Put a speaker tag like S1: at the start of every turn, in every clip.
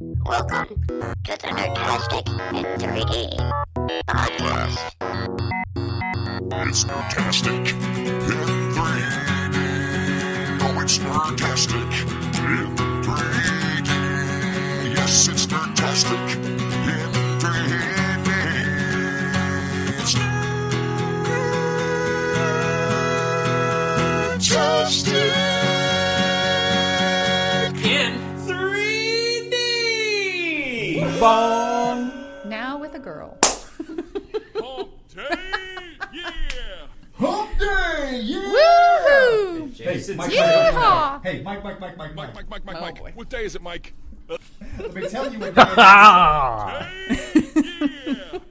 S1: Welcome to the Nerdtastic in 3D podcast.
S2: It's fantastic in 3D. Oh, it's fantastic in 3D. Yes, it's fantastic in 3D. It's fantastic in 3D.
S3: Now with a girl.
S2: yeah.
S4: Hump day! Yeah!
S3: Woohoo!
S4: Hey, Mike, Mike, Mike,
S3: Yeehaw!
S4: Hey, Mike, Mike, Mike, Mike,
S2: Mike,
S4: Mike.
S2: Mike, Mike,
S3: Oh,
S2: Mike.
S3: boy.
S2: What day is it, Mike?
S4: Let me tell you what day
S2: Yeah.
S4: it is.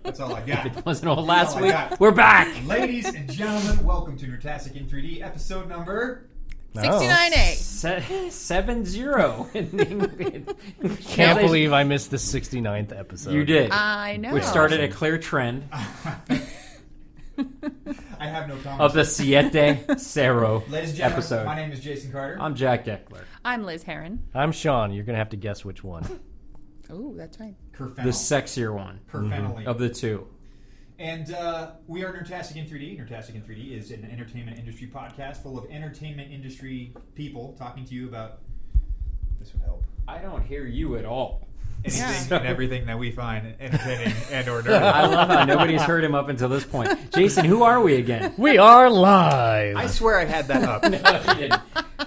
S4: That's all I got.
S5: Wasn't all last
S4: Oh my
S5: week.
S4: God.
S5: We're back.
S4: Ladies and gentlemen, welcome to Nerdtastic in 3D, episode number...
S3: 69A.
S5: Se- seven zero.
S6: Can't believe I missed the 69th episode.
S5: you did.
S3: I know.
S5: Which started a clear trend
S4: I have no comments.
S5: of the Siete Cero
S4: Ladies and gentlemen,
S5: episode.
S4: my name is Jason Carter.
S5: I'm Jack Eckler.
S3: I'm Liz Heron.
S6: I'm Sean. You're going to have to guess which one.
S3: Oh, that's right.
S5: The
S4: Kerfennel.
S5: sexier one
S4: Kerfennelly.
S5: of the two.
S4: And uh, we are Nerdtastic in 3D. Nerdtastic in 3D is an entertainment industry podcast full of entertainment industry people talking to you about... This would help.
S5: I don't hear you at all.
S4: Anything
S5: Yeah.
S4: and everything that we find entertaining and or
S5: I
S4: nerdy.
S5: love how nobody's heard him up until this point. Jason, who are we again?
S6: we are live.
S4: I swear I had that up.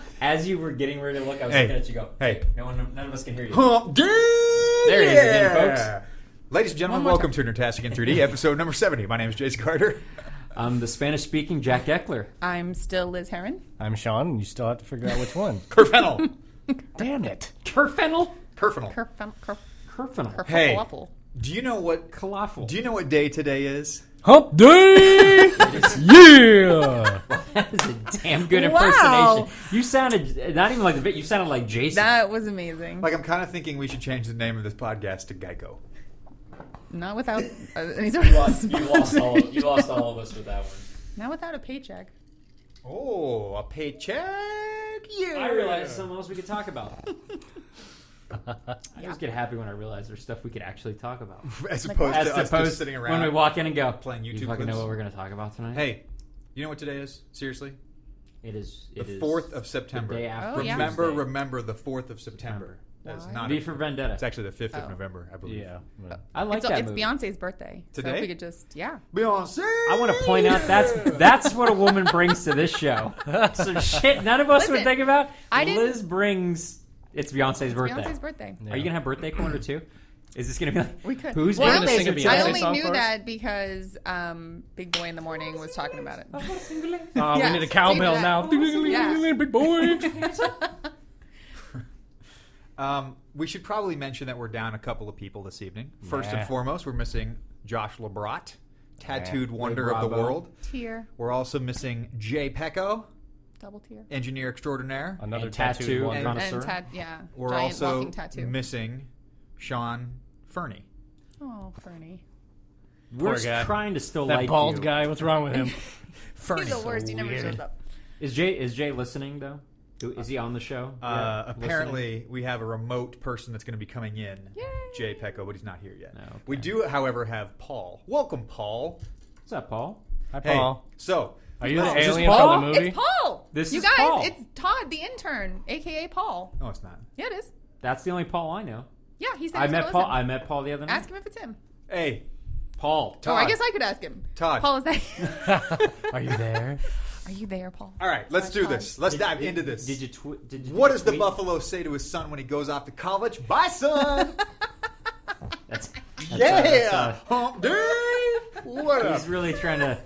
S5: As you were getting ready to look, I was
S4: Hey.
S5: looking at you go,
S4: Hey.
S5: no one, none of us can hear you.
S4: Hump Day!
S5: There it is again, folks.
S4: Ladies and gentlemen, welcome to Nerdtastic in 3D, episode number 70. My name is Jason Carter.
S5: I'm the Spanish speaking Jack Eckler.
S3: I'm still Liz Heron.
S6: I'm Sean, and you still have to figure out which one.
S4: Kerfennel.
S6: Damn it.
S5: Kerfennel?
S4: Kerfennel.
S3: Kerf, um, kerf,
S5: Kerfennel.
S3: kerf,
S4: Hey.
S3: falafel.
S4: Do you know what
S5: Falafel.
S4: do you know what day today is?
S6: Hump day! yeah!
S5: That's a damn good
S3: Wow.
S5: impersonation. You sounded not even like the bit. You sounded like Jason.
S3: That was amazing.
S4: Like I'm kind of thinking we should change the name of this podcast to Geico.
S3: Not without uh, any sort of
S5: you lost all of us with that one.
S3: Not without a paycheck.
S4: Oh, a paycheck. Yeah.
S5: I realized something else we could talk about. I always get happy when I realize there's stuff we could actually talk about.
S4: as opposed
S5: As
S4: to us
S5: opposed
S4: just sitting around
S5: when we walk in and go
S4: playing YouTube
S5: You fucking
S4: clips.
S5: know what we're going to talk about tonight?
S4: Hey, you know what today is? Seriously?
S5: it is it
S4: The
S5: is
S4: 4th of September.
S5: The day after
S3: Oh, yeah.
S4: Remember,
S5: Tuesday.
S4: remember the 4th of September. That is
S3: Why?
S4: not
S5: V Oh.
S4: a,
S5: for Vendetta.
S4: It's actually the 5th of
S3: Oh.
S4: November, I believe.
S6: Yeah.
S5: I like
S3: It's,
S5: that
S3: it's
S5: movie.
S3: Beyonce's birthday. So
S4: Today?
S3: if we could just, yeah.
S4: Beyonce.
S5: I want to point out that's that's what a woman brings to this show. Some shit none of us would
S3: Listen,
S5: think about.
S3: I didn't-
S5: Liz brings it's Beyonce's birthday.
S3: Beyonce's birthday.
S5: Are you gonna have birthday corner too? Is this gonna be like
S3: We could.
S5: who's
S3: Well,
S5: gonna
S3: I
S5: sing a
S3: only-
S5: Beyonce
S3: I only
S6: song
S3: knew
S6: first?
S3: that because um, Big Boy in the Morning was talking about
S5: Oh,
S3: it.
S6: Uh,
S3: Yes,
S6: we need a cowbell
S3: do that.
S6: now.
S3: Yeah.
S6: Big boy.
S4: Um, we should probably mention that we're down a couple of people this evening. First and
S6: Yeah.
S4: foremost, we're missing Josh LeBrat, tattooed
S6: Yeah.
S4: wonder
S5: Big
S4: of the
S5: Robbo.
S4: world.
S3: Tier,
S4: We're also missing Jay Pecco,
S3: double tier.
S4: engineer extraordinaire.
S6: Another
S5: And
S6: tattooed
S5: tattoo
S6: one.
S5: and-
S6: Connoisseur.
S3: And tat- yeah,
S4: We're
S3: giant
S4: also
S3: walking tattoo.
S4: missing Sean Fernie.
S3: oh, Fernie.
S5: We're
S6: Poor guy.
S5: trying to still
S6: that
S5: like
S6: bald
S5: you.
S6: guy. What's wrong with him?
S3: He's the worst. He never shows up.
S5: Is Jay is Jay listening though? Do- Is he on the show?
S4: Uh,
S5: Yeah,
S4: apparently, we have a remote person that's going to be coming in,
S3: Yay.
S4: Jay Pecco, but he's not here yet.
S5: No, okay.
S4: We do, however, have Paul. Welcome, Paul.
S5: listening? What's up, Paul?
S6: Hi,
S4: Hey,
S6: Paul.
S4: so
S6: Are you the
S5: Is this
S6: alien
S5: Paul?
S6: from the movie?
S3: It's Paul.
S5: This
S3: you
S5: is
S3: guys,
S5: Paul.
S3: it's Todd, the intern, aka Paul.
S4: no, it's not.
S3: Yeah, it is.
S5: That's the only Paul I know.
S3: Yeah, he said.
S5: I
S3: he's
S5: met
S3: gonna
S5: Paul.
S3: listen.
S5: I met Paul the other night.
S3: Ask him if it's him.
S4: Hey,
S5: Paul.
S3: Oh, I
S4: Todd.
S3: guess I could ask him.
S4: Todd.
S3: Paul is that?
S6: Are you there?
S3: Are you there, Paul?
S4: All right, let's
S3: Slash
S4: do
S3: Todd.
S4: this. Let's
S5: Did-
S4: dive
S5: did-
S4: into this.
S5: Did you? Tw- did you?
S4: What
S5: did
S4: does the
S5: tweet?
S4: buffalo say to his son when he goes off to college? Bye, son.
S5: That's, that's uh, that's,
S4: yeah.
S5: uh,
S4: Hump day. What up?
S5: he's really trying to,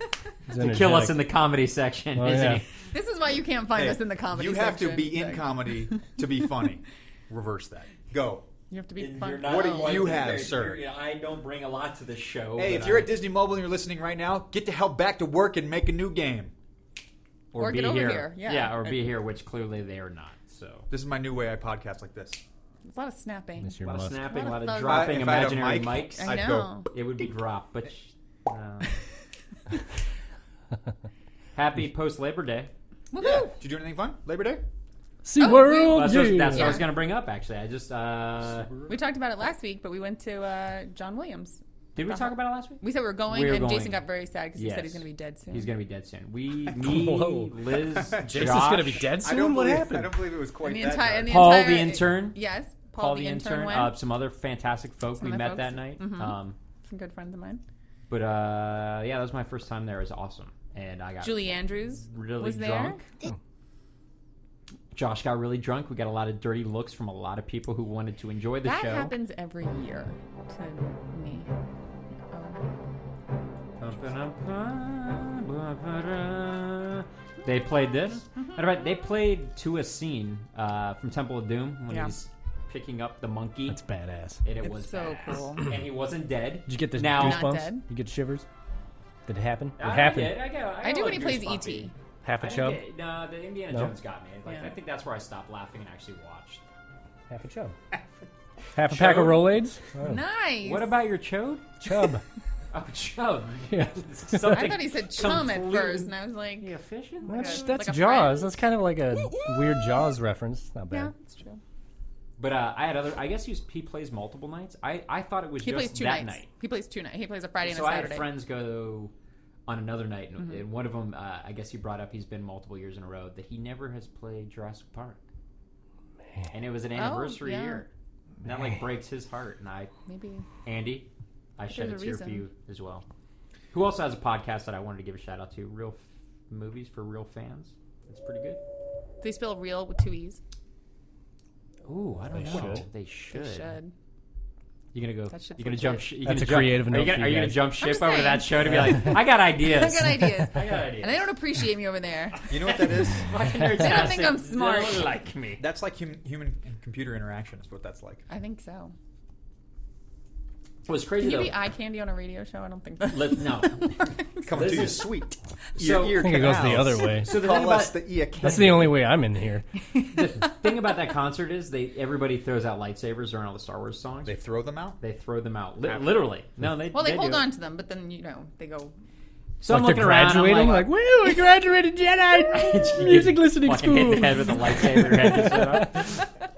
S6: He's
S5: to kill us
S6: energetic.
S5: in the comedy section,
S6: Oh,
S5: isn't
S6: yeah.
S5: he?
S3: This is why you can't find
S4: Hey,
S3: us in the comedy.
S4: You have to
S3: section.
S4: be in
S3: Like,
S4: comedy to be funny. Reverse that. Go.
S3: You have to be.
S5: And
S3: Fun. Oh,
S5: you're not
S4: What do
S5: alone.
S4: you
S5: You're-
S4: have,
S5: you're-
S4: sir?
S5: you're- I don't bring a lot to this show.
S4: Hey,
S5: but
S4: if you're
S5: I-
S4: at Disney Mobile and you're listening right now, get the hell back to work and make a new game.
S3: Or get over here, yeah.
S5: or be here, which clearly they are not. So.
S4: This is my new way I podcast like this.
S3: It's a lot of snapping.
S6: It's
S5: A
S6: your
S5: lot of
S6: must.
S5: snapping, a
S3: What
S5: lot
S3: a
S5: of
S3: thug.
S5: dropping
S4: If I had a
S5: imaginary
S4: mic,
S5: mics.
S3: I
S4: I'd
S3: know.
S5: It would be drop, but uh, sh- no. happy post Labor Day.
S3: Woohoo!
S4: Yeah. Did you do anything fun? Labor Day?
S6: SeaWorld.
S5: Well,
S6: World.
S5: that's, what,
S6: yeah.
S5: that's what I was
S3: Yeah.
S5: gonna bring up. Actually, I just uh,
S3: Oh, We talked about it last week, but we went to uh, John Williams.
S5: did we talk about it last week?
S3: We said we were going,
S5: We were
S3: and Jason
S5: going.
S3: got very sad because he
S5: Yes.
S3: said he's going to be dead soon.
S5: He's gonna be dead soon. We, me,
S6: Whoa.
S5: Liz,
S6: Jason's
S5: Josh,
S6: gonna be
S7: I
S6: dead soon.
S7: don't
S6: what
S7: believe,
S6: happened?
S7: I don't believe it was quite
S3: And the
S7: that
S3: entire,
S7: dark.
S3: and the
S5: Paul
S3: entire,
S5: the intern.
S3: Yes, Paul,
S5: Paul
S3: the, intern, went.
S5: uh, some other fantastic folk
S3: Some
S5: we
S3: other
S5: met
S3: folks. Mm-hmm.
S5: that night. Um,
S3: Some good friends of mine.
S5: but uh, yeah, that was my first time there. It was awesome, and I got
S3: Julie Andrews
S5: really
S3: was there.
S5: drunk. Josh got really drunk. We got a lot of dirty looks from a lot of people who wanted to enjoy the
S3: that
S5: show.
S3: happens every year to me. Oh.
S5: They played this.
S3: Mm-hmm.
S5: Matter of fact, they played to a scene uh, from Temple of Doom when
S3: Yeah.
S5: he's picking up the monkey,
S6: That's badass.
S5: and it
S3: It's
S5: was
S3: so
S5: badass.
S3: cool.
S5: And he wasn't dead.
S6: Did you get the
S5: Now-
S3: Not
S6: goosebumps?
S3: dead.
S6: You get shivers? Did it happen? It
S5: I
S6: happened.
S5: did. I, got, I, got
S3: I do
S5: a
S3: when he plays E
S5: goosebumpy.
S3: E.T.
S6: Half a
S5: I didn't
S6: chub.
S5: get- no, the Indiana
S6: No?
S5: Jones got me. Like,
S3: Yeah.
S5: I think that's where I stopped laughing and actually watched.
S6: Half a chub. Half a pack of
S5: Chub?
S6: Rolades. Oh,
S3: Nice.
S5: What about your chode?
S6: chub.
S5: Oh, chode.
S6: Yeah.
S5: Something.
S3: I thought he said chum at
S5: completely-
S3: first, and I was like,
S5: Yeah, fishing?
S6: That's,
S3: a-
S6: that's
S3: like a
S6: Jaws.
S3: friend.
S6: That's kind of like a weird Jaws reference. It's Not
S3: yeah,
S6: bad.
S3: that's true.
S5: But uh, I had other. I guess he, was, he plays multiple nights. I, I thought it was
S3: He
S5: just
S3: plays two
S5: that
S3: nights.
S5: night.
S3: He plays two nights. He plays a Friday and
S5: so
S3: a
S5: I had
S3: Saturday. Mm-hmm.
S5: friends go on another night, and, and one of them, uh, I guess he brought up, he's been multiple years in a row that he never has played Jurassic Park, and it was an anniversary
S3: Oh, yeah.
S5: year. And that like breaks his heart, and I,
S3: Maybe
S5: Andy, I shed a
S3: there's a
S5: tear for
S3: reason.
S5: you as well. Who also has a podcast that I wanted to give a shout out to? Real F- movies for real fans. It's pretty good.
S3: they spell real with two e's.
S5: Ooh, I don't
S6: They
S5: know.
S6: should.
S5: They
S3: Oh, They
S5: should.
S3: should.
S5: You're gonna go.
S3: That shit's
S5: You're gonna
S3: legit.
S5: jump. Sh- you're
S6: That's
S5: gonna
S6: a
S5: jump-
S6: creative
S5: Are you
S6: note
S5: gonna,
S6: for
S5: are
S6: you
S5: you gonna
S6: guys.
S5: jump ship
S3: just
S5: over to
S3: saying.
S5: that show to be like, I got ideas.
S3: I got ideas,
S5: I got ideas.
S3: and they don't appreciate me over there.
S4: You know what that is?
S5: they
S3: don't think I'm smart.
S5: They don't like me.
S4: that's like hum- human and computer interaction is what that's like.
S3: I think so.
S5: What's
S3: Can
S5: crazy
S3: you
S5: though?
S3: be eye candy on a radio show? I don't think that.
S5: Let- no.
S4: Come
S5: This
S4: to you
S5: is-
S4: sweet.
S5: So-
S6: I think it goes the other way.
S5: so the thing,
S4: Call us
S5: about,
S4: the Ia
S6: That's the only way I'm in here.
S5: the thing about that concert is they everybody throws out lightsabers during all the Star Wars songs.
S4: They
S5: They,
S4: throw them out.
S5: throw them out Li- literally. No, they
S3: Well, they, hold
S5: do.
S3: on to them, but then you know they go.
S5: So I'm
S6: like
S5: looking
S6: they're
S5: around, I'm
S6: graduating. like,
S5: like,
S6: woo, we graduated Jedi music listening
S5: fucking hit
S6: school.
S5: the head with a lightsaber. head just went off.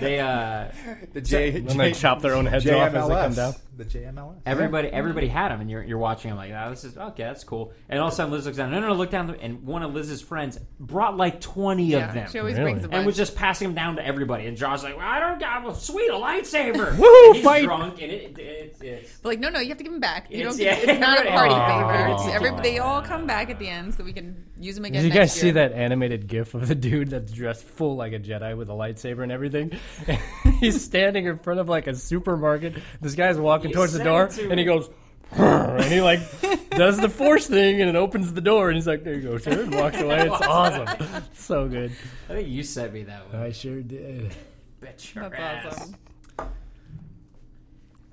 S5: they uh,
S4: The J.
S6: And they chop their own heads off as they come down.
S4: The JMLS.
S5: Everybody, everybody had them, and you're, you're watching them like, oh, this is okay, that's cool. And all of a sudden, Liz looks down. No, no, no, look down. the- And one of Liz's friends brought like twenty of
S3: Yeah,
S5: them,
S3: she always
S6: Really?
S3: brings a bunch.
S5: and was just passing them down to everybody. And Josh's like, well, I don't got well, sweet a lightsaber.
S6: Woo,
S5: And he's
S6: fight.
S5: drunk, and it, it, it's it's
S3: but like, no, no, you have to give them back. You
S5: It's-
S3: don't.
S5: yeah, Oh.
S3: Get, it's not a party
S5: everybody-
S3: favor.
S5: Aw.
S3: It's everybody. They all come back at the end, so we can use them again.
S6: Did you
S3: next
S6: guys see
S3: year.
S6: that animated GIF of the dude that's dressed full like a Jedi with a lightsaber and everything? He's standing in front of like a supermarket. This guy's
S5: You
S6: walking towards the
S5: said
S6: door
S5: it to
S6: and
S5: me.
S6: he goes, and he like does the force thing and it opens the door and he's like, there you go, sir, and walks away. It's awesome. so good.
S5: I think you sent me that one.
S6: I sure did.
S5: Bet your
S3: That's awesome.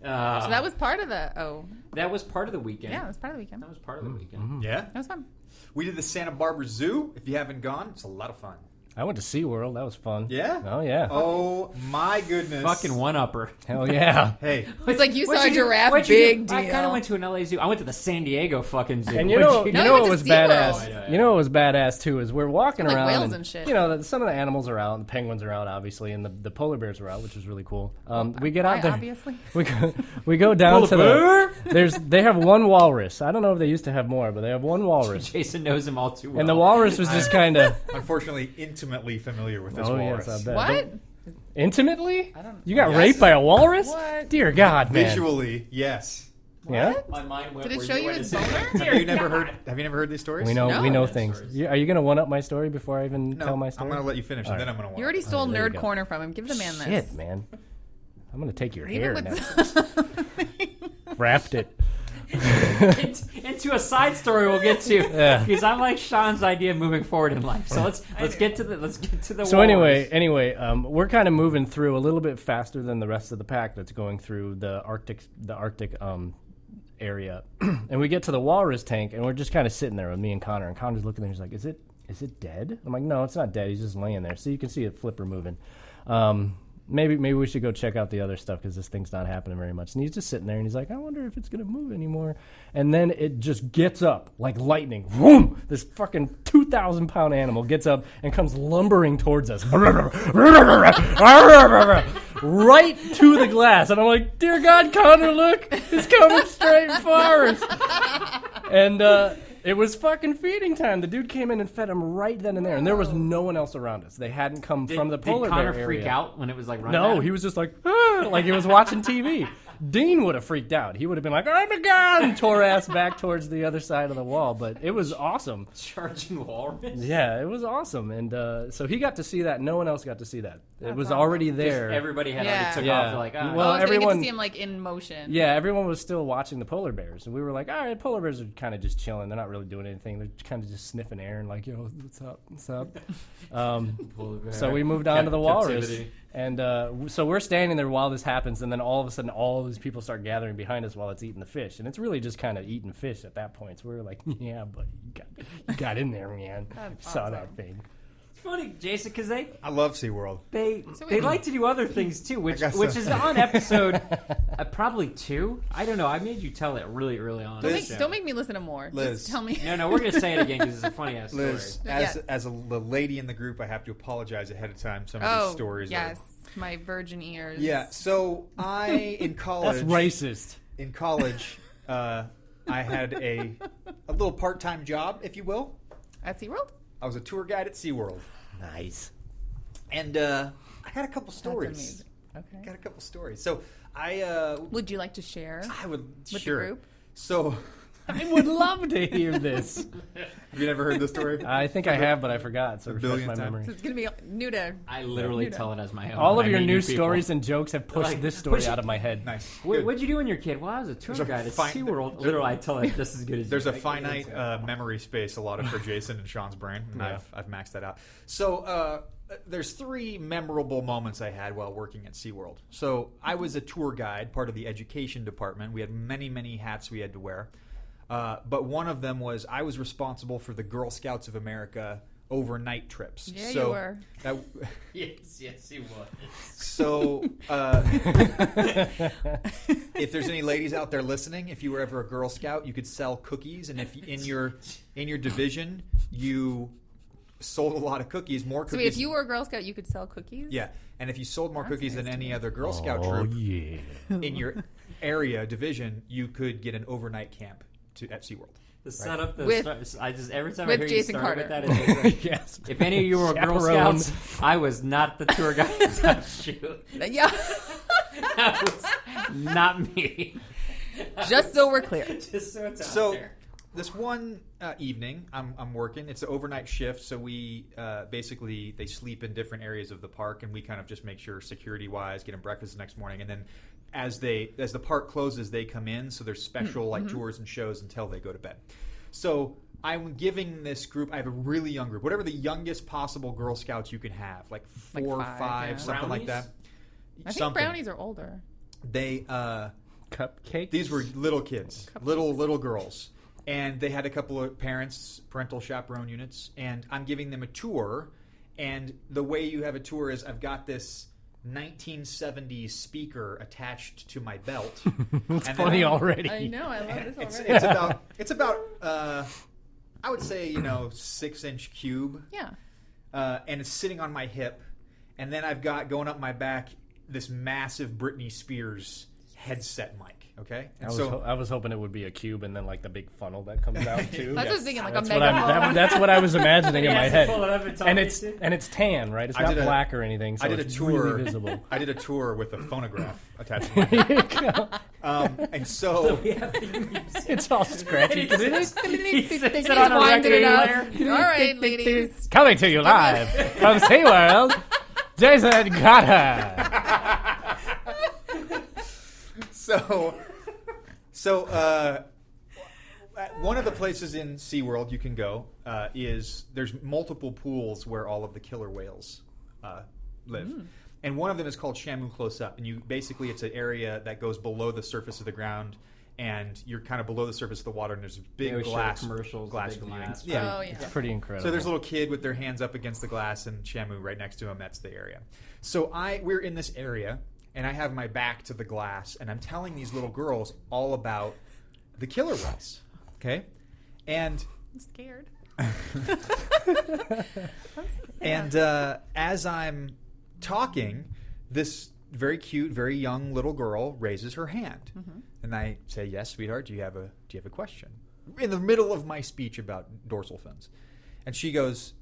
S5: Uh,
S3: So that was part of the. Oh,
S5: that was part of the weekend.
S3: yeah, that was part of the weekend.
S5: that was part of the weekend.
S4: Yeah.
S3: That was fun.
S4: We did the Santa Barbara Zoo. If you haven't gone, it's a lot of fun.
S6: I went to SeaWorld. That was fun.
S4: Yeah?
S6: Oh, yeah.
S4: Oh my goodness.
S5: Fucking one upper.
S6: Hell yeah.
S4: Hey,
S3: It's like you saw
S5: What'd
S3: a
S5: do?
S3: giraffe.
S5: What'd you
S3: Big
S5: do?
S3: deal.
S5: I kind of went to an LA zoo. I went to the San Diego fucking zoo.
S6: And you
S5: What'd
S6: know, you
S3: No,
S6: know
S3: you
S6: what
S3: went
S6: was
S3: to SeaWorld.
S6: badass.
S5: Yeah, yeah, yeah.
S6: You know what was badass too is we're walking
S3: Like
S6: around,
S3: whales and shit.
S6: you know, that some of the animals are out, and the penguins are out, obviously, and the, the polar bears are out, which is really cool. Um, we get out
S3: I
S6: there,
S3: obviously-
S6: we go, we go down to
S5: Polar
S6: the there's they have one walrus. I don't know if they used to have more, but they have one walrus,
S5: Jason knows him all too well.
S6: and the walrus was just kind of
S4: unfortunately, intimately familiar with this
S6: oh
S4: walrus.
S6: yes, I bet.
S3: What?
S6: Intimately, I
S3: don't-
S6: you got
S4: Yes.
S6: raped by a walrus?
S3: What?
S6: Dear God, man.
S4: Visually, yes.
S6: Yeah,
S5: My mind went
S3: Did it
S5: where
S3: show you
S5: went
S3: his
S5: as-
S3: boner?
S4: Have you never heard? Have you never heard these stories?
S6: we know
S3: No.
S6: we know
S5: That
S6: things.
S5: story.
S6: You, are you gonna one up my story before I even
S4: No,
S6: tell my
S4: I'm
S6: story?
S4: gonna let you finish, and then I'm gonna.
S3: You already stole
S6: Oh, there you
S3: nerd
S6: go.
S3: corner from him. Give the man
S6: Shit,
S3: this.
S6: man. I'm gonna take your
S3: Leave
S6: hair
S3: it
S6: now.
S3: with
S6: Wrapped it.
S5: Into- into a side story we'll get to because I like Sean's idea of moving forward in life. So let's let's get to the let's get to the.
S6: So
S5: walrus.
S6: anyway, anyway, um, we're kind of moving through a little bit faster than the rest of the pack that's going through the Arctic, the Arctic um, area, and we get to the walrus tank, and we're just kind of sitting there with me and Connor, and Connor's looking there, he's like, "Is it, is it dead?" I'm like, "No, it's not dead. He's just laying there." So you can see a flipper moving. Um, maybe maybe we should go check out the other stuff because this thing's not happening very much. And he's just sitting there and he's like, I wonder if it's gonna move anymore. And then it just gets up like lightning. Vroom! This fucking two thousand pound animal gets up and comes lumbering towards us, right to the glass. And I'm like, Dear God, Connor, look, it's coming straight for us. And uh, it was fucking feeding time. The dude came in and fed him right then and there, and there was no one else around us. They hadn't come from the polar
S5: Did Connor
S6: bear
S5: freak
S6: area.
S5: out when it was like running?
S6: No, he was just like, "Ah," like he was watching TV. Dean would have freaked out. He would have been like, oh my God, and tore ass back towards the other side of the wall. But it was awesome.
S5: charging walrus.
S6: Yeah, it was awesome. And uh, so he got to see that. No one else got to see that. It was already there.
S5: Everybody had
S3: Yeah.
S5: already took
S6: Yeah.
S5: off. They're like, ah,
S6: Well,
S3: Well, oh, so everyone get
S6: everyone-
S3: to see him like in motion.
S6: yeah, everyone was still watching the polar bears. And we were like, all right, polar bears are kind of just chilling. They're not really doing anything. They're kind of just sniffing air and like, yo, what's up? What's up? Um,
S5: polar bear.
S6: So we moved on to the walrus,
S5: Captivity.
S6: and uh, w- so we're standing there while this happens, and then all of a sudden, all these people start gathering behind us while it's eating the fish, and it's really just kind of eating fish at that point. So we were like, "Yeah, but you got, you got in there, man.
S3: That's
S6: Saw
S3: awesome.
S6: that thing."
S5: It's funny, Jason, because they
S4: I love SeaWorld.
S5: they
S3: So
S5: they
S3: wait.
S5: like to do other things too, which
S4: guess
S5: which
S4: so.
S5: is on episode uh, probably two. I don't know. I made you tell it really early on.
S3: Don't
S5: on the
S3: make,
S5: show.
S3: don't make me listen to more.
S4: Liz.
S3: Just tell me.
S5: No, no, we're gonna say it again because it's a funny ass story.
S4: Liz,
S3: Yeah.
S4: as as a, the lady in the group, I have to apologize ahead of time. Some of
S3: Oh,
S4: these stories. are-
S3: yes, my virgin ears.
S4: yeah. So I in college.
S6: That's racist.
S4: In college, uh, I had a a little part time job, if you will.
S3: At SeaWorld?
S4: I was a tour guide at SeaWorld,
S6: Nice.
S4: and uh, I got a couple
S3: That's
S4: stories.
S3: amazing. Okay.
S4: Got a couple stories. So I uh,
S3: Would you like to share?
S4: I would
S3: the
S4: Ah, sure.
S3: group?
S4: So
S6: I would love to hear this.
S4: have you never heard this story?
S6: I think I have, but I forgot. So refresh
S4: billion
S6: my
S4: times.
S3: So
S6: memory.
S3: it's gonna be new to.
S5: I literally
S3: You know.
S5: tell it as my own.
S6: All
S5: when
S6: of
S5: I
S6: your
S5: meet
S6: new
S5: people.
S6: stories and jokes have pushed
S5: Like,
S6: this story
S5: push it-
S6: out of my head.
S4: nice.
S5: Wait,
S4: Good.
S5: what'd you do when you were a kid? Well, I was a tour
S4: There's a
S5: guide at
S4: fi-
S5: SeaWorld.
S4: there-
S5: Literally, I tell it just as good as
S4: There's
S5: you.
S4: a finite uh, memory space allotted for Jason and Sean's brain, and
S6: Yeah.
S4: I've, I've maxed that out. So uh, there's three memorable moments I had while working at SeaWorld. So I was a tour guide, part of the education department. We had many, many hats we had to wear. Uh, but one of them was I was responsible for the Girl Scouts of America overnight trips.
S3: Yeah, you
S4: so
S3: were.
S4: That,
S5: yes, yes, he was.
S4: so uh, if there's any ladies out there listening, if you were ever a Girl Scout, you could sell cookies, and if you- in your in your division you sold a lot of cookies, more
S3: So
S4: cookies.
S3: wait, if you were a Girl Scout, you could sell cookies.
S4: yeah, and if you sold more cookies than any other Girl Scout
S6: Oh
S4: troop
S6: yeah.
S4: in your area division, you could get an overnight camp to at SeaWorld.
S5: The setup, the
S3: With-
S5: start, I just every time
S3: with
S5: I hear
S3: Jason
S5: you start
S3: Carter.
S5: with that, it's like,
S6: yes.
S5: if any of you were Girl
S6: Chaperone.
S5: Scouts, I was not the tour guide. at that shoot,
S3: Yeah.
S5: that was not me.
S3: Just so we're clear.
S5: Just so it's out
S4: So
S5: there.
S4: this one uh, evening, I'm, I'm working. It's an overnight shift, so we uh, basically they sleep in different areas of the park, and we kind of just make sure security wise, get them breakfast the next morning, and then as they as the park closes, they come in. So
S3: Hmm,
S4: there's special like
S3: mm-hmm.
S4: tours and shows until they go to bed. So I'm giving this group. I have a really young group, whatever the youngest possible Girl Scouts you can have, like
S3: Like
S4: four,
S3: five,
S4: five,
S3: yeah.
S4: something like
S5: Brownies?
S4: that.
S3: I think brownies are older.
S4: They. Uh,
S6: Cupcake.
S4: these were little kids, little little girls, and they had a couple of parents, parental chaperone units, and I'm giving them a tour. And the way you have a tour is I've got this 1970s speaker attached to my belt. it's
S6: funny already.
S3: I know. I love this
S4: It's,
S3: already.
S4: it's about it's about uh, I would say you know six inch cube
S3: yeah.
S4: uh, and it's sitting on my hip, and then I've got going up my back this massive Britney Spears headset mic. Okay,
S6: I
S4: and
S6: was,
S4: so
S6: ho- I was hoping it would be a cube and then like the big funnel that comes out too.
S3: That's what I
S4: Yes.
S3: was thinking, like
S6: That's
S3: a
S6: what, I'm, that-
S3: megaphone.
S6: that's what I was imagining in
S5: Yeah,
S6: my
S5: so pull it
S6: head.
S5: up and, tell
S6: And
S5: me
S6: it's
S5: to.
S6: and it's tan, right? It's
S4: I
S6: not
S4: did a-
S6: black or anything. So
S4: I did a
S6: it's
S4: tour.
S6: really visible.
S4: I did a tour with a phonograph attached. To my um, and so
S5: we have the music.
S6: It's all scratchy.
S5: He says it
S3: He's
S5: on a
S3: winding it up.
S5: record player.
S3: uh, All right, ladies.
S6: Coming to you live from SeaWorld, Jason Cotter.
S4: so so uh, one of the places in SeaWorld you can go uh, is there's multiple pools where all of the killer whales uh, live.
S5: Hmm.
S4: And one of them is called Shamu Close Up, and you basically it's an area that goes below the surface of the ground, and you're kind of below the surface of the water, and there's
S5: They
S4: big
S5: always show
S4: glass
S5: commercials,
S4: glass
S5: big
S4: viewing.
S5: glass.
S4: Yeah,
S3: Oh yeah.
S6: It's pretty incredible.
S4: so there's a little kid with their hands up against the glass, and Shamu right next to him. That's the area. So I we're in this area, and I have my back to the glass, and I'm telling these little girls all about the killer was. Okay, and
S3: I'm scared.
S4: and uh, as I'm talking, this very cute, very young little girl raises her hand, and I say, "Yes, sweetheart. Do you have a Do you have a question?" In the middle of my speech about dorsal fins, and she goes,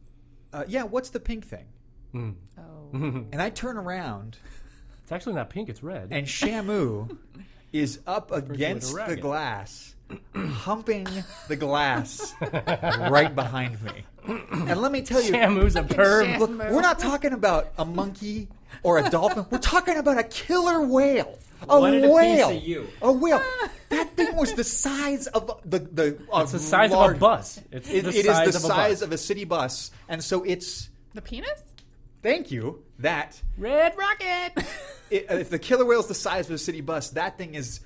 S4: uh, "Yeah, what's the pink thing?"
S3: Oh.
S4: And I turn around,
S6: It's actually not pink. It's red.
S4: and Shamu is up against
S6: with
S4: the
S6: a racket.
S4: glass, humping the glass right behind me. And let me tell you,
S6: Shamu's a perv.
S3: Shamu.
S4: Look, we're not talking about a monkey or a dolphin. We're talking about a killer whale. A
S5: Wanted a piece
S4: whale.
S5: of you.
S4: A whale. That thing was the size of the the.
S6: It's the size of a bus. It's
S4: It,
S6: the
S4: it is
S6: size
S4: the
S6: of a
S4: size
S6: bus.
S4: of a city bus, and so it's.
S3: The penis?
S4: Thank you. That
S6: red.
S3: Rocket.
S4: it, if the killer whale's the size of a city bus, that thing is.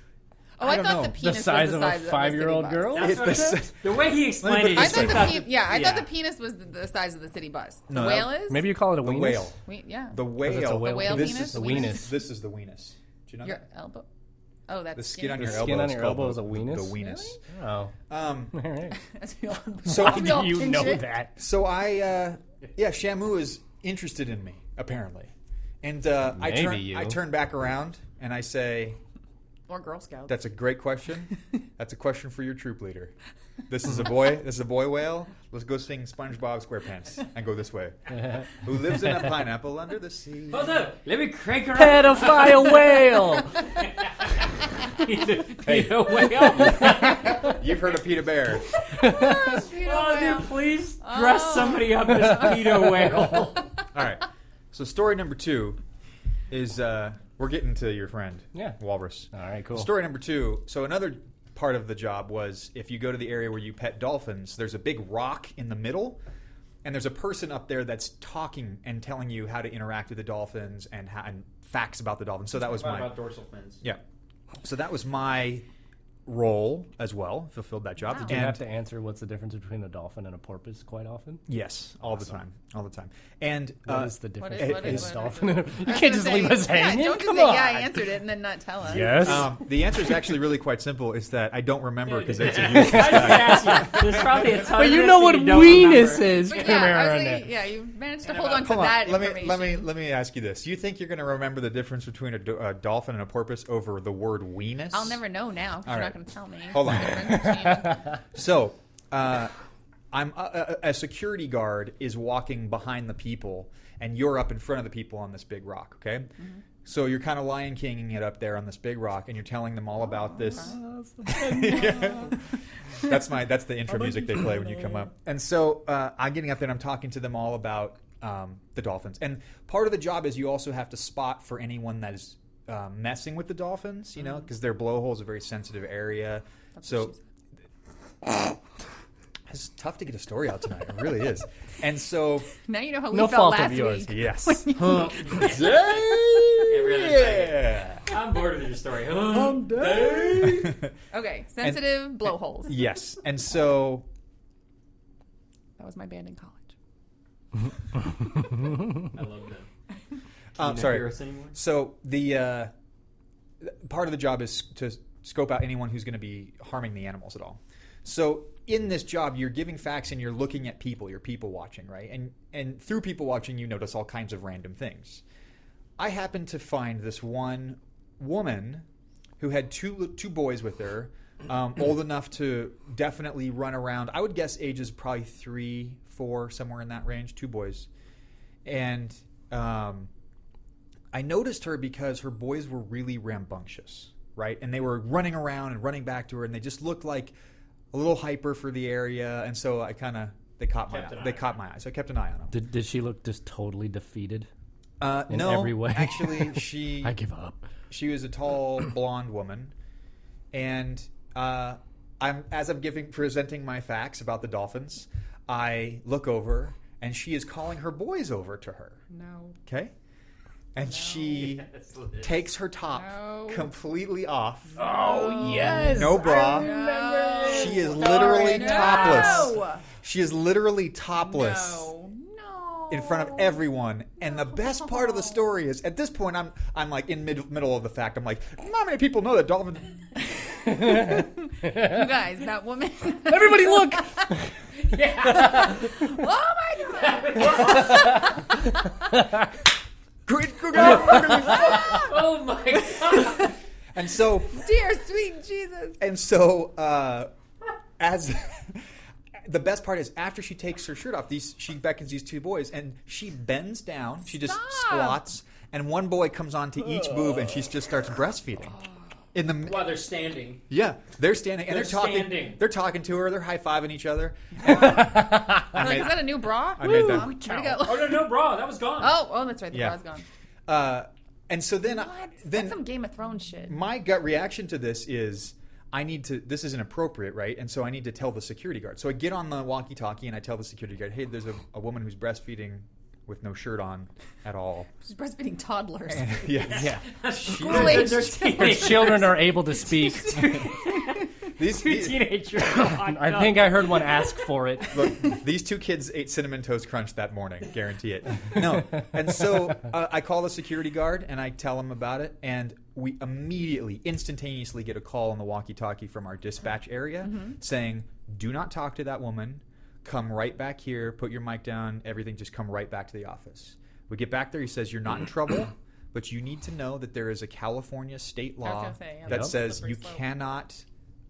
S3: Oh, I,
S4: don't
S3: thought
S4: know.
S3: the
S4: The
S3: penis
S6: size
S3: was the
S6: of a
S3: size of a
S6: five-year-old
S3: city bus.
S6: girl?
S5: That's
S4: It's
S5: what it
S4: the
S5: said.
S4: s-
S5: The way he explained
S4: put
S5: it,
S4: this
S3: I
S5: is
S3: thought
S5: like-
S3: the pe- yeah, I
S5: Yeah.
S3: thought the penis was the, the size of the city bus.
S4: No,
S3: the
S4: that-
S3: whale is
S6: Maybe you call it a
S4: The
S6: weenus.
S4: whale.
S3: We, yeah.
S4: The whale.
S6: it's a whale. The
S3: whale
S4: this
S3: penis?
S4: is the
S3: The weenus?
S4: weenus. This is the weenus. Do you know
S3: your
S4: that?
S3: elbow. Oh, that's
S4: The skin
S3: skinny.
S4: on your
S6: The
S4: elbow.
S6: skin on
S4: is
S6: your
S4: called
S6: elbow
S4: the-
S6: is a weenus?
S4: The weenus.
S6: Oh,
S4: Um,
S6: all right.
S3: As we all-
S4: So-
S3: as we
S4: Do
S3: all
S6: you
S3: pinch
S6: know
S3: it.
S6: that?
S4: So I, uh, yeah, Shamu is interested in me apparently, and uh, I
S6: Maybe
S4: turn
S6: you.
S4: I turn back around and I say,
S3: Or Girl Scouts.
S4: "That's a great question. That's a question for your troop leader. This is a boy. This is a boy whale. Let's go sing SpongeBob SquarePants and go this way. Who lives in a pineapple under the sea?
S5: Hold up. Oh, Let me crank her up.
S6: Pedophile whale.
S3: Oh,
S5: Peter- Peter Whale.
S4: You've heard of Peter Bear.
S5: Oh, dude, please dress somebody up as Pedo Whale.
S4: All right. So story number two is uh, we're getting to your friend,
S6: Yeah.
S4: Walrus.
S6: All right, cool.
S4: Story number two. So another part of the job was if you go to the area where you pet dolphins, there's a big rock in the middle, and there's a person up there that's talking and telling you how to interact with the dolphins and, how, and facts about the dolphins. So that was my
S5: dorsal fins?
S4: yeah. So that was my role as well. Fulfilled that job.
S6: You
S4: And-
S6: have to answer what's the difference between a dolphin and a porpoise quite often.
S4: yes, all the time, all the time. And
S6: What
S4: uh,
S6: is the
S3: What
S6: difference
S3: is- what
S6: between
S3: is-
S6: a
S3: what
S6: dolphin
S3: is-
S6: and a You
S3: I was
S6: can't
S3: gonna
S6: just
S3: say,
S6: leave us hanging.
S3: Yeah, don't just
S6: Come
S3: say,
S6: on.
S3: yeah, I answered it and then not tell us.
S6: Yes.
S4: um, the answer is actually really quite simple. It's that I don't remember
S5: Oh,
S4: because it's a
S5: I just asked you. There's probably a ton
S6: but
S5: of
S6: you
S5: this
S6: know
S5: that
S6: what
S5: you don't
S6: weenus
S5: remember.
S6: is.
S3: But
S6: Come
S3: yeah, I
S6: here
S3: was
S6: on
S3: thinking,
S6: it.
S3: yeah, you managed to hold on to
S4: Hold on,
S3: that
S4: let me
S3: information.
S4: let me let me ask you this. You think you're going to remember the difference between a, do- a dolphin and a porpoise over the word weenus?
S3: I'll never know now 'cause
S4: All
S3: you're
S4: right.
S3: not going to tell me.
S4: Hold on.
S3: on.
S4: So, uh, I'm a, a, a security guard is walking behind the people, and you're up in front of the people on this big rock. Okay, so you're kind of lion kinging it up there on this big rock, and you're telling them all about this. that's my that's the intro music they play when you come up. And so uh, I'm getting up there and I'm talking to them all about um, the dolphins. And part of the job is you also have to spot for anyone that is uh, messing with the dolphins, you know, because their blowhole is a very sensitive area. so it's tough to get a story out tonight. It really is. And so
S3: now you know how we
S6: No
S3: felt
S6: fault
S3: last
S6: of yours.
S3: week.
S4: yes,
S5: really
S4: yeah.
S5: I'm bored with your story. Um,
S3: Okay, sensitive blowholes.
S4: yes. And so
S3: that was my band in college.
S5: I love them.
S4: um,
S5: Not
S4: sorry.
S5: Heroes anymore?
S4: So the uh, part of the job is to scope out anyone who's going to be harming the animals at all. So in this job, you're giving facts and you're looking at people. You're people watching, right? And and through people watching, you notice all kinds of random things. I happened to find this one woman who had two two boys with her, um, old enough to definitely run around. I would guess ages probably three, four, somewhere in that range. Two boys, and um, I noticed her because her boys were really rambunctious, right? And they were running around and running back to her, and they just looked like a little hyper for the area. And so I kind of they caught my
S5: Kept an
S4: they
S5: eye
S4: caught my eye, so I kept an eye on them.
S6: Did, did she look just totally defeated?
S4: Uh,
S6: in
S4: no,
S6: every way.
S4: actually, she
S6: I give up.
S4: she was a tall blonde woman, and uh, I'm as I'm giving presenting my facts about the dolphins, I look over and she is calling her boys over to her.
S3: No.
S4: Okay, and she takes her top,
S3: No.
S4: completely off.
S6: Oh yes.
S4: No bra.
S3: No.
S4: She is literally
S3: No.
S4: topless.
S6: Oh,
S4: She is literally topless.
S5: Oh.
S3: No. No.
S4: in front of everyone. And the best part of the story is, at this point, I'm I'm like in mid middle of the fact. I'm like, not many people know that dolphin.
S3: You guys, that woman.
S6: Everybody look.
S3: oh my god.
S5: Oh my god!
S4: And so
S3: Dear sweet Jesus.
S4: and so uh, as the best part is after she takes her shirt off, these she beckons these two boys, and she bends down. She just
S3: Stop.
S4: squats, and one boy comes onto each boob, and she just starts breastfeeding. In the
S5: While they're standing,
S4: Yeah, they're standing and they're,
S5: They're
S4: talking.
S5: standing.
S4: They're talking to her. They're high fiving each other. I
S3: Like,
S4: made-
S3: is that a new bra?
S4: I made that-
S3: Where'd it go?
S5: oh no, no bra, that was gone.
S3: Oh, oh, that's right. The
S4: Yeah.
S3: bra's gone.
S4: uh, and so then,
S3: What?
S4: then
S3: that's
S4: Mm.
S3: some Game of Thrones shit.
S4: my gut reaction to this is I need to this isn't appropriate, right? And so I need to tell the security guard. So I get on the walkie talkie and I tell the security guard, Hey, there's a, a woman who's breastfeeding with no shirt on at all.
S3: She's breastfeeding toddlers.
S4: yeah. yeah.
S3: School-aged
S5: They're
S6: Her
S5: teenagers.
S6: children are able to speak.
S4: These,
S5: Two
S4: these,
S5: teenagers.
S6: I think I heard one ask for it.
S4: look, these two kids ate cinnamon toast crunch that morning, guarantee it. No. And so uh, I call the security guard and I tell him about it and we immediately instantaneously get a call on the walkie-talkie from our dispatch area
S3: Mm-hmm.
S4: saying, "Do not talk to that woman. Come right back here. Put your mic down. Everything just come right back to the office." We get back there, he says, "You're not in trouble." But you need to know that there is a California state
S3: was
S4: law
S3: gonna say, yeah,
S4: that
S3: that's a
S4: says
S3: slippery
S4: you
S3: slope.
S4: cannot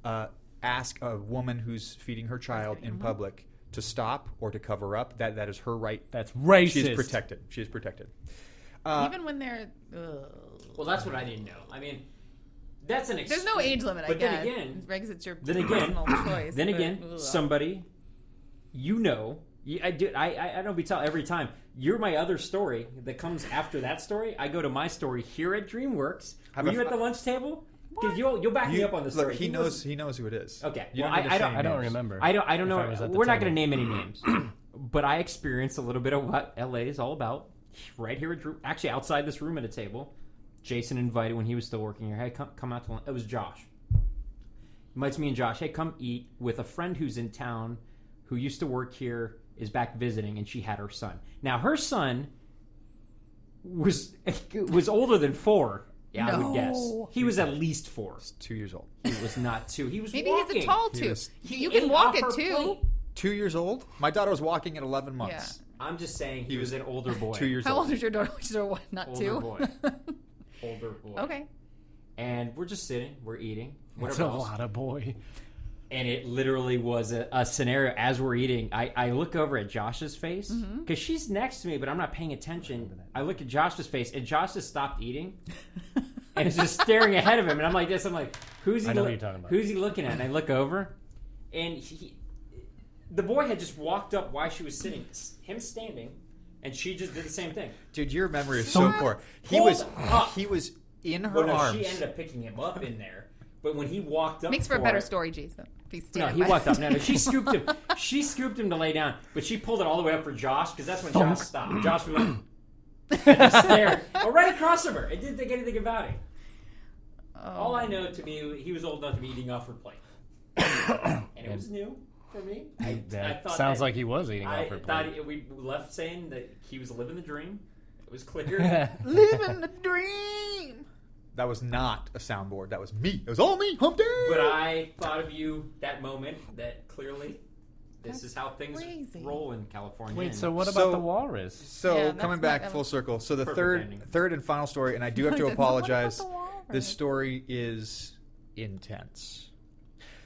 S4: uh, ask a woman who's feeding her child in
S5: Uh-huh.
S4: public to stop or to cover up. That that is her right.
S6: That's racist.
S4: She is protected. She is protected. Uh,
S3: Even when they're. Ugh.
S5: Well, that's what I didn't know. I mean, that's an.
S3: There's
S5: excuse.
S3: no age limit, I
S5: But
S3: guess.
S5: then again-
S3: Regs, it's your
S5: then again-
S3: personal choice.
S5: Then
S3: but,
S5: again,
S3: ugh.
S5: somebody you know, you, I do. I, I I don't be tell every time. You're my other story that comes after that story. I go to my story here at DreamWorks.
S4: Have
S5: Were
S4: a
S5: you at
S4: fu-
S5: the lunch table? Because you'll you'll back me
S4: You-
S5: up on this
S4: look,
S5: story.
S4: he
S5: was-
S4: knows. He knows who it is.
S5: Okay.
S4: You
S5: Well,
S4: don't need
S5: I-
S4: to
S5: I
S4: say
S5: don't-
S6: I don't
S4: names.
S6: remember.
S5: I don't. I don't know.
S6: I was at the
S5: We're not
S6: table.
S5: going to name any names, but I experienced a little bit of what LA is all about. Right here at Drew, actually outside this room at a table, Jason invited when he was still working here. Hey, come, come out to lunch. It was Josh. Invites me and Josh. Hey, come eat with a friend who's in town, who used to work here, is back visiting, and she had her son. Now her son was was older than four. Yeah, I would guess
S3: No.
S5: he was at least four.
S4: Two years old.
S5: He was not two. He was
S3: Maybe
S5: walking.
S3: he's a tall two.
S4: Yes.
S3: You- You
S5: He
S3: can
S5: ate
S3: walk
S5: off
S3: at
S5: her
S3: two.
S5: plate.
S4: Two years old. My daughter was walking at 11 months.
S5: I'm just saying he, was,
S4: was
S5: an older boy.
S4: Two years
S3: How
S4: old.
S3: old is your daughter? She's a what? Not
S5: Older
S3: two.
S5: boy. older boy.
S3: okay.
S5: And we're just sitting, we're eating,
S6: That's
S5: whatever
S6: a
S5: else.
S6: lot of boy.
S5: And it literally was a, a scenario as we're eating. I, I look over at Josh's face because she's next to me, but I'm not paying attention. I look at Josh's face, and Josh has stopped eating and is just staring ahead of him. And I'm like this. I'm like, who's he?
S6: I know what
S5: look-
S6: you're talking about.
S5: Who's he looking at? And I look over, and he, the boy had just walked up while she was sitting, s- him standing, and she just did the same thing.
S4: Dude, your memory is so poor. He
S5: Hold
S4: was.
S5: up.
S4: He was in her
S5: Well, no,
S4: arms.
S5: she ended up picking him up in there. But when he walked up,
S3: Makes for a better
S5: it-
S3: story, Jason. Please
S5: No,
S3: stand
S5: he
S3: by.
S5: walked up. No, no, she scooped him. She scooped him to lay down, but she pulled it all the way up for Josh because that's when
S6: Thunk.
S5: Josh stopped. Josh was like, and just stared. Or Oh, right across from her. It didn't think anything about it. All
S6: Oh.
S5: I know to be, he was old enough to be eating off her plate, and it was new for me. I, I
S6: That
S5: thought
S6: sounds
S5: that-
S6: like he was eating
S5: I
S6: off her
S5: thought
S6: plate.
S5: he- we left saying that he was living the dream. It was clear.
S4: Living the dream. That was not a soundboard. That was me. It was all me. Hump day.
S5: But I thought of you that moment that clearly this is how things
S3: crazy.
S5: roll in California.
S6: Wait,
S5: And
S6: so what about
S4: So-
S6: the walrus?
S4: So
S3: Yeah, that's
S4: coming
S3: not-
S4: back
S3: that
S4: full
S3: was-
S4: circle. So the
S5: Perfect
S4: third,
S5: ending.
S4: third and final story, and I do have to
S3: That's not- what about
S4: apologize.
S3: the walrus?
S4: This story is intense.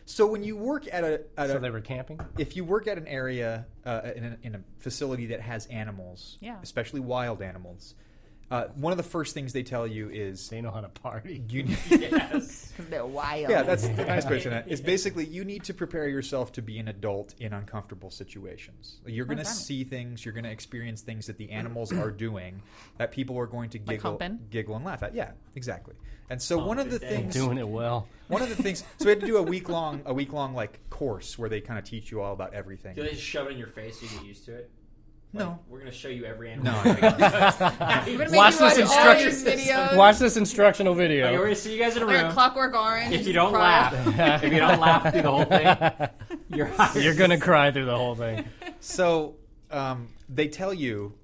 S4: So when you work at a, at
S6: So
S4: a
S6: they were camping.
S4: if you work at an area uh, in, a, in a facility that has animals,
S3: Yeah.
S4: especially wild animals, uh, one of the first things they tell you is
S6: They know how to party.
S4: you.
S5: Yes.
S3: Because they're wild.
S4: Yeah, that's the nice way to that. It's basically you need to prepare yourself to be an adult in uncomfortable situations. You're going to
S3: fun.
S4: see things, you're going to experience things that the animals are doing that people are going to giggle,
S3: humping?
S4: giggle and laugh at. Yeah, exactly. And so one of the
S5: Humping
S4: things,
S6: Doing it well.
S4: one of the things, so we had to do a week long, a week long like course where they kind of teach you all about everything.
S5: Do they just shove it in your face so you get used to it?
S4: No.
S5: We're gonna show you every animal.
S4: No, I
S5: No,
S3: We're gonna
S6: Watch
S3: make you
S6: this
S3: watch all your
S6: instruction-
S3: videos.
S6: Watch this instructional
S5: I
S6: video.
S5: already see you guys in a
S3: Like a
S5: room.
S3: Clockwork Orange.
S5: If you don't
S3: Cry.
S5: laugh, if you don't laugh through the whole thing, you're hired.
S6: You're gonna cry through the whole thing.
S4: So um, they tell you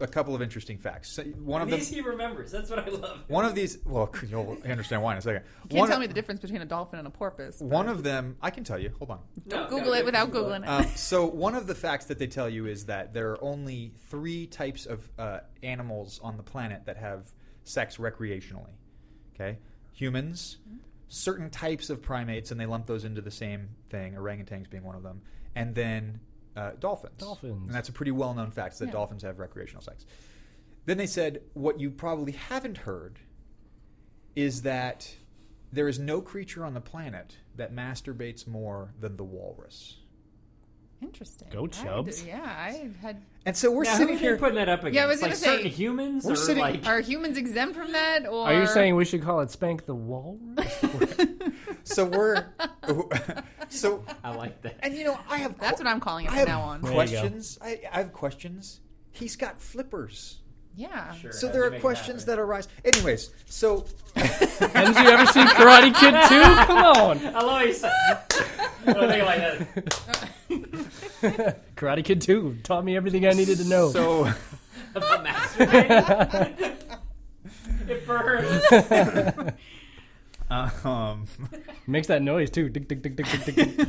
S4: a couple of interesting facts. So one of
S5: At
S4: them,
S5: least he remembers. That's what I love.
S4: one of these. Well, you'll understand why in a second.
S3: Can't
S4: one,
S3: tell me the difference between a dolphin and a porpoise.
S4: one of them, I can tell you. Hold on.
S5: No,
S3: Google
S5: no,
S3: it without
S5: Google
S3: googling it.
S4: Um, so one of the facts that they tell you is that there are only three types of uh, animals on the planet that have sex recreationally. Okay, humans,
S3: Mm-hmm.
S4: certain types of primates, and they lump those into the same thing. Orangutans being one of them, and then uh, dolphins.
S6: Dolphins.
S4: And that's a pretty well-known fact that
S3: Yeah.
S4: dolphins have recreational sex. Then they said what you probably haven't heard is that there is no creature on the planet that masturbates more than the walrus.
S3: Interesting.
S6: Go
S3: I d-
S6: Chubbs.
S3: Yeah, I had.
S4: And so we're
S5: Now, who
S4: sitting
S5: are they
S4: here.
S5: putting that up against.
S3: Yeah, I was
S5: like
S3: gonna say-
S5: certain humans.
S4: We're
S5: or
S4: sitting-
S5: Like,
S3: Are humans exempt from that? Or
S6: Are you saying we should call it Spank the Walrus?
S4: so we're. so
S5: I like that.
S4: and you know I have.
S3: That's what I'm calling it from
S4: I have
S3: now on.
S6: There you go.
S4: questions. I, I have questions. He's got flippers.
S3: Yeah.
S5: Sure,
S4: So
S5: how'd
S4: there
S5: you
S4: are
S5: make it
S4: questions
S5: happen?
S4: that arise. Anyways, so
S6: Haven't you ever seen Karate Kid 2? Come on.
S5: I love how you said. Well, they like that.
S6: Karate Kid 2 taught me everything I needed to know.
S4: so
S5: The masturbating. it burns.
S4: um,
S6: Makes that noise too. Dick, dick, dick, dick, dick, dick, dick.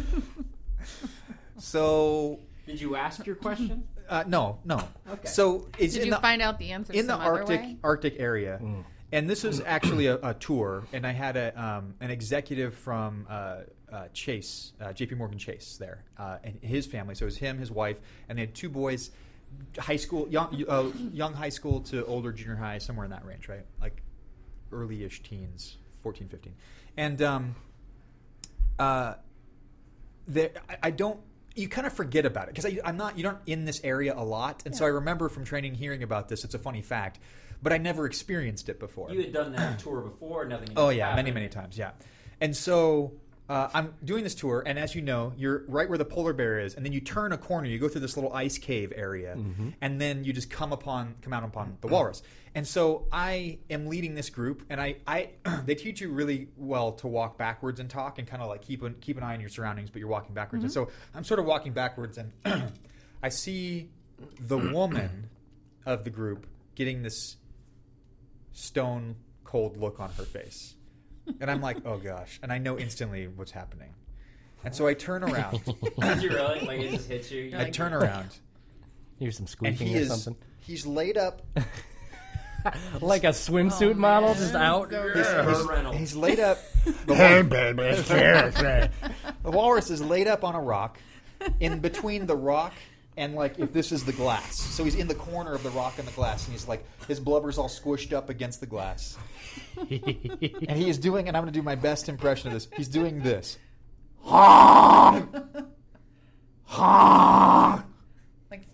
S4: so
S5: Did you ask your question?
S4: uh, no no.
S5: Okay.
S4: So it's
S3: Did
S4: in
S3: you
S4: the
S3: find out the answer
S4: in the
S3: some other
S4: Arctic
S3: way?
S4: Arctic area. And this was actually a, a tour, and I had a um, an executive from uh, uh, Chase, uh, J.P. Morgan Chase, there, uh, and his family. So it was him, his wife, and they had two boys, high school, young, uh, young high school to older junior high, somewhere in that range, right? Like early-ish teens, 14, 15. and um, uh, there, I, I don't. You kind of forget about it because I'm not. You don't in this area a lot, and so I remember from training hearing about this. It's a funny fact, but I never experienced it before.
S5: You had done that tour before. Nothing.
S4: oh yeah,
S5: happened.
S4: many many times, yeah. And so uh, I'm doing this tour, and as you know, you're right where the polar bear is, and then you turn a corner, you go through this little ice cave area, and then you just come upon come out upon the walrus. And so I am leading this group, and I, I they teach you really well to walk backwards and talk, and kind of like keep an, keep an eye on your surroundings, but you're walking backwards. And so I'm sort of walking backwards, and I see the woman of the group getting this stone cold look on her face. And I'm like, oh gosh. And I know instantly what's happening. And so I turn around.
S5: Did you really? Like it just hit you. You're
S4: I
S5: like,
S4: turn around.
S6: Here's some
S4: And
S6: squeaking
S4: he
S6: or
S4: is
S6: something.
S4: he's laid up
S6: Like a swimsuit
S3: Oh,
S6: model
S3: man.
S6: just out.
S3: So
S5: He's-
S3: gross.
S5: Burt
S4: he's,
S5: Reynolds.
S4: he's laid up the, wal-
S3: Oh.
S4: the walrus is laid up on a rock in between the rock and like if this is the glass. So he's in the corner of the rock and the glass and he's like his blubber's all squished up against the glass. and he is doing and I'm gonna do my best impression of this. He's doing this.
S3: Like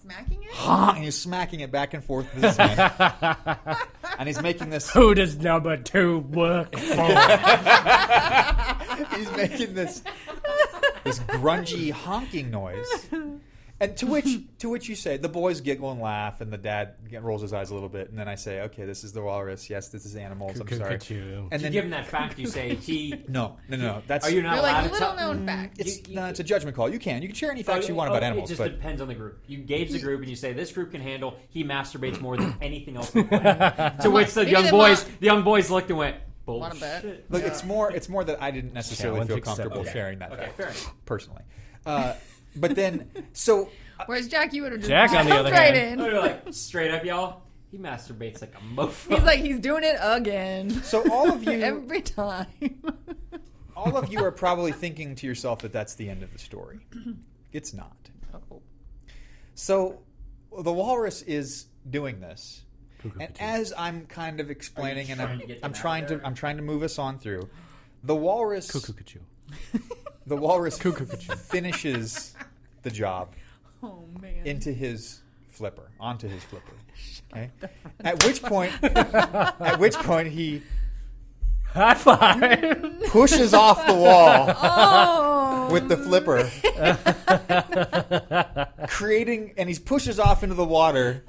S3: smacking it?
S4: and he's smacking it back and forth with his hand. and he's making this
S6: Who does number two work for?
S4: he's making this this grungy honking noise. And to which to which you say the boys giggle and laugh, and the dad get- rolls his eyes a little bit, and then I say, "Okay, this is the walrus. Yes, this is animals. I'm sorry."
S6: Cuckoo.
S4: And
S5: you
S4: then
S5: give him that fact. You say he.
S4: no, no, no, no. That's
S5: Are you not
S3: You're
S5: allowed
S3: like
S5: to
S3: little
S5: tell?
S3: known fact.
S4: It's,
S5: you-
S4: no, it's a judgment call. You can you can share any facts you want
S5: Oh,
S4: about
S5: It
S4: animals,
S5: just
S4: but
S5: depends on the group. You gauge the group and you say this group can handle. He masturbates more than anything else. on the planet." to which the
S3: Maybe
S5: young
S3: they
S5: boys,
S3: want-
S5: the young boys looked and went,
S3: Wanna bet?
S5: "Bullshit."
S4: look, it's more it's more that I didn't necessarily
S6: Challenge
S4: feel
S6: accepted.
S4: comfortable
S6: Okay.
S4: sharing that
S5: Okay,
S4: fact
S5: fair enough.
S4: personally. Uh, but then, so
S3: Whereas Jack, you would have just
S6: Jack, on the
S3: jumped
S6: other
S3: right
S6: hand-
S5: Oh,
S3: in.
S5: you're like straight up, y'all. He masturbates like a mofo.
S3: He's like, he's doing it again.
S4: so all of you
S3: Every time.
S4: all of you are probably thinking to yourself that that's the end of the story. It's not. So the walrus is doing this. And as I'm kind of explaining and
S5: trying
S4: I'm,
S5: to get them
S4: I'm
S5: out
S4: trying to
S5: there?
S4: I'm trying to move us on through, the walrus
S6: Cuckoo, cuckoo.
S4: the walrus finishes the job
S3: Oh, man.
S4: into his flipper, onto his flipper. Okay? At which point at which point he
S6: High five.
S4: pushes off the wall.
S3: oh!
S7: with the flipper,
S4: creating, and he pushes off into the water,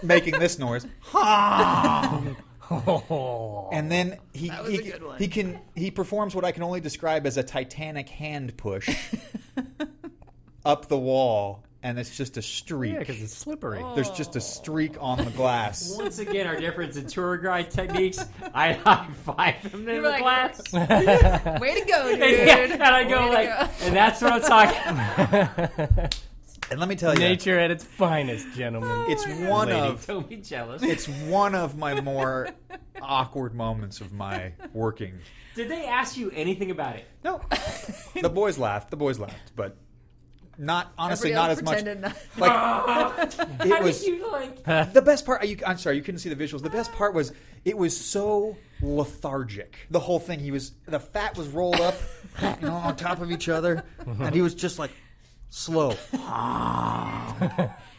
S4: making this noise. and then he
S3: That was
S4: he,
S3: a good one.
S4: he can he performs what I can only describe as a Titanic hand push up the wall, and it's just a streak.
S6: Yeah, because it's slippery.
S4: There's just a streak on the glass.
S5: Once again, our difference in tour guide techniques. I high five him in
S3: You're
S5: the
S3: like-
S5: class.
S3: Way to go, dude.
S5: Yeah, and I
S3: Way
S5: go
S3: to
S5: like, and that's what I'm talking.
S4: and let me tell you,
S6: Nature at its finest, gentlemen.
S4: it's one
S5: Lady,
S4: of
S5: don't be jealous.
S4: it's one of my more awkward moments of my working.
S5: Did they ask you anything about it?
S4: No, the boys laughed. The boys laughed, but not honestly,
S3: Everybody
S4: not
S3: else
S4: as much.
S3: pretended not-
S4: Like
S5: How
S4: it was
S5: did you like?
S4: the best part. You, I'm sorry, you couldn't see the visuals. The best part was it was so lethargic. The whole thing. He was the fat was rolled up, you know, on top of each other, and he was just like slow.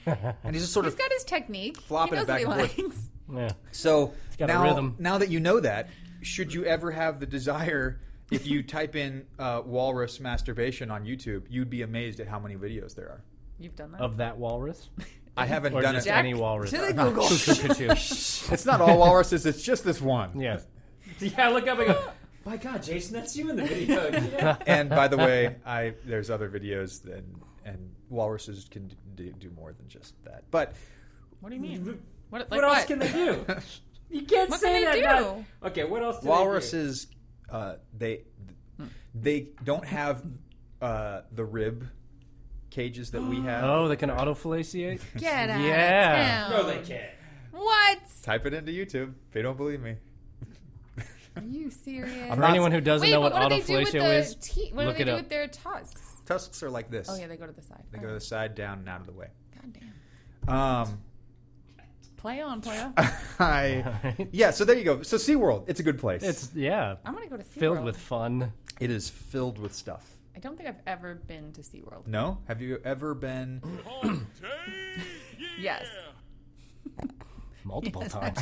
S4: and he just sort
S3: He's
S4: of
S3: got his technique.
S4: Flopping it
S3: he knows
S4: back
S3: what
S4: and
S3: he
S4: forth.
S3: likes.
S6: Yeah.
S4: So
S6: got a
S4: now,
S6: rhythm.
S4: now that you know that, should you ever have the desire, if you type in uh, walrus masturbation on YouTube, you'd be amazed at how many videos there are.
S3: You've done that.
S6: Of that walrus?
S4: I haven't
S6: Or
S4: done
S6: just
S4: it.
S6: any walrus.
S3: To the Google.
S4: It's not all walruses. It's just this one.
S6: Yes.
S5: Yeah, I look up and go. My God, Jason, that's you in the video. Yeah.
S4: And by the way, I there's other videos and and walruses can do, do more than just that. But
S3: what do you mean? What, like
S5: what else can they do? You can't
S3: What
S5: say
S3: can they
S5: that.
S3: do?
S5: but- Okay, what else? Do Hmm. They
S4: walruses, uh, they they don't have uh, the rib cages that we have.
S6: Oh, they can autofellatiate?
S3: Get out
S6: Yeah.
S3: of
S5: do?
S3: town.
S5: No, they can't.
S3: What?
S4: Type it into YouTube. They don't believe me.
S3: Are you serious?
S6: For
S4: not-
S6: anyone who doesn't
S3: Wait,
S6: know
S3: but
S6: what,
S3: what do they do with
S6: autofellatio is,
S3: the te- What
S6: look
S3: do
S6: it
S3: they do
S6: up.
S3: with their tusks?
S4: Tusks are like this.
S3: Oh yeah, they go to the side.
S4: They go to the side, down, and out of the way.
S3: God damn.
S4: Um,
S3: Play on, play on.
S4: I, yeah, so there you go. So SeaWorld, it's a good place.
S6: it's, yeah,
S3: I'm gonna go to SeaWorld.
S6: filled with fun.
S4: it is filled with stuff.
S3: I don't think I've ever been to SeaWorld.
S4: No? Have you ever been?
S3: Yes.
S6: Multiple times.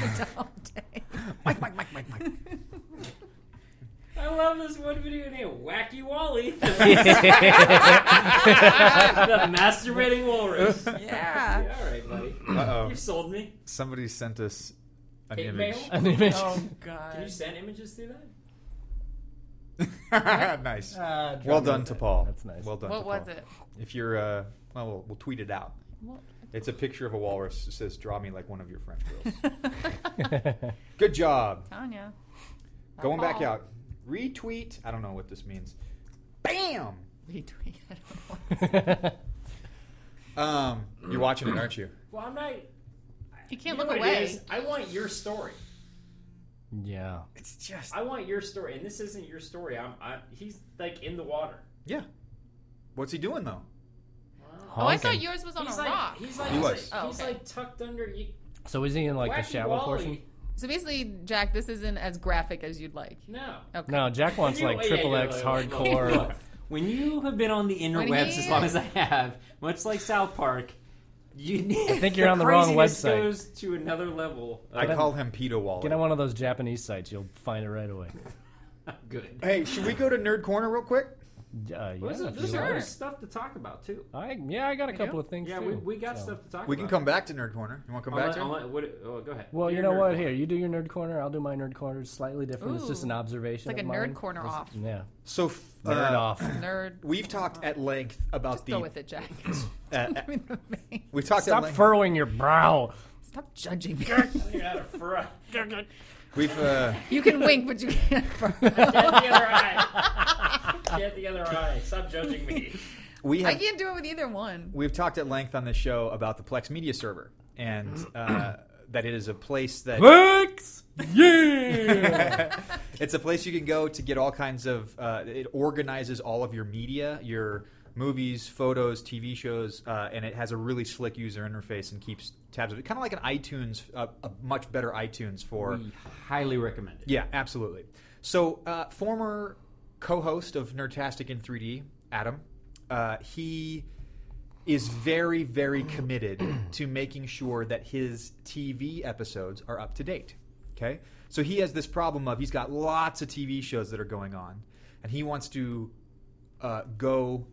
S4: Mike, Mike, Mike, Mike, Mike.
S5: I love this one video named Wacky Wally. the masturbating walrus. Yeah,
S3: yeah.
S5: all right, buddy.
S4: Uh-oh.
S5: You've sold me.
S4: Um, Somebody sent us an
S5: Hate
S4: image.
S5: mail?
S6: An image.
S3: Oh
S5: Can you
S3: god.
S5: send images through that?
S4: nice. well done to Paul.
S6: That's nice.
S4: Well done.
S3: What
S4: to
S3: was
S4: Paul.
S3: it?
S4: If you're, uh, well, we'll, we'll tweet it out.
S3: Well-
S4: It's a picture of a walrus. It says, "Draw me like one of your French girls." Good job.
S3: Tanya.
S4: Going back
S3: Paul.
S4: out. Retweet. I don't know what this means. Bam.
S3: Retweet. I don't know.
S4: Um, you're watching it, aren't you?
S5: Well, I'm not.
S3: You
S5: You
S3: can't
S5: know
S3: look
S5: what
S3: away.
S5: It is? I want your story.
S6: yeah.
S4: It's just
S5: I want your story, and this isn't your story. I'm. I, he's like in the water.
S4: yeah. What's he doing though?
S3: Oh, I thought
S6: Honking.
S3: yours was on
S5: He's
S3: a
S5: like.
S3: rock.
S5: He's like.
S4: He
S5: he's
S4: was.
S5: like-
S3: Oh,
S5: he's
S3: okay.
S5: like tucked under. You,
S6: So is he in like
S5: wacky
S6: the shower
S5: Wally.
S6: portion?
S3: So basically, Jack, this isn't as graphic as you'd like.
S5: No.
S3: Okay.
S6: No, Jack wants
S5: You-
S6: like
S5: yeah,
S6: triple
S5: yeah,
S6: X
S5: yeah, yeah,
S6: hardcore.
S5: look, look. When you have been on the interwebs as
S3: you-
S5: long as I have, much like South Park, you need. I
S6: think you're on the wrong website.
S5: Goes to another level.
S4: I
S5: of
S4: call him Peter Wally.
S6: Get on one of those Japanese sites. You'll find it right away.
S5: good.
S4: Hey, should we go to Nerd Corner real quick?
S6: Uh, yeah,
S5: Listen,
S6: if
S5: there's
S6: you
S5: other
S6: want.
S5: stuff to talk about too.
S6: I, yeah, I got a couple
S3: do?
S6: of things.
S5: Yeah,
S6: too.
S5: we, we got
S6: So-
S5: stuff to talk.
S4: We can
S5: about.
S4: come back to Nerd Corner. You want to come
S5: Uh, I'll
S4: back
S5: let-
S4: to
S5: I'll
S4: it?
S5: let- what- oh, go ahead.
S6: Well,
S5: Do
S6: you
S5: your
S6: know
S5: nerd
S6: what?
S5: corner.
S6: Here, you do your nerd corner. I'll do my nerd corner. It's slightly different. It's just an
S3: Ooh.
S6: observation.
S3: It's like
S6: of
S3: a
S6: mine.
S3: nerd corner
S6: It's-
S3: off.
S6: Yeah,
S4: So f-
S6: nerd
S4: uh,
S6: off.
S3: Nerd.
S4: We've talked at length about
S3: Just
S4: the.
S3: go with it, Jack.
S4: uh, uh,
S3: I mean, the main-
S4: we've talked at
S6: Stop
S4: length.
S6: furrowing your brow.
S3: Stop judging me.
S5: You got a fry. Dead
S4: we've uh,
S3: You can wink, but you can't.
S5: the other eye. Get the other eye. Stop judging me.
S4: we
S3: I
S4: have
S3: can't do it with either one.
S4: we've talked at length on this show about the Plex Media Server and uh, that it is a place that
S6: Thanks. Yeah.
S4: it's a place you can go to get all kinds of. Uh, it organizes all of your media, your movies, photos, TV shows, uh, and it has a really slick user interface and keeps tabs of it. Kind of like an iTunes, uh, a much better iTunes for.
S5: We highly recommend it.
S4: Yeah, absolutely. So, uh, former co-host of Nerdtastic in 3D, Adam, uh, he is very, very committed to making sure that his TV episodes are up to date. Okay, so he has this problem of he's got lots of TV shows that are going on, and he wants to uh, go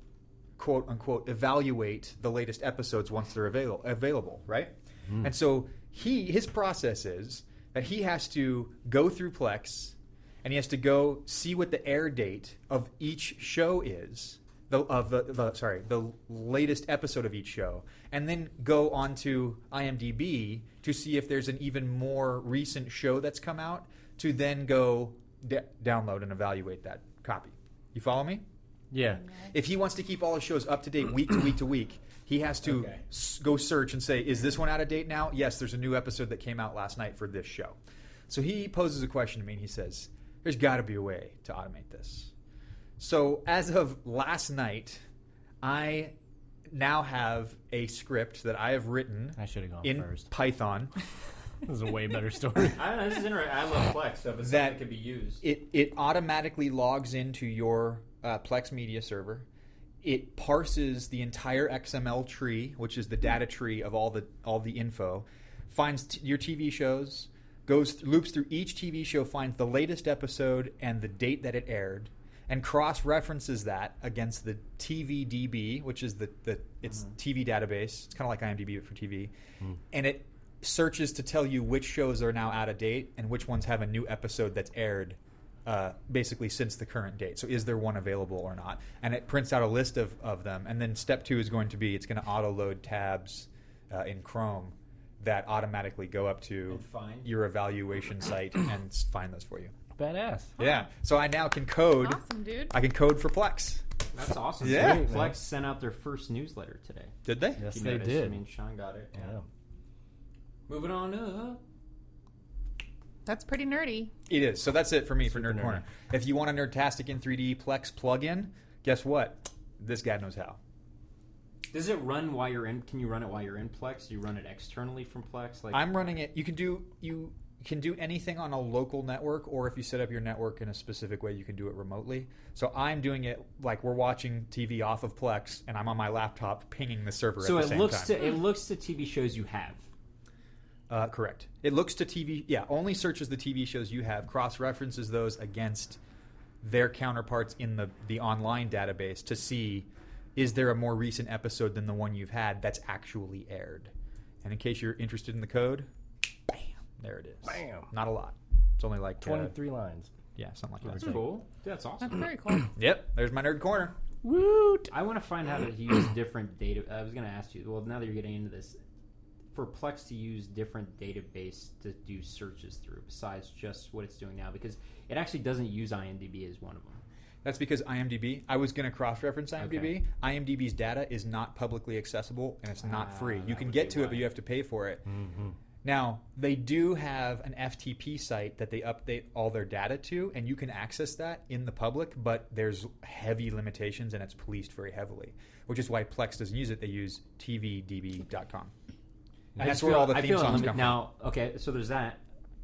S4: quote unquote evaluate the latest episodes once they're avail- available, right? And so he his process is that he has to go through Plex and he has to go see what the air date of each show is. The, of the, the sorry the latest episode of each show and then go onto IMDb to see if there's an even more recent show that's come out to then go d- download and evaluate that copy. You follow me?
S6: Yeah.
S4: If he wants to keep all his shows up to date week to week to week, he has to
S7: Okay.
S4: s- go search and say, is this one out of date now? Yes, there's a new episode that came out last night for this show. So he poses a question to me and he says, there's got to be a way to automate this. So as of last night, I now have a script that I have written
S6: I should have gone
S4: in
S6: first.
S4: Python.
S6: This is a way better story.
S5: I don't know. This is interesting. I love Plex, so if it's
S4: That-
S5: something that could be used.
S4: it it automatically logs into your uh, Plex media server. It parses the entire XML tree, which is the data tree of all the all the info, finds t- your TV shows, goes th- loops through each TV show, finds the latest episode and the date that it aired, and cross references that against the TVDB, which is the, the it's TV database. It's kind of like IMDb but for TV, and it searches to tell you which shows are now out of date and which ones have a new episode that's aired uh, basically since the current date. So is there one available or not? And it prints out a list of, of them. And then step two is going to be it's going to auto load tabs uh, in Chrome that automatically go up to
S5: And find.
S4: your evaluation site and s- find those for you.
S6: Badass.
S4: Yeah. So I now can code.
S3: Awesome, dude.
S4: I can code for Plex.
S5: That's awesome.
S4: Yeah.
S5: Sweet. Plex sent out their first newsletter today.
S4: Did they?
S6: Yes,
S5: If you
S6: they
S5: noticed.
S6: did.
S5: I mean, Sean got it. Yeah.
S6: Yeah.
S5: Moving on up.
S3: That's pretty nerdy.
S4: It is. So that's it for me for Nerd
S6: nerdy.
S4: Corner. If you want a Nerdtastic in 3D Plex plugin, guess what? This guy knows how.
S5: Does it run while you're in? Can you run it while you're in Plex? Do you run it externally from Plex? Like
S4: I'm running it. You can do you can do anything on a local network, or if you set up your network in a specific way, you can do it remotely. So I'm doing it like we're watching TV off of Plex, and I'm on my laptop pinging the server.
S5: so
S4: at the
S5: it
S4: same
S5: looks
S4: time.
S5: to it looks to TV shows you have.
S4: Uh, correct. It looks to TV. Yeah, only searches the TV shows you have, cross references those against their counterparts in the the online database to see is there a more recent episode than the one you've had that's actually aired. And in case you're interested in the code, bam, there it is.
S6: Bam.
S4: Not a lot. It's only like uh,
S6: 23 lines.
S4: yeah, something like
S5: That's
S4: that.
S5: cool. Yeah, that's
S3: That's
S5: awesome.
S3: very cool.
S4: Yep. There's my nerd corner.
S6: Woot!
S5: I want to find out how to use different data. I was going to ask you. Well, now that you're getting into this, for Plex to use different database to do searches through, besides just what it's doing now, because it actually doesn't use IMDb as one of them.
S4: That's because IMDb. I was going to cross-reference IMDb.
S5: Okay.
S4: IMDb's data is not publicly accessible and it's not
S5: Ah,
S4: free. You
S5: that
S4: can
S5: would
S4: get
S5: be
S4: to it, but
S5: why. Mm-hmm.
S4: you have to pay for it. Now they do have an FTP site that they update all their data to, and you can access that in the public. But there's heavy limitations, and it's policed very heavily, which is why Plex doesn't use it. They use TVDB.com. And
S5: I
S4: that's
S5: just
S4: where
S5: feel-
S4: all the
S5: I
S4: theme
S5: feel
S4: songs
S5: limi-
S4: come from.
S5: Now, okay, so there's that.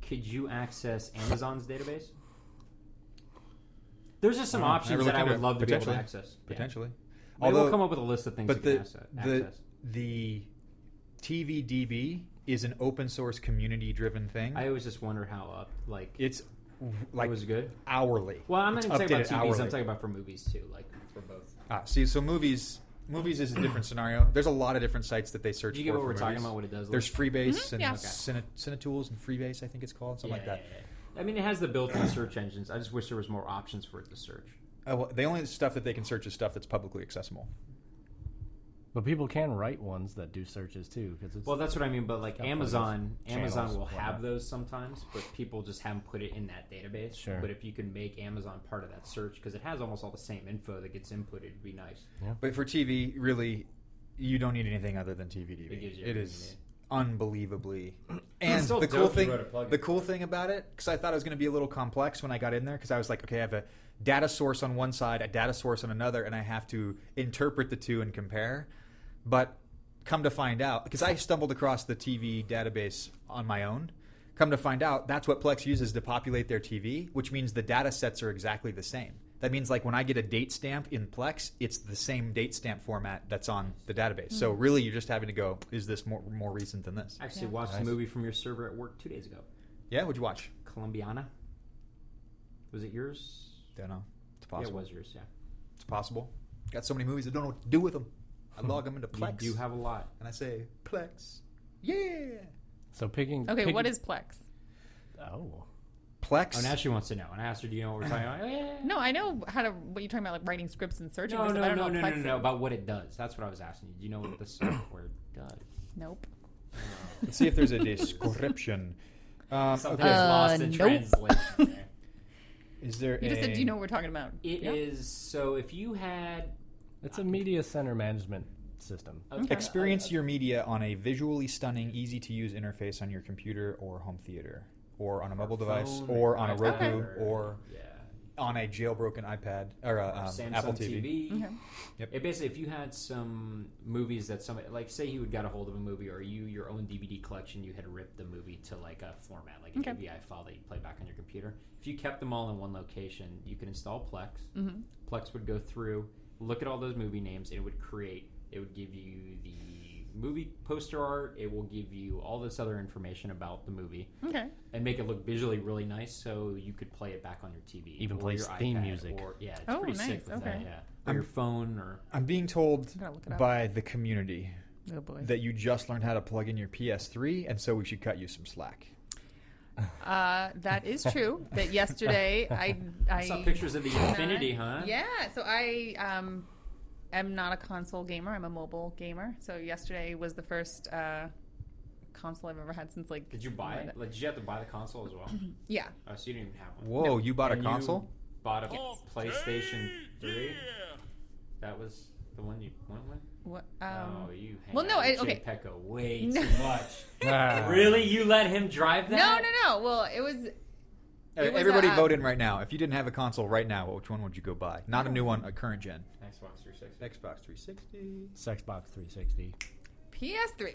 S5: Could you access Amazon's database? There's just some
S4: Uh, I don't know.
S5: options
S4: Never looked
S5: that I
S4: into
S5: would
S4: it.
S5: love to be able to
S4: Potentially.
S5: access. Yeah.
S4: Potentially,
S5: Maybe we'll come up with a list of things
S4: but
S5: you
S4: the
S5: can access.
S4: the
S5: access.
S4: the TVDB is an open source community driven thing.
S5: I always just wonder how up like
S4: it's
S5: it
S4: like
S5: was good.
S4: hourly.
S5: Well, I'm not
S4: It's
S5: even talking about
S4: updated
S5: TVs. I'm
S4: hourly.
S5: talking about for movies too, like for both.
S4: Ah, see, so movies, movies is a different scenario. There's a lot of different sites that they search.
S5: Do you get
S4: for
S5: what
S4: for
S5: we're talking
S4: movies.
S5: about? What it does?
S4: There's
S5: like?
S4: Freebase and
S3: yeah.
S5: Okay.
S4: Cine, CineTools and Freebase, I think it's called something
S5: Yeah,
S4: like that.
S5: yeah, yeah. I mean, it has the built-in search engines. I just wish there was more options for it to search.
S4: Oh, well, the only stuff that they can search is stuff that's publicly accessible.
S6: But people can write ones that do searches too, because it's
S5: Well, that's what I mean. But like
S6: Uploaders,
S5: Amazon, Amazon
S6: channels,
S5: will have
S6: whatnot.
S5: those sometimes, but people just haven't put it in that database.
S6: Sure.
S5: But if you can make Amazon part of that search, because it has almost all the same info that gets inputted, it'd be nice.
S4: But for TV, really, you don't need anything other than TVDB.
S5: It gives you
S4: it
S5: everything
S4: is
S5: you
S4: unbelievably. And
S5: still
S4: the cool
S5: dope you
S4: thing,
S5: wrote a plugin
S4: the
S5: for
S4: cool thing about it, because I thought it was going to be a little complex when I got in there, because I was like, okay, I have a data source on one side, a data source on another, and I have to interpret the two and compare. But come to find out, because I stumbled across the TV database on my own. Come to find out, that's what Plex uses to populate their TV, which means the data sets are exactly the same. That means, like, when I get a date stamp in Plex, it's the same date stamp format that's on the database. So, really, you're just having to go, is this more, more recent than this?
S5: Hmm. I Actually, watched a movie from your server at work two days ago.
S4: Yeah, what'd you watch?
S5: Columbiana. Was it yours?
S4: Don't know. It's
S5: Yeah, it
S4: possible.
S5: was yours. Yeah.
S4: It's possible. Got so many movies I don't know what to do with them. I log them into Plex.
S5: You do have a lot.
S4: and I say Plex. Yeah.
S6: So picking.
S3: Okay,
S6: pick-
S3: what is Plex?
S6: Oh.
S4: Plex.
S5: Oh, now she wants to know. And I asked her, "Do you know what we're talking about?" Oh, yeah.
S3: No, I know how to. What you're talking about, like writing scripts and searching.
S5: No,
S3: for
S5: no,
S3: stuff.
S5: no,
S3: I don't
S5: no,
S3: know
S5: no,
S3: what
S5: no,
S3: Plex
S5: no.
S3: is.
S5: About what it does. That's what I was asking you. Do you know what the software does?
S3: Nope.
S4: Let's see if there's a description. Um,
S5: Something
S4: okay.
S5: is lost
S3: Uh,
S5: in
S3: nope.
S5: translation. there.
S4: Is there
S3: You just said,
S4: a-
S3: do you know what we're talking about?
S5: It is
S6: Yeah.
S5: so if you had
S6: It's a media center management system.
S4: Experience your media on a visually stunning, easy to use interface on your computer or home theater, or on a mobile device,
S5: phone,
S4: or on a
S5: iPad,
S4: Roku,
S5: or-
S4: or
S5: yeah,
S4: on a jailbroken iPad or
S5: or
S4: uh, um,
S5: Samsung
S4: Apple TV.
S5: TV.
S3: Okay.
S4: Yep.
S5: It basically, if you had some movies that somebody, like, say you had got a hold of a movie, or you your own DVD collection, you had ripped the movie to like a format, like an
S3: Okay.
S5: AVI file that you play back on your computer. If you kept them all in one location, you could install Plex.
S3: Mm-hmm.
S5: Plex would go through, look at all those movie names, and it would create. It would give you the movie poster art. It will give you all this other information about the movie.
S3: Okay.
S5: and make it look visually really nice so you could play it back on your TV.
S6: Even
S5: or
S6: plays
S5: your
S6: theme
S5: iPad
S6: music.
S5: Or, yeah, it's
S3: Oh,
S5: pretty
S3: nice,
S5: sick with that,
S3: okay.
S5: yeah. Or your phone or
S4: I'm being told
S3: gonna look it up.
S4: by the community
S3: Oh boy.
S4: that you just learned how to plug in your PS3, and so we should cut you some slack.
S3: Uh, that is true. that yesterday I I
S5: some pictures of the Infinity, huh?
S3: Yeah. So I um am not a console gamer. I'm a mobile gamer. So yesterday was the first uh, console I've ever had since like.
S5: Did you buy it? Like, did you have to buy the console as well?
S3: Yeah.
S5: Oh, so you didn't even have one.
S4: Whoa, you bought
S5: And
S4: a
S5: you
S4: console?
S5: bought a
S2: Yes.
S5: PlayStation
S2: Yeah.
S5: 3. That was the one you went with?
S3: What? Um,
S5: oh, you hang
S3: well,
S5: out
S3: no,
S5: with
S3: I- okay.
S5: Jay Pecco way
S3: No.
S5: too much.
S6: Ah.
S5: really? You let him drive
S3: no,
S5: that?
S3: no, no. Well, it was It was,
S4: Everybody
S3: uh,
S4: vote in right now. If you didn't have a console right now, which one would you go buy? Not a new one, a current gen.
S5: Xbox 360.
S4: Xbox 360.
S6: Xbox 360.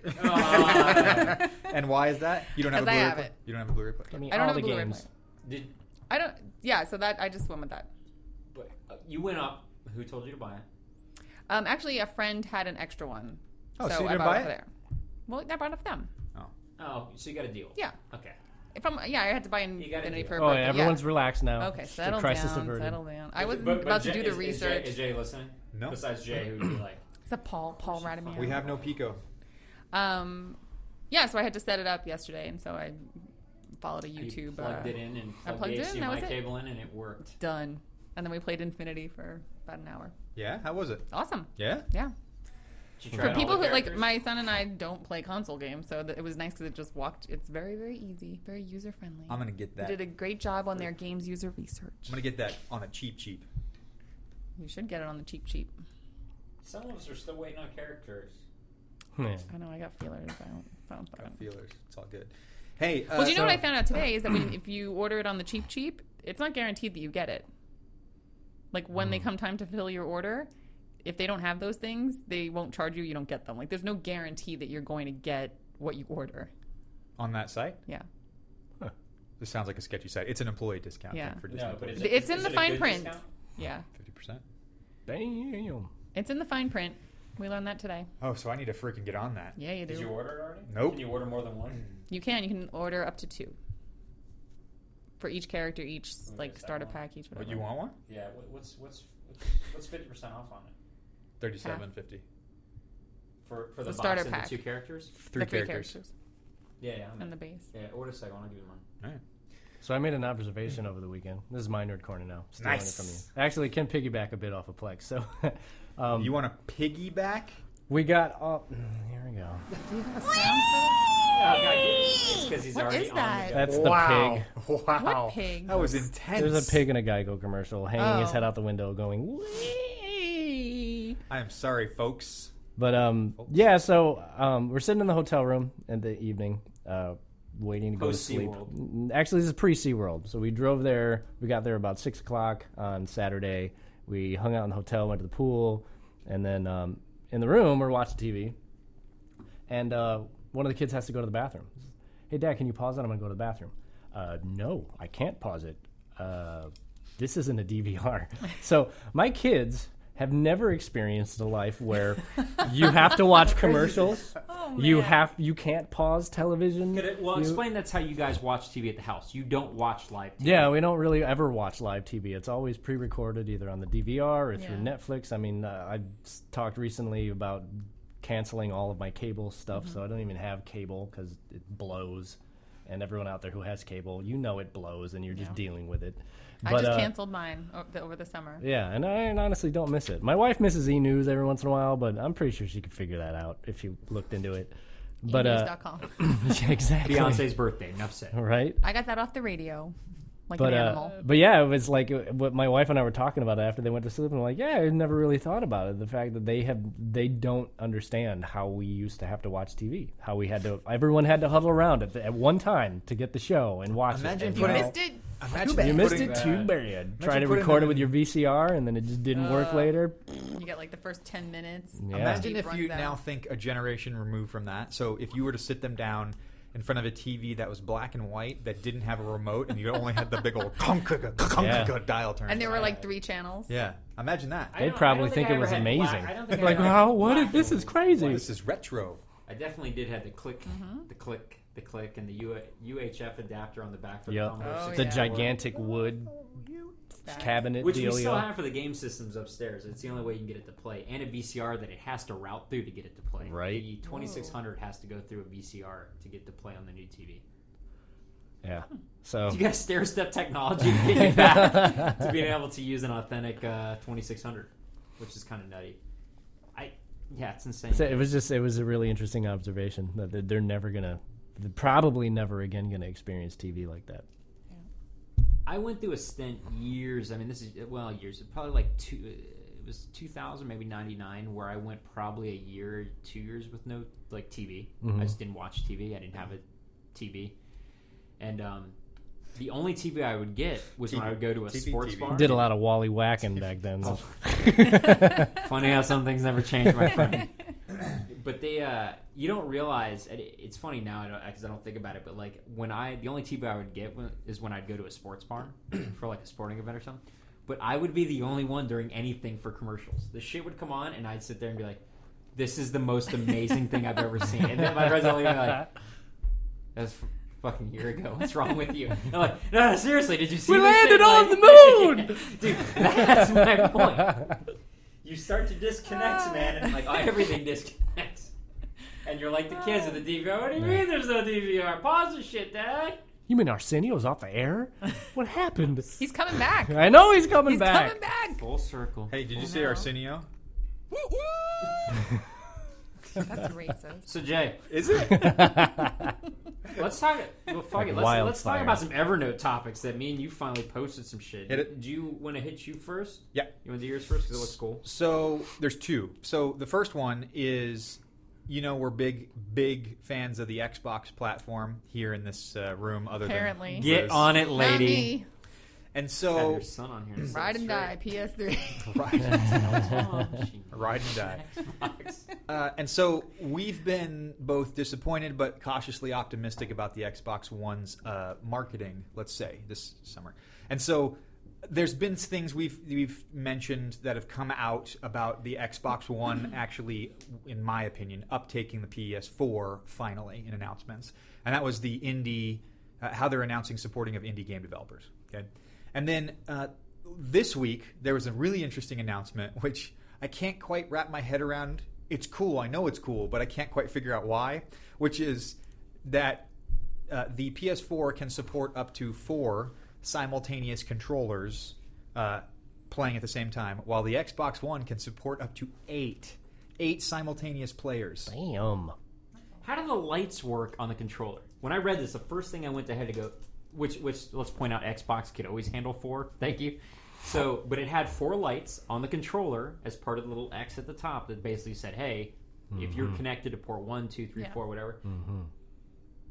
S3: PS3.
S5: Ah.
S4: and why is that? You don't have a
S3: 'Cause I
S4: Blu-ray
S3: have
S4: player?
S3: it.
S4: You don't have a Blu-ray player?
S6: I mean,
S3: I don't
S6: all
S3: have
S6: the
S3: a Blu-ray
S6: games.
S5: Did,
S3: I don't. Yeah. So that I just went with that.
S5: but, uh, you went up. Who told you to buy it?
S3: Um, actually, a friend had an extra one.
S4: Oh, so you
S3: I
S4: didn't
S3: bought
S4: buy
S3: it for
S4: it?
S3: there. Well, I bought it for them.
S5: Oh, so you got a deal.
S3: Yeah.
S5: Okay.
S3: If I'm, yeah, I had to buy an
S5: You gotta
S3: Infinity
S5: do
S3: for
S5: it.
S3: a
S6: Oh,
S3: birthday.
S6: yeah, everyone's relaxed now.
S3: yeah. okay.
S6: It's
S3: Settle
S6: the crisis
S3: down.
S6: averted.
S3: Settle down. I wasn't
S5: But- but
S3: about
S5: Jay-
S3: to do the
S5: is- is Jay-
S3: research.
S5: Is Jay listening?
S4: No.
S5: Besides Jay, who you like?
S3: It's a Paul Paul Radomir.
S4: We have no Pico.
S3: Um, yeah. So I had to set it up yesterday, and so I followed a
S5: You
S3: YouTube.
S5: plugged
S3: uh,
S5: it in and
S3: I
S5: plugged,
S3: plugged
S5: the
S3: it in, that was
S5: HDMI
S3: it.
S5: cable in, and it worked.
S3: Done. And then we played Infinity for about an hour.
S4: Yeah, how was it?
S3: Awesome.
S4: Yeah,
S3: Yeah.
S5: Did you try
S3: For
S5: out all
S3: people
S5: the
S3: who like
S5: characters?
S3: my son and I don't play console games, so th- it was nice because it just walked. It's very very easy, very user friendly.
S4: I'm gonna get that.
S3: Did a great job on their games user research.
S4: I'm gonna get that on a cheap, cheap.
S3: You should get it on the cheap cheap.
S5: Some of us are still waiting on characters.
S6: Yeah.
S3: I know I got feelers. I don't. I don't fucking-
S4: Feelers, it's all good. Hey, uh,
S3: well, do you know
S4: so-
S3: what I found out today is that when, if you order it on the cheap cheap, it's not guaranteed that you get it. Like when
S5: Mm.
S3: they come time to fill your order, if they don't have those things, they won't charge you. You don't get them. Like there's no guarantee that you're going to get what you order.
S4: uh, on that site?
S3: Yeah.
S4: This sounds like a sketchy site. It's an employee discount
S3: Yeah.
S4: thing for just
S5: No, but is
S4: fifty
S5: it,
S3: It's in
S5: is
S3: the
S5: it a
S3: fine
S5: good
S3: print.
S5: discount?
S3: Yeah,
S4: percent.
S6: Damn.
S3: it's in the fine print. We learned that today.
S4: Oh, so I need to freaking get on that.
S3: Yeah, you do.
S5: Did you order it already?
S4: Nope.
S5: Can you order more than one?
S3: You can. You can order up to two for each character, each
S5: Okay,
S3: like
S5: is that
S3: starter
S5: one?
S3: pack, each whatever.
S4: But you want one?
S5: Yeah. what- What's what's what's- what's fifty percent off on it
S4: Thirty-seven fifty.
S5: for for the,
S3: The
S5: box
S3: starter
S5: and
S3: pack.
S5: the two characters?
S3: The
S4: Three,
S3: three
S4: characters.
S5: Yeah, yeah. I'm
S3: and the
S5: in.
S3: base.
S5: Yeah, order a second. I'll give you one.
S6: So I made an observation over the weekend. This is my nerd corner now. Stealing
S4: Nice.
S6: It from you. Actually, it can piggyback a bit off of Plex. So um,
S4: You want a piggyback?
S6: we got. All, mm, here we go.
S5: Oh, God, it's because he's
S3: What
S5: already
S3: is
S5: on
S3: that?
S5: the go.
S6: That's the pig.
S4: Wow! Wow!
S3: What pig?
S4: That was intense.
S6: There's a pig in a Geico commercial hanging his
S3: Oh.
S6: head out the window, going. Wee!
S4: I am sorry, folks.
S6: But um, yeah. So um, we're sitting in the hotel room in the evening, uh, waiting to go to
S5: Post
S6: sleep.
S5: SeaWorld.
S6: Actually, this is pre SeaWorld. So we drove there. We got there about six o'clock on Saturday. We hung out in the hotel, went to the pool, and then um, in the room we're watching TV. And uh, one of the kids has to go to the bathroom. Hey, Dad, can you pause that? I'm gonna go to the bathroom. Uh, no, I can't pause it. Uh, this isn't a DVR. so my kids have never experienced a life where you have to watch commercials. you have you can't pause television.
S5: Could it, well,
S6: You-
S5: explain that's how you guys watch TV at the house. You don't watch live TV.
S6: Yeah, we don't really ever watch live TV. It's always pre-recorded, either on the DVR or through
S3: Yeah.
S6: Netflix. I mean, uh, I s- talked recently about canceling all of my cable stuff,
S3: Mm-hmm.
S6: so I don't even have cable because it blows. And everyone out there who has cable, you know it blows, and you're just dealing with it.
S3: I just
S6: uh,
S3: canceled mine o- the- over the summer.
S6: Yeah, and I and honestly don't miss it. My wife misses E News every once in a while, but I'm pretty sure she could figure that out if she looked into it.
S3: E
S6: But uh,
S3: News.com.
S6: yeah, exactly,
S5: Beyonce's birthday. Enough said.
S6: right?
S3: I got that off the radio, like
S6: But
S3: an
S6: uh,
S3: animal.
S6: but yeah, it was like uh, what my wife and I were talking about it after they went to sleep, and I'm like, yeah, I never really thought about it. The fact that they have they don't understand how we used to have to watch TV, how we had to everyone had to huddle around at, the, at one time to get the show and watch
S4: Imagine
S6: it.
S3: you
S4: putting-
S3: missed it.
S4: Imagine
S6: You missed
S4: putting
S6: it too
S4: that-
S6: bad. Try to
S4: putting
S6: record
S4: that
S6: it with
S4: in-
S6: your VCR, and then it just didn't
S3: Uh,
S6: work later.
S3: You get like the first ten minutes.
S6: Yeah.
S4: Imagine
S3: Deep
S4: if you
S3: runs out.
S4: now think a generation removed from that. So if you were to sit them down in front of a TV that was black and white that didn't have a remote and you only had the big old conk, conk, conk,
S6: Yeah.
S4: conk dial turn.
S3: And there were like three channels.
S4: yeah, imagine that.
S5: I
S6: They'd
S5: don't- I
S6: probably
S5: don't
S6: think,
S5: I
S6: it
S5: ever
S6: was
S5: had
S6: amazing.
S5: black- I don't think
S6: They'd
S5: I
S6: be like,
S5: ever had
S6: wow, what?
S5: black
S6: if- This
S5: and
S6: is
S5: white.
S6: crazy.
S4: This is retro.
S5: I definitely did have the click,
S3: Mm-hmm.
S5: the click, the click, and the U- UHF adapter on the back for
S6: Yep.
S5: the Commodore
S3: Oh,
S6: the
S5: 64,
S3: yeah.
S6: gigantic wood cabinet
S5: which we still
S6: dealio.
S5: have for the game systems upstairs. It's the only way you can get it to play, and a VCR that it has to route through to get it to play.
S6: Right.
S5: The 2600 has to go through a VCR to get to play on the new TV.
S6: Yeah. So
S5: You got stair step technology to get you back to being able to use an authentic uh, 2600, which is kind of nutty. I yeah, it's insane.
S6: So it was just it was a really interesting observation that they're, they're never gonna they're probably never again gonna experience TV like that.
S5: I went through a stint years. I mean, this is well, years. Probably like two. uh, It was 2000, maybe 99, where I went probably a year, two years with no like TV.
S6: Mm-hmm.
S5: I just didn't watch TV. I didn't have a TV, and um, the only TV I would get was when I would go to a
S4: TV.
S5: sports bar.
S6: Did a lot of Wally whacking back then.
S5: Oh. funny how some things never change, my friend. but they, uh, you don't realize. and it- It's funny now because I, don't- 'cause I don't think about it. But like when I, the only TV I would get when, is when I'd go to a sports bar for like a sporting event or something. But I would be the only one during anything for commercials. The shit would come on, and I'd sit there and be like, "This is the most amazing thing I've ever seen." And then my friends would be like, "That's." f- Fucking year ago. What's wrong with you? And I'm like, no, no, seriously, did you see?
S6: We
S5: this shit?"
S6: landed on
S5: Like-
S6: the moon!
S5: dude. That's my point you start to
S3: Ah.
S5: disconnect, man, and like oh, everything disconnects. And you're like the kids
S3: Ah.
S5: at the DVR. What do you mean there's no DVR? Pause the shit, Dad.
S6: you mean Arsenio's off the air? What happened?
S3: He's coming back.
S6: I know he's coming
S3: He's
S6: back.
S3: coming back.
S5: Full circle.
S4: Hey, did you see Arsenio?
S3: That's racist.
S5: So Jay,
S4: Is it?
S5: let's talk. Well, fuck it. Let's,
S6: Like
S5: let's talk
S6: wildfire.
S5: about some Evernote topics that me and you finally posted some shit.
S4: Hit it.
S5: Do you want to hit you first?
S4: yeah.
S5: You want to do yours first because it looks cool.
S4: So there's two. So the first one is, you know, we're big, big fans of the Xbox platform here in this uh, room. Other
S3: Apparently.
S4: than
S5: Get
S4: Liz.
S5: on it,
S3: Not
S5: lady.
S3: me. Oh.
S4: And
S5: Have
S4: so
S5: your son on here. and
S3: Ride and
S5: sit
S3: die. PS3.
S5: straight.
S4: ride and die.
S5: Xbox.
S4: Uh, and so we've been both disappointed but cautiously optimistic about the Xbox One's uh, marketing, let's say, this summer. And so there's been things we've we've mentioned that have come out about the Xbox One actually, in my opinion, uptaking the PS4 finally in announcements, and that was the indie uh, how they're announcing supporting of indie game developers. Okay, and then uh, this week there was a really interesting announcement which I can't quite wrap my head around. It's cool, I know it's cool, but I can't quite figure out why. Which is that uh, the PS4 can support up to four simultaneous controllers uh, playing at the same time, while the Xbox One can support up to eight, eight simultaneous players.
S6: Damn.
S5: How do the lights work on the controller? When I read this, the first thing I went to head to go, which which let's point out, Xbox could always handle four. Thank you. So, but it had four lights on the controller as part of the little X at the top that basically said, "Hey, if
S6: Mm-hmm.
S5: you're connected to port one, two, three,
S3: Yeah.
S5: four, whatever."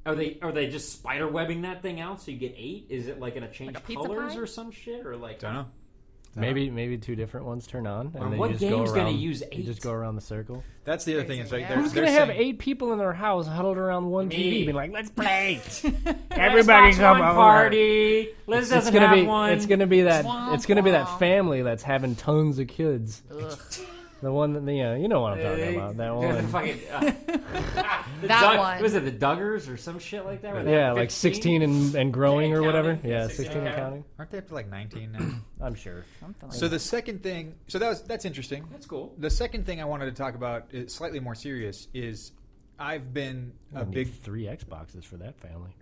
S5: Are they are they just spider webbing that thing out so you get eight? Is it like gonna change
S3: a pizza
S5: colors
S3: pie?
S5: or some shit or like
S4: Don't know.
S6: Maybe maybe two different ones turn on. And
S5: Or
S6: then
S5: what
S6: you just go
S5: game's gonna
S6: around-
S5: use
S6: You just
S5: eight?
S6: go around the circle.
S4: That's the other thing. It's like
S3: Yeah.
S4: they're,
S6: Who's
S4: they're
S6: gonna have
S4: saying-
S6: eight people in their house huddled around one
S5: Me.
S6: TV, being like, "Let's play, everybody
S5: Xbox
S6: come
S5: One
S6: over."
S5: party. Liz
S6: It's,
S5: doesn't
S6: gonna
S5: have
S6: be
S5: one.
S6: it's gonna be that
S3: Womp
S6: it's gonna be that
S3: womp.
S6: family that's having tons of kids.
S3: Ugh.
S6: The one that you know, you know what I'm talking about. That
S5: The
S6: one.
S5: fucking, uh, the
S3: That
S5: Dug-
S3: one.
S5: Was it the Duggars or some shit like that? where they
S6: Yeah,
S5: had
S6: like
S5: 15?
S6: 16 and, and growing or
S5: counting?
S6: whatever.
S5: Yeah,
S6: Yeah,
S5: 16
S6: 16 and
S5: counting.
S6: counting.
S4: Aren't they up to like 19 now?
S6: I'm sure.
S3: Something like
S4: so the second thing, so that was that's interesting.
S5: That's cool.
S4: The second thing I wanted to talk about, is slightly more serious, is I've been a
S6: need
S4: big,
S6: three Xboxes for that family.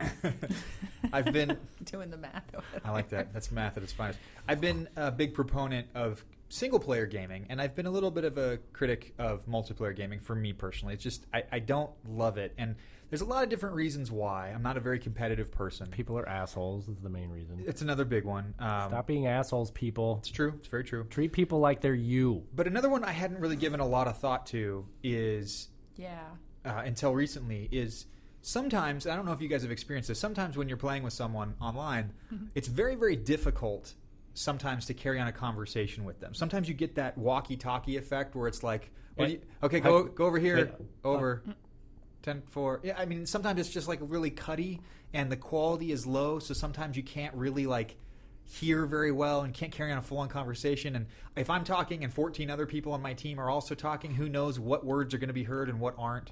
S4: I've been
S3: doing the math.
S4: I like that. That's math at its finest. I've been a big proponent of single player gaming, and I've been a little bit of a critic of multiplayer gaming for me personally. It's just, I, I don't love it. And there's a lot of different reasons why. I'm not a very competitive person.
S6: People are assholes. Is the main reason.
S4: It's another big one. Um,
S6: Stop being assholes, people.
S4: It's true. It's very true.
S6: Treat people like they're you.
S4: But another one I hadn't really given a lot of thought to is
S3: Yeah.
S4: uh, until recently is sometimes I don't know if you guys have experienced this. Sometimes when you're playing with someone online, it's very very difficult sometimes to carry on a conversation with them. Sometimes you get that walkie-talkie effect where it's like, what do you, okay, go go over here,
S6: wait,
S4: over. 10 4. Yeah, I mean, sometimes it's just like really cutty and the quality is low, so sometimes you can't really like hear very well and can't carry on a full on conversation. And if I'm talking and 14 other people on my team are also talking, who knows what words are going to be heard and what aren't.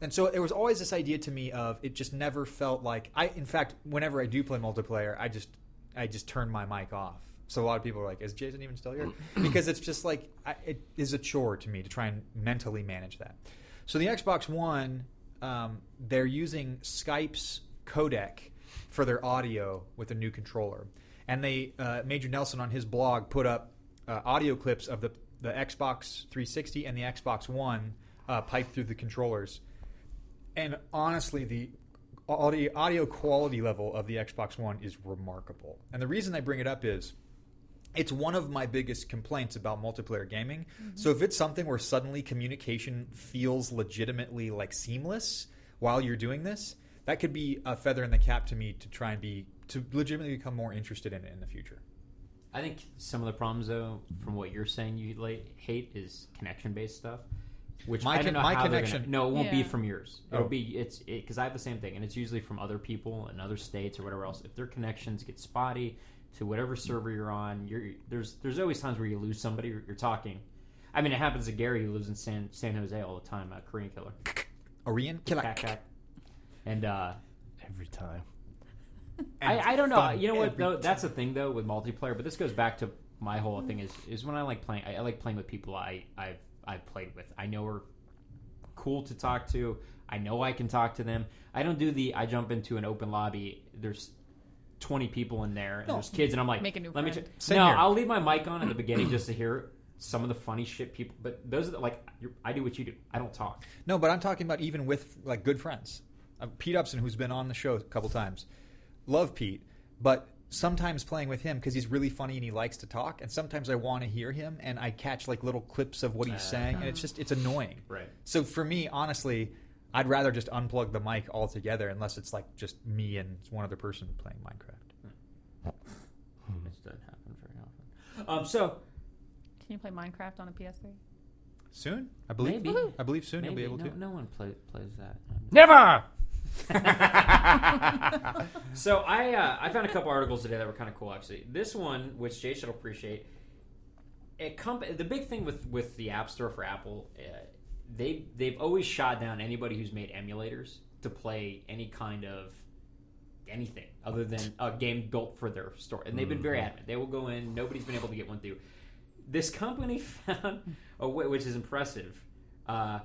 S4: And so there was always this idea to me of it just never felt like I, in fact, whenever I do play multiplayer, I just I just turn my mic off. So a lot of people are like, "Is Jason even still here?" Because it's just like I, it is a chore to me to try and mentally manage that. So the Xbox One, um, they're using Skype's codec for their audio with a new controller, and they uh, Major Nelson on his blog put up uh, audio clips of the the Xbox 360 and the Xbox One uh, piped through the controllers and honestly the audio, audio quality level of the xbox one is remarkable and the reason i bring it up is it's one of my biggest complaints about multiplayer gaming so if it's something where suddenly communication feels legitimately like seamless while you're doing this that could be a feather in the cap to me to try and be to legitimately become more interested in it in the future
S5: I think some of the problems, though, from what you're saying, you like, hate is connection-based stuff. Which
S4: My
S5: I don't
S4: con-
S5: know
S4: my
S5: how they're gonna-
S4: connection-
S5: no, it won't be
S3: Yeah.
S5: from yours. It'll
S4: Oh.
S5: be it's because I have the same thing, and it's usually from other people in other states or whatever else. If their connections get spotty to whatever server you're on, you're there's there's always times where you lose somebody you're, you're talking. I mean, it happens to Gary who lives in San San Jose all the time, a Korean killer.
S4: Orion, kill
S5: Cack, cack. And uh,
S6: Every time.
S5: I, I don't know.
S4: fun
S5: You know what
S4: every
S5: though? That's the thing though with multiplayer. But this goes back to my whole thing is is when I like playing. I, I like playing with people I I've I've played with. I know are cool to talk to. I know I can talk to them. I don't do the. I jump into an open lobby. There's. 20 people in there and
S4: No.
S5: there's kids and I'm like
S3: Make a new
S5: let me
S3: friend.
S5: check-
S4: Same
S5: no
S4: here.
S5: I'll leave my mic on in the beginning just to hear some of the funny shit people but those are the, like you're, I do what you do I don't talk
S4: No, but I'm talking about even with like good friends. Uh, Pete Upson, who's been on the show a couple times, love Pete, but sometimes playing with him because he's really funny and he likes to talk, and sometimes I want to hear him and I catch like little clips of what he's
S5: Uh-huh.
S4: saying, and it's just it's annoying.
S5: Right.
S4: So for me, honestly, I'd rather just unplug the mic altogether unless it's like just me and one other person playing Minecraft.
S5: which doesn't happen very often Hmm. um so
S3: Can you play Minecraft on a PS3?
S4: Soon, I believe.
S5: Maybe.
S4: I believe soon
S5: maybe
S4: you'll
S5: no,
S4: be able to.
S5: no one play, plays that
S6: Never.
S5: So I uh, I found a couple articles today that were kind of cool actually. This one, which Jay should appreciate, it comp- the big thing with with the App Store for Apple, uh, they they've always shot down anybody who's made emulators to play any kind of anything other than a game built for their store, and they've been very adamant. They will go in. Nobody's been able to get one through. This company found a way, which is impressive. Uh,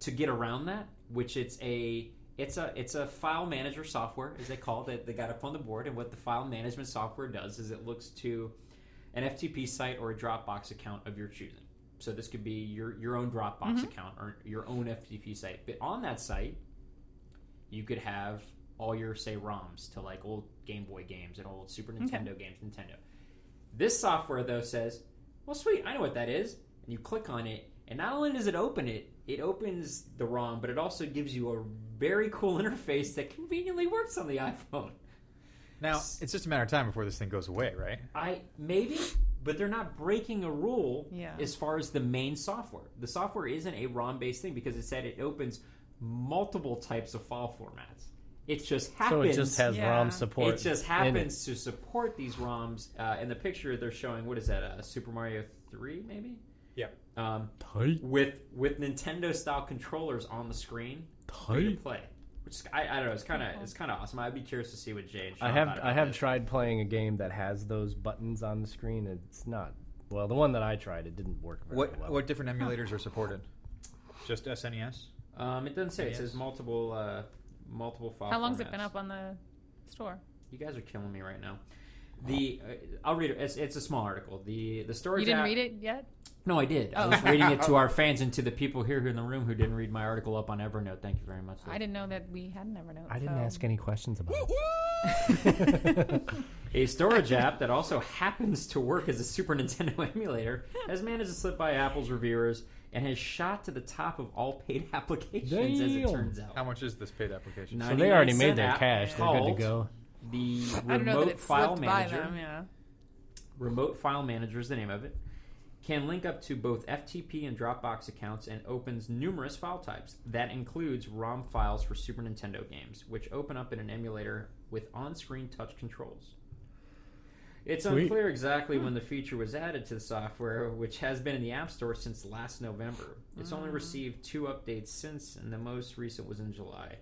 S5: to get around that, which it's a it's a it's a file manager software as they call it that they got up on the board. And what the file management software does is it looks to an FTP site or a Dropbox account of your choosing. So this could be your your own Dropbox account or your own FTP site. But on that site, you could have all your say ROMs to like old Game Boy games and old Super Nintendo games, Nintendo. This software though says, "Well, sweet, I know what that is." And you click on it, and not only does it open it, it opens the ROM, but it also gives you a very cool interface that conveniently works on the iPhone.
S4: Now it's just a matter of time before this thing goes away, right?
S5: I maybe, but they're not breaking a rule
S3: Yeah.
S5: as far as the main software. The software isn't a ROM based thing because it said it opens multiple types of file formats. It just
S6: So
S5: happens.
S6: it just has
S3: Yeah.
S6: ROM support.
S5: It just
S6: in
S5: happens to support these ROMs. Uh, in the picture, they're showing what is that? Uh, Super Mario Three, maybe.
S4: Yep.
S5: Um,
S6: Tight,
S5: with with Nintendo style controllers on the screen for you to play, which is, I, I don't know. It's kind of it's kind of awesome. I'd be curious to see what Jay. And Sean
S6: I have
S5: thought
S6: I
S5: about
S6: have
S5: this.
S6: tried playing a game that has those buttons on the screen. and It's not well. The one that I tried, it didn't work very
S4: What
S6: well.
S4: what different emulators are supported? Just E SNES.
S5: Um, it doesn't say. It
S4: Yes.
S5: says multiple uh, multiple file.
S3: How long's it
S5: formats.
S3: been up on the store?
S5: You guys are killing me right now. The uh, I'll read it. It's, it's a small article. The the storage.
S3: You didn't
S5: app-
S3: read it yet?
S5: No, I did. I
S3: Oh.
S5: was reading it to our fans and to the people here who in the room who didn't read my article up on Evernote. Thank you very much.
S3: I didn't know that we had never known.
S6: I didn't
S3: so-
S6: ask any questions about it.
S5: A storage app that also happens to work as a Super Nintendo emulator has managed to slip by Apple's reviewers and has shot to the top of all paid applications, as it
S6: Damn.
S5: turns
S4: How
S5: out.
S4: much is this paid application?
S6: So they already made their
S5: 99
S6: cash. They're good to
S5: called
S6: go.
S5: The
S3: I don't know that
S5: remote
S3: it
S5: file
S3: slipped by
S5: manager.
S3: them. Yeah.
S5: Remote File Manager is the name of it. Can link up to both FTP and Dropbox accounts and opens numerous file types. That includes ROM files for Super Nintendo games, which open up in an emulator with on screen touch controls. It's
S6: Sweet.
S5: unclear exactly when the feature was added to the software, which has been in the App Store since last November. It's
S4: Ah.
S5: only received two updates since, and the most recent was in July.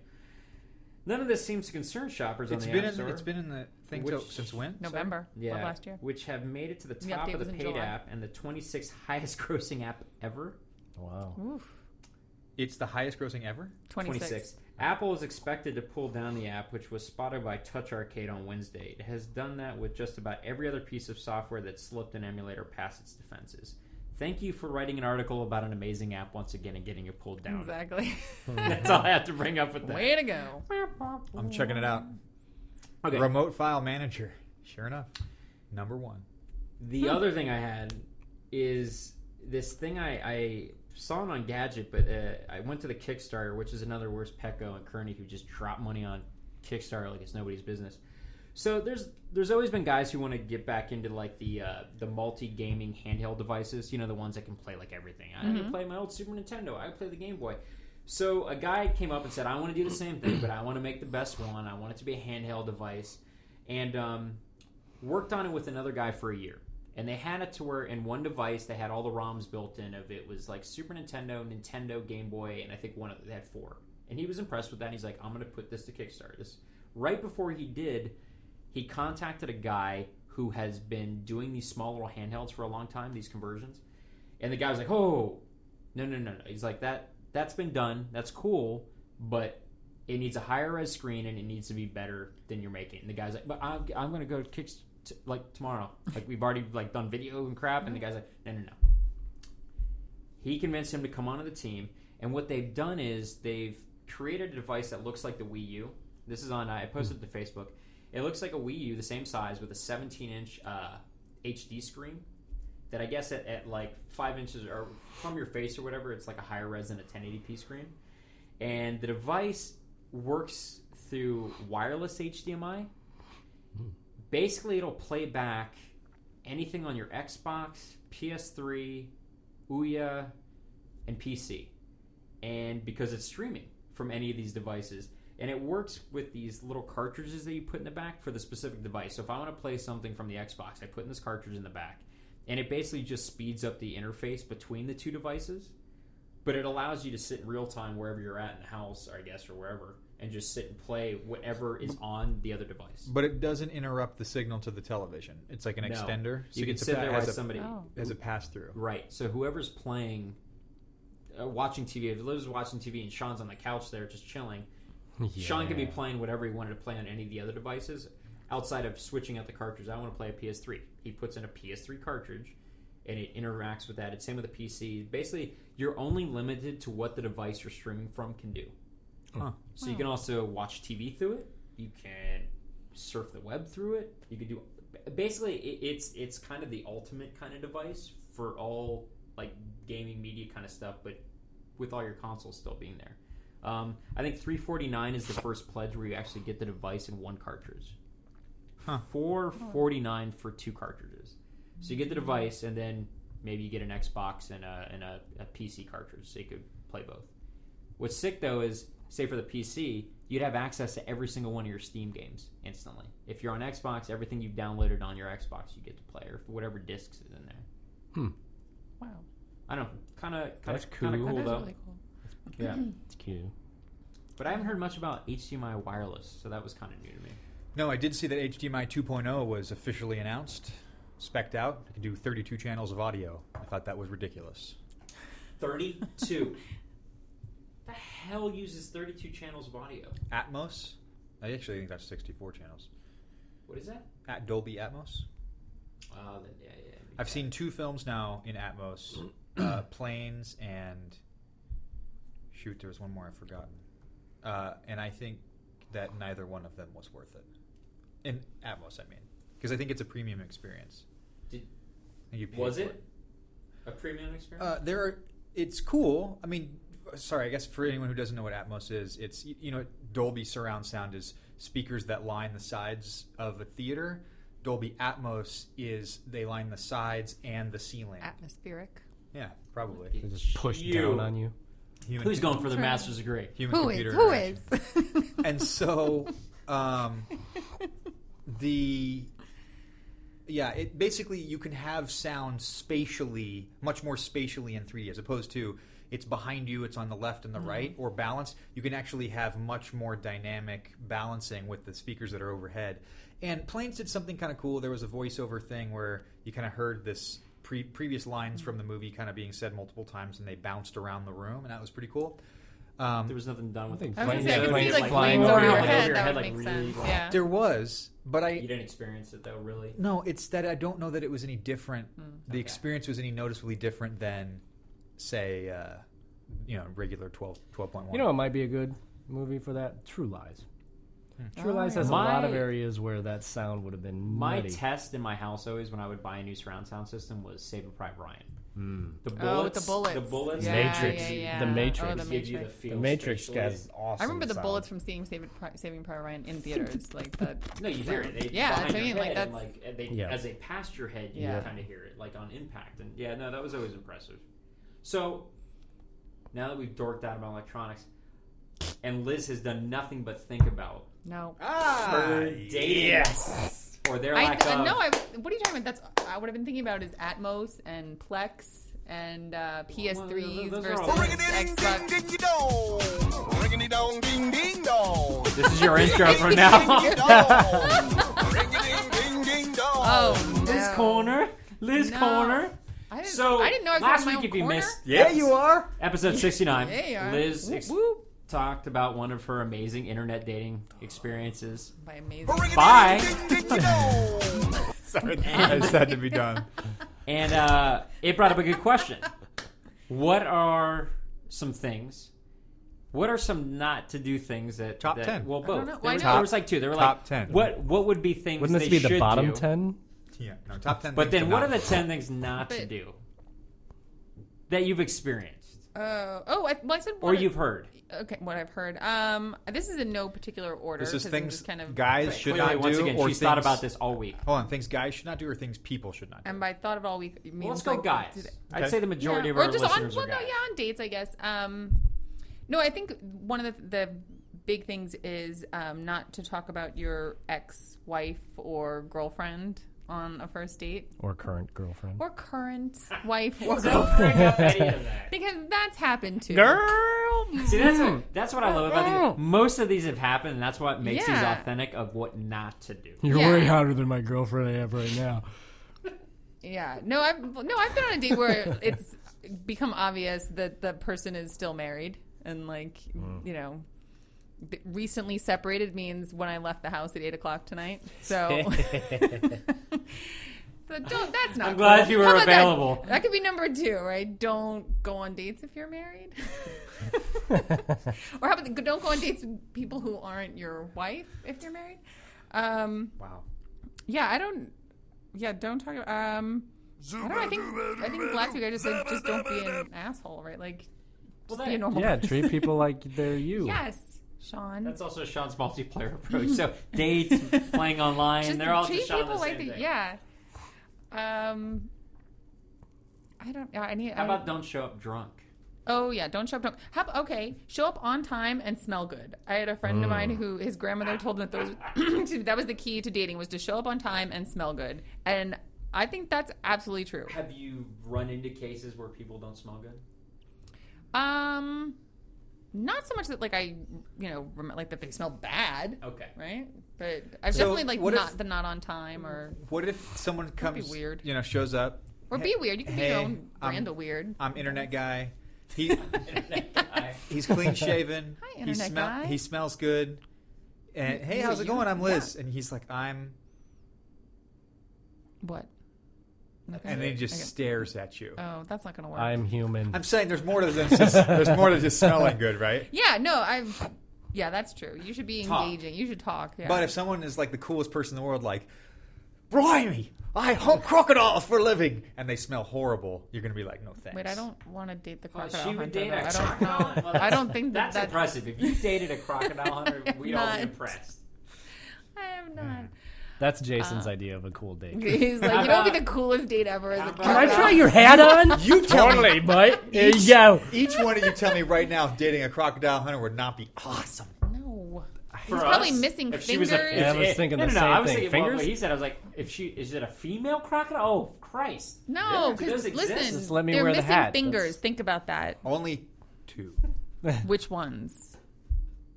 S5: None of this seems to concern shoppers
S4: It's
S5: on the
S4: been
S5: App
S4: in,
S5: Store.
S4: it's been in the thing
S5: Which-
S4: till, since when? Sorry?
S3: November of last year.
S5: Which have made it to the
S3: The
S5: top
S3: update
S5: of the
S3: was in
S5: paid
S3: July.
S5: app and the 26th highest grossing app ever.
S6: Wow.
S3: Oof.
S4: It's the highest grossing ever.
S3: 26.
S5: Apple is expected to pull down the app, which was spotted by Touch Arcade on Wednesday. It has done that with just about every other piece of software that slipped an emulator past its defenses. Thank you for writing an article about an amazing app once again and getting it pulled down.
S3: Exactly.
S5: That's all I have to bring up with that.
S3: Way to go.
S4: I'm checking it out.
S5: Okay.
S4: Remote file manager. Sure enough, number one.
S5: The other thing I had is this thing I, I saw it on Gadget, but uh, I went to the Kickstarter, which is another worse Petco and Kearney who just drop money on Kickstarter like it's nobody's business. So there's there's always been guys who want to get back into like the uh, the multi gaming handheld devices, you know the ones that can play like everything. I can play my old Super Nintendo. I can play the Game Boy. So a guy came up and said, "I want to do the same thing, but I want to make the best one. I want it to be a handheld device." And um, worked on it with another guy for a year. And they had it to where in one device they had all the ROMs built in of it was like Super Nintendo, Nintendo, Game Boy, and I think one of they had four. And he was impressed with that. And he's like, I'm gonna put this to Kickstarter. This right before he did, he contacted a guy who has been doing these small little handhelds for a long time, these conversions. And the guy was like, Oh, no, no, no, no. He's like, That that's been done. That's cool, but it needs a higher res screen and it needs to be better than you're making. And the guy's like, but I'm, I'm going to go to Kicks t- like tomorrow. Like we've already like done video and crap. And the guy's like, no, no, no. He convinced him to come onto the team. And what they've done is they've created a device that looks like the Wii U. This is on, I posted it to Facebook. It looks like a Wii U, the same size with a 17 inch uh, HD screen that I guess at, at like five inches or from your face or whatever, it's like a higher res than a 1080p screen. And the device works through wireless HDMI. Basically, it'll play back anything on your Xbox, PS3, Ouya, and PC. And because it's streaming from any of these devices. And it works with these little cartridges that you put in the back for the specific device. So if I want to play something from the Xbox, I put in this cartridge in the back. And it basically just speeds up the interface between the two devices. But it allows you to sit in real time wherever you're at in the house, I guess, or wherever, and just sit and play whatever is on the other device.
S4: But it doesn't interrupt the signal to the television. It's like an
S5: No.
S4: extender.
S5: you can
S4: it's a
S5: sit
S4: pa-
S5: there
S4: has
S5: while
S4: a-
S5: somebody
S3: Oh.
S4: as a pass through.
S5: Right. So whoever's playing, uh, watching TV, if Liv's watching TV and Sean's on the couch there just chilling, Sean could be playing whatever he wanted to play on any of the other devices outside of switching out the cartridge. I want to play a PS3. He puts in a PS3 cartridge and it interacts with that. It's same with the PC. Basically, you're only limited to what the device you're streaming from can do.
S4: Huh.
S5: So you can also watch TV through it. You can surf the web through it. You can do basically it, it's it's kind of the ultimate kind of device for all like gaming media kind of stuff, but with all your consoles still being there. Um, I think 349 is the first pledge where you actually get the device in one cartridge.
S4: Huh.
S5: 449 for two cartridges. So you get the device, and then maybe you get an Xbox and a and a, a PC cartridge, so you could play both. What's sick though is, say for the PC, you'd have access to every single one of your Steam games instantly. If you're on Xbox, everything you've downloaded on your Xbox, you get to play, or whatever discs is in there.
S3: Wow.
S5: I don't know, kind of kind
S6: That's
S5: of kind of
S6: cool.
S5: cool
S3: That is
S5: though.
S3: really cool.
S5: Yeah,
S6: It's cute.
S5: but I haven't heard much about HDMI wireless, so that was kind of new to me.
S4: No, I did see that HDMI 2.0 was officially announced, specced out. It can do 32 channels of audio. I thought that was ridiculous.
S5: 32. the hell uses 32 channels of audio?
S4: Atmos? I actually think that's 64 channels.
S5: What is that?
S4: At Dolby Atmos?
S5: Uh, the, yeah, yeah,
S4: I've seen two films now in Atmos uh, Planes and. Shoot, there was one more I've forgotten. Uh, and I think that neither one of them was worth it. In Atmos, I mean. Because I think it's a premium experience.
S5: Did-
S4: I think you pay
S5: Was
S4: for
S5: it a premium experience?
S4: Uh, there are. It's cool. I mean, sorry. I guess for anyone who doesn't know what Atmos is, it's y- you know Dolby surround sound is speakers that line the sides of a theater. Dolby Atmos is they line the sides and the ceiling.
S3: Atmospheric.
S4: yeah, probably.
S6: They just push down on you.
S4: Human,
S5: Who's going for the
S3: That's right.
S5: master's degree?
S4: Human
S3: Who
S4: computer
S3: is? Who is?
S4: interaction. and so um, the yeah it basically you can have sound spatially much more spatially in 3d as opposed to it's behind you it's on the left and the right or balanced you can actually have much more dynamic balancing with the speakers that are overhead and planes did something kind of cool there was a voiceover thing where you kind of heard this pre- previous lines from the movie kind of being said multiple times and they bounced around the room and that was pretty cool um,
S5: There was nothing done with
S6: I think
S3: I was gonna say I
S6: Planes-
S3: could see
S6: planes
S3: like
S6: flying
S3: planes over
S6: over
S3: your
S6: your
S3: head.
S5: head,
S3: That would
S5: like,
S3: make
S5: really
S3: sense.
S5: wide.
S3: Yeah.
S4: there was but i
S5: You didn't experience it though, really.
S4: No, it's that I don't know that it was any different.
S3: Hmm,
S4: the
S5: Okay.
S4: experience was any noticeably different than, say, uh, you know, regular 12, 12.1.
S6: You know, it might be a good movie for that. True Lies. True
S3: Oh,
S6: Lies
S3: yeah.
S6: has a lot of
S5: Hmm. My-
S6: areas where that sound would have been
S5: My
S6: nutty.
S5: test in my house always when I would buy a new surround sound system was Save a Private Ryan. The bullets,
S3: Oh, with the bullets.
S5: the bullets,
S3: Yeah,
S6: Hmm. Matrix.
S3: yeah, yeah.
S6: The Matrix.
S3: Oh, the
S5: Gives you the
S3: Matrix.
S5: feel
S6: the Matrix
S5: spatially.
S6: guy's awesome.
S3: I remember the
S6: sound.
S3: bullets from seeing Saving Pri- Saving Private Ryan in theaters, like the
S5: No, you hear it. They,
S3: Yeah,
S5: behind
S3: that's what I
S5: your
S3: mean, like,
S5: head and,
S3: that's-
S5: like, they,
S6: Yeah.
S5: as they pass your head, you
S3: Yeah.
S5: kind of hear it, like on impact. And yeah, no, that was always impressive. So now that we've dorked out about electronics, and Liz has done nothing but think about
S3: no.
S4: ah,
S5: her dating
S4: yes.
S5: or their
S3: Uh, I uh,
S5: lack of.
S3: no. I what are you talking about? That's I would have been thinking about is Atmos and Plex and uh, PS3s
S5: those are
S3: versus
S5: all-
S3: Xbox.
S7: dong. Riggedy dong, ding ding dong.
S5: This is your intro from now. on.
S7: Riggedy ding ding ding dong.
S3: Oh,
S5: Liz
S3: no.
S5: Corner, Liz
S3: No.
S5: Corner.
S3: I didn't,
S5: So
S3: I didn't know I was
S5: last
S3: in my
S5: week,
S3: own
S5: if you
S3: corner.
S5: missed,
S4: Yeah, you are.
S5: episode sixty nine,
S3: There you are.
S5: Liz
S3: Whoop,
S5: ex-
S3: whoop.
S5: talked about one of her amazing internet dating experiences.
S3: By amazing.
S7: Riggedy
S5: Bye.
S7: ding ding dong.
S4: Sorry, I just had to be done.
S5: And uh, it brought up a good question. What are some things? What are some not to do things that
S4: Top
S5: that-
S4: 10.
S5: Well,
S3: don't
S5: both.
S3: know.
S5: There,
S3: Why
S5: was,
S3: not?
S5: there was like two. There were
S4: Top
S5: like
S4: 10.
S5: What what would be things?
S6: Wouldn't this
S5: they
S6: be the
S5: should
S6: bottom
S5: do?
S6: ten?
S4: Yeah, no, top ten.
S5: But
S4: things
S5: then,
S4: to
S5: what are
S4: not-
S5: the ten things not to
S3: But-
S5: do that you've experienced
S3: Uh, oh, I, well, I said
S5: or
S3: one of-
S5: you've heard?
S3: Okay, what I've heard. Um, this is in no particular order.
S4: This is
S3: 'cause I'm
S4: things
S3: just kind of
S4: guys should
S5: Clearly,
S4: not
S5: once
S4: do,
S5: again,
S4: or
S5: she's thought
S4: things-
S5: about this all week.
S4: Hold on, things guys should not do, or things people should not do.
S3: And by thought of all week, it means
S5: Well, let's go,
S3: like,
S5: guys.
S3: did-
S5: I'd
S4: Okay.
S5: say the majority
S3: yeah.
S5: of our
S3: or just on,
S5: listeners
S3: well,
S5: are
S3: no,
S5: guys.
S3: yeah, on dates, I guess. Um, no, I think one of the, the big things is um, not to talk about your ex-wife or girlfriend on a first date
S6: Or current girlfriend?
S3: or current wife or
S5: Don't
S3: girlfriend
S5: bring up any of that.
S3: because that's happened too.
S5: See, that's what, that's what I love about
S6: Mm.
S5: these. Most of these have happened, and that's what makes
S3: Yeah.
S5: these authentic of what not to do.
S6: You're
S3: Yeah.
S6: way hotter than my girlfriend I have right now.
S3: Yeah. No, I've no, I've been on a date where it's become obvious that the person is still married and like you know. b- Recently separated means when I left the house at eight o'clock tonight. So, so don't, that's not.
S5: I'm glad
S3: cool.
S5: you were
S3: How about that?
S5: available.
S3: That? could be number two, right? Don't go on dates if you're married, or how about the, don't go on dates with people who aren't your wife if you're married. Um,
S4: Wow.
S3: yeah, I don't. Yeah, don't talk. about... Um, I don't. know, I think. I think last week I just said, just don't be an asshole, right? Like,
S5: Well,
S3: just be a
S5: that-
S3: normal.
S6: Yeah,
S3: person.
S6: treat people like they're you.
S3: Yes, Sean.
S5: That's also Sean's multiplayer approach. So dates, playing online,
S3: just
S5: they're all
S3: treat
S5: just Sean
S3: people
S5: the same
S3: like the,
S5: thing.
S3: yeah. Um, I don't. I need.
S5: How
S3: I
S5: about don't show up drunk?
S3: Oh yeah, don't show up drunk. How, okay, show up on time and smell good. I had a friend of mine who his grandmother told him that those excuse me, that was the key to dating was to show up on time and smell good, and I think that's absolutely true.
S5: Have you run into cases where people don't smell good?
S3: Um, not so much that like I you know rem- like that they smell bad,
S5: Okay.
S3: right? But I've
S4: So,
S3: definitely like
S4: what if-
S3: not the not on time or
S4: What if someone comes,
S3: weird.
S4: you know, shows up?
S3: or be weird. You can be
S4: hey,
S3: your own
S4: I'm-
S3: brand of weird.
S4: I'm internet guy. He
S5: I-
S4: he's clean shaven.
S3: Hi,
S4: he
S3: internet guy.
S4: He smells good. And hey,
S3: you-
S4: how's it
S3: you-
S4: going? I'm Liz. And he's like, I'm.
S3: What? Nothing?
S4: And then he just
S3: Okay.
S4: stares at you.
S3: Oh, that's not gonna work.
S6: I'm human.
S4: I'm saying there's more to than just, there's more to just smelling good, right?
S3: Yeah, no, I'm. Yeah, that's true. You should be
S5: Talk.
S3: engaging. You should talk. Yeah.
S4: But if someone is like the coolest person in the world, like, blimey, I hunt crocodiles for a living, and they smell horrible, you're gonna be like, no thanks.
S3: Wait, I don't want to date the crocodile
S5: she would
S3: hunter,
S5: date
S3: though.
S5: a
S3: I don't
S5: crocodile.
S3: know.
S5: Well,
S3: I don't think that
S5: That's
S3: that's
S5: impressive. If you dated a crocodile hunter, we'd all
S3: Not.
S5: be impressed.
S3: I am not. Uh,
S6: That's Jason's idea of a cool date.
S3: He's like, you know, what'd be the coolest date ever as a
S5: about-
S3: crocodile.
S6: Can I try your hat on?
S4: You tell me-
S6: totally, mate. Here you go.
S4: Each one of you tell me right now, dating a crocodile hunter would not be awesome.
S3: No.
S5: He's
S3: probably missing fingers.
S6: Yeah, I was thinking
S5: no,
S6: the
S5: no, no,
S6: same
S5: I was
S6: thing.
S5: Thinking, well,
S6: Fingers?
S5: what he said, I was like, if she is it a female crocodile? Oh, Christ!
S3: No,
S5: It
S3: because
S5: does exist.
S3: listen,
S6: Just let me
S3: they're
S6: wear the
S3: missing
S6: hat.
S3: fingers.
S6: That's-
S3: Think about that.
S4: Only two.
S3: Which ones?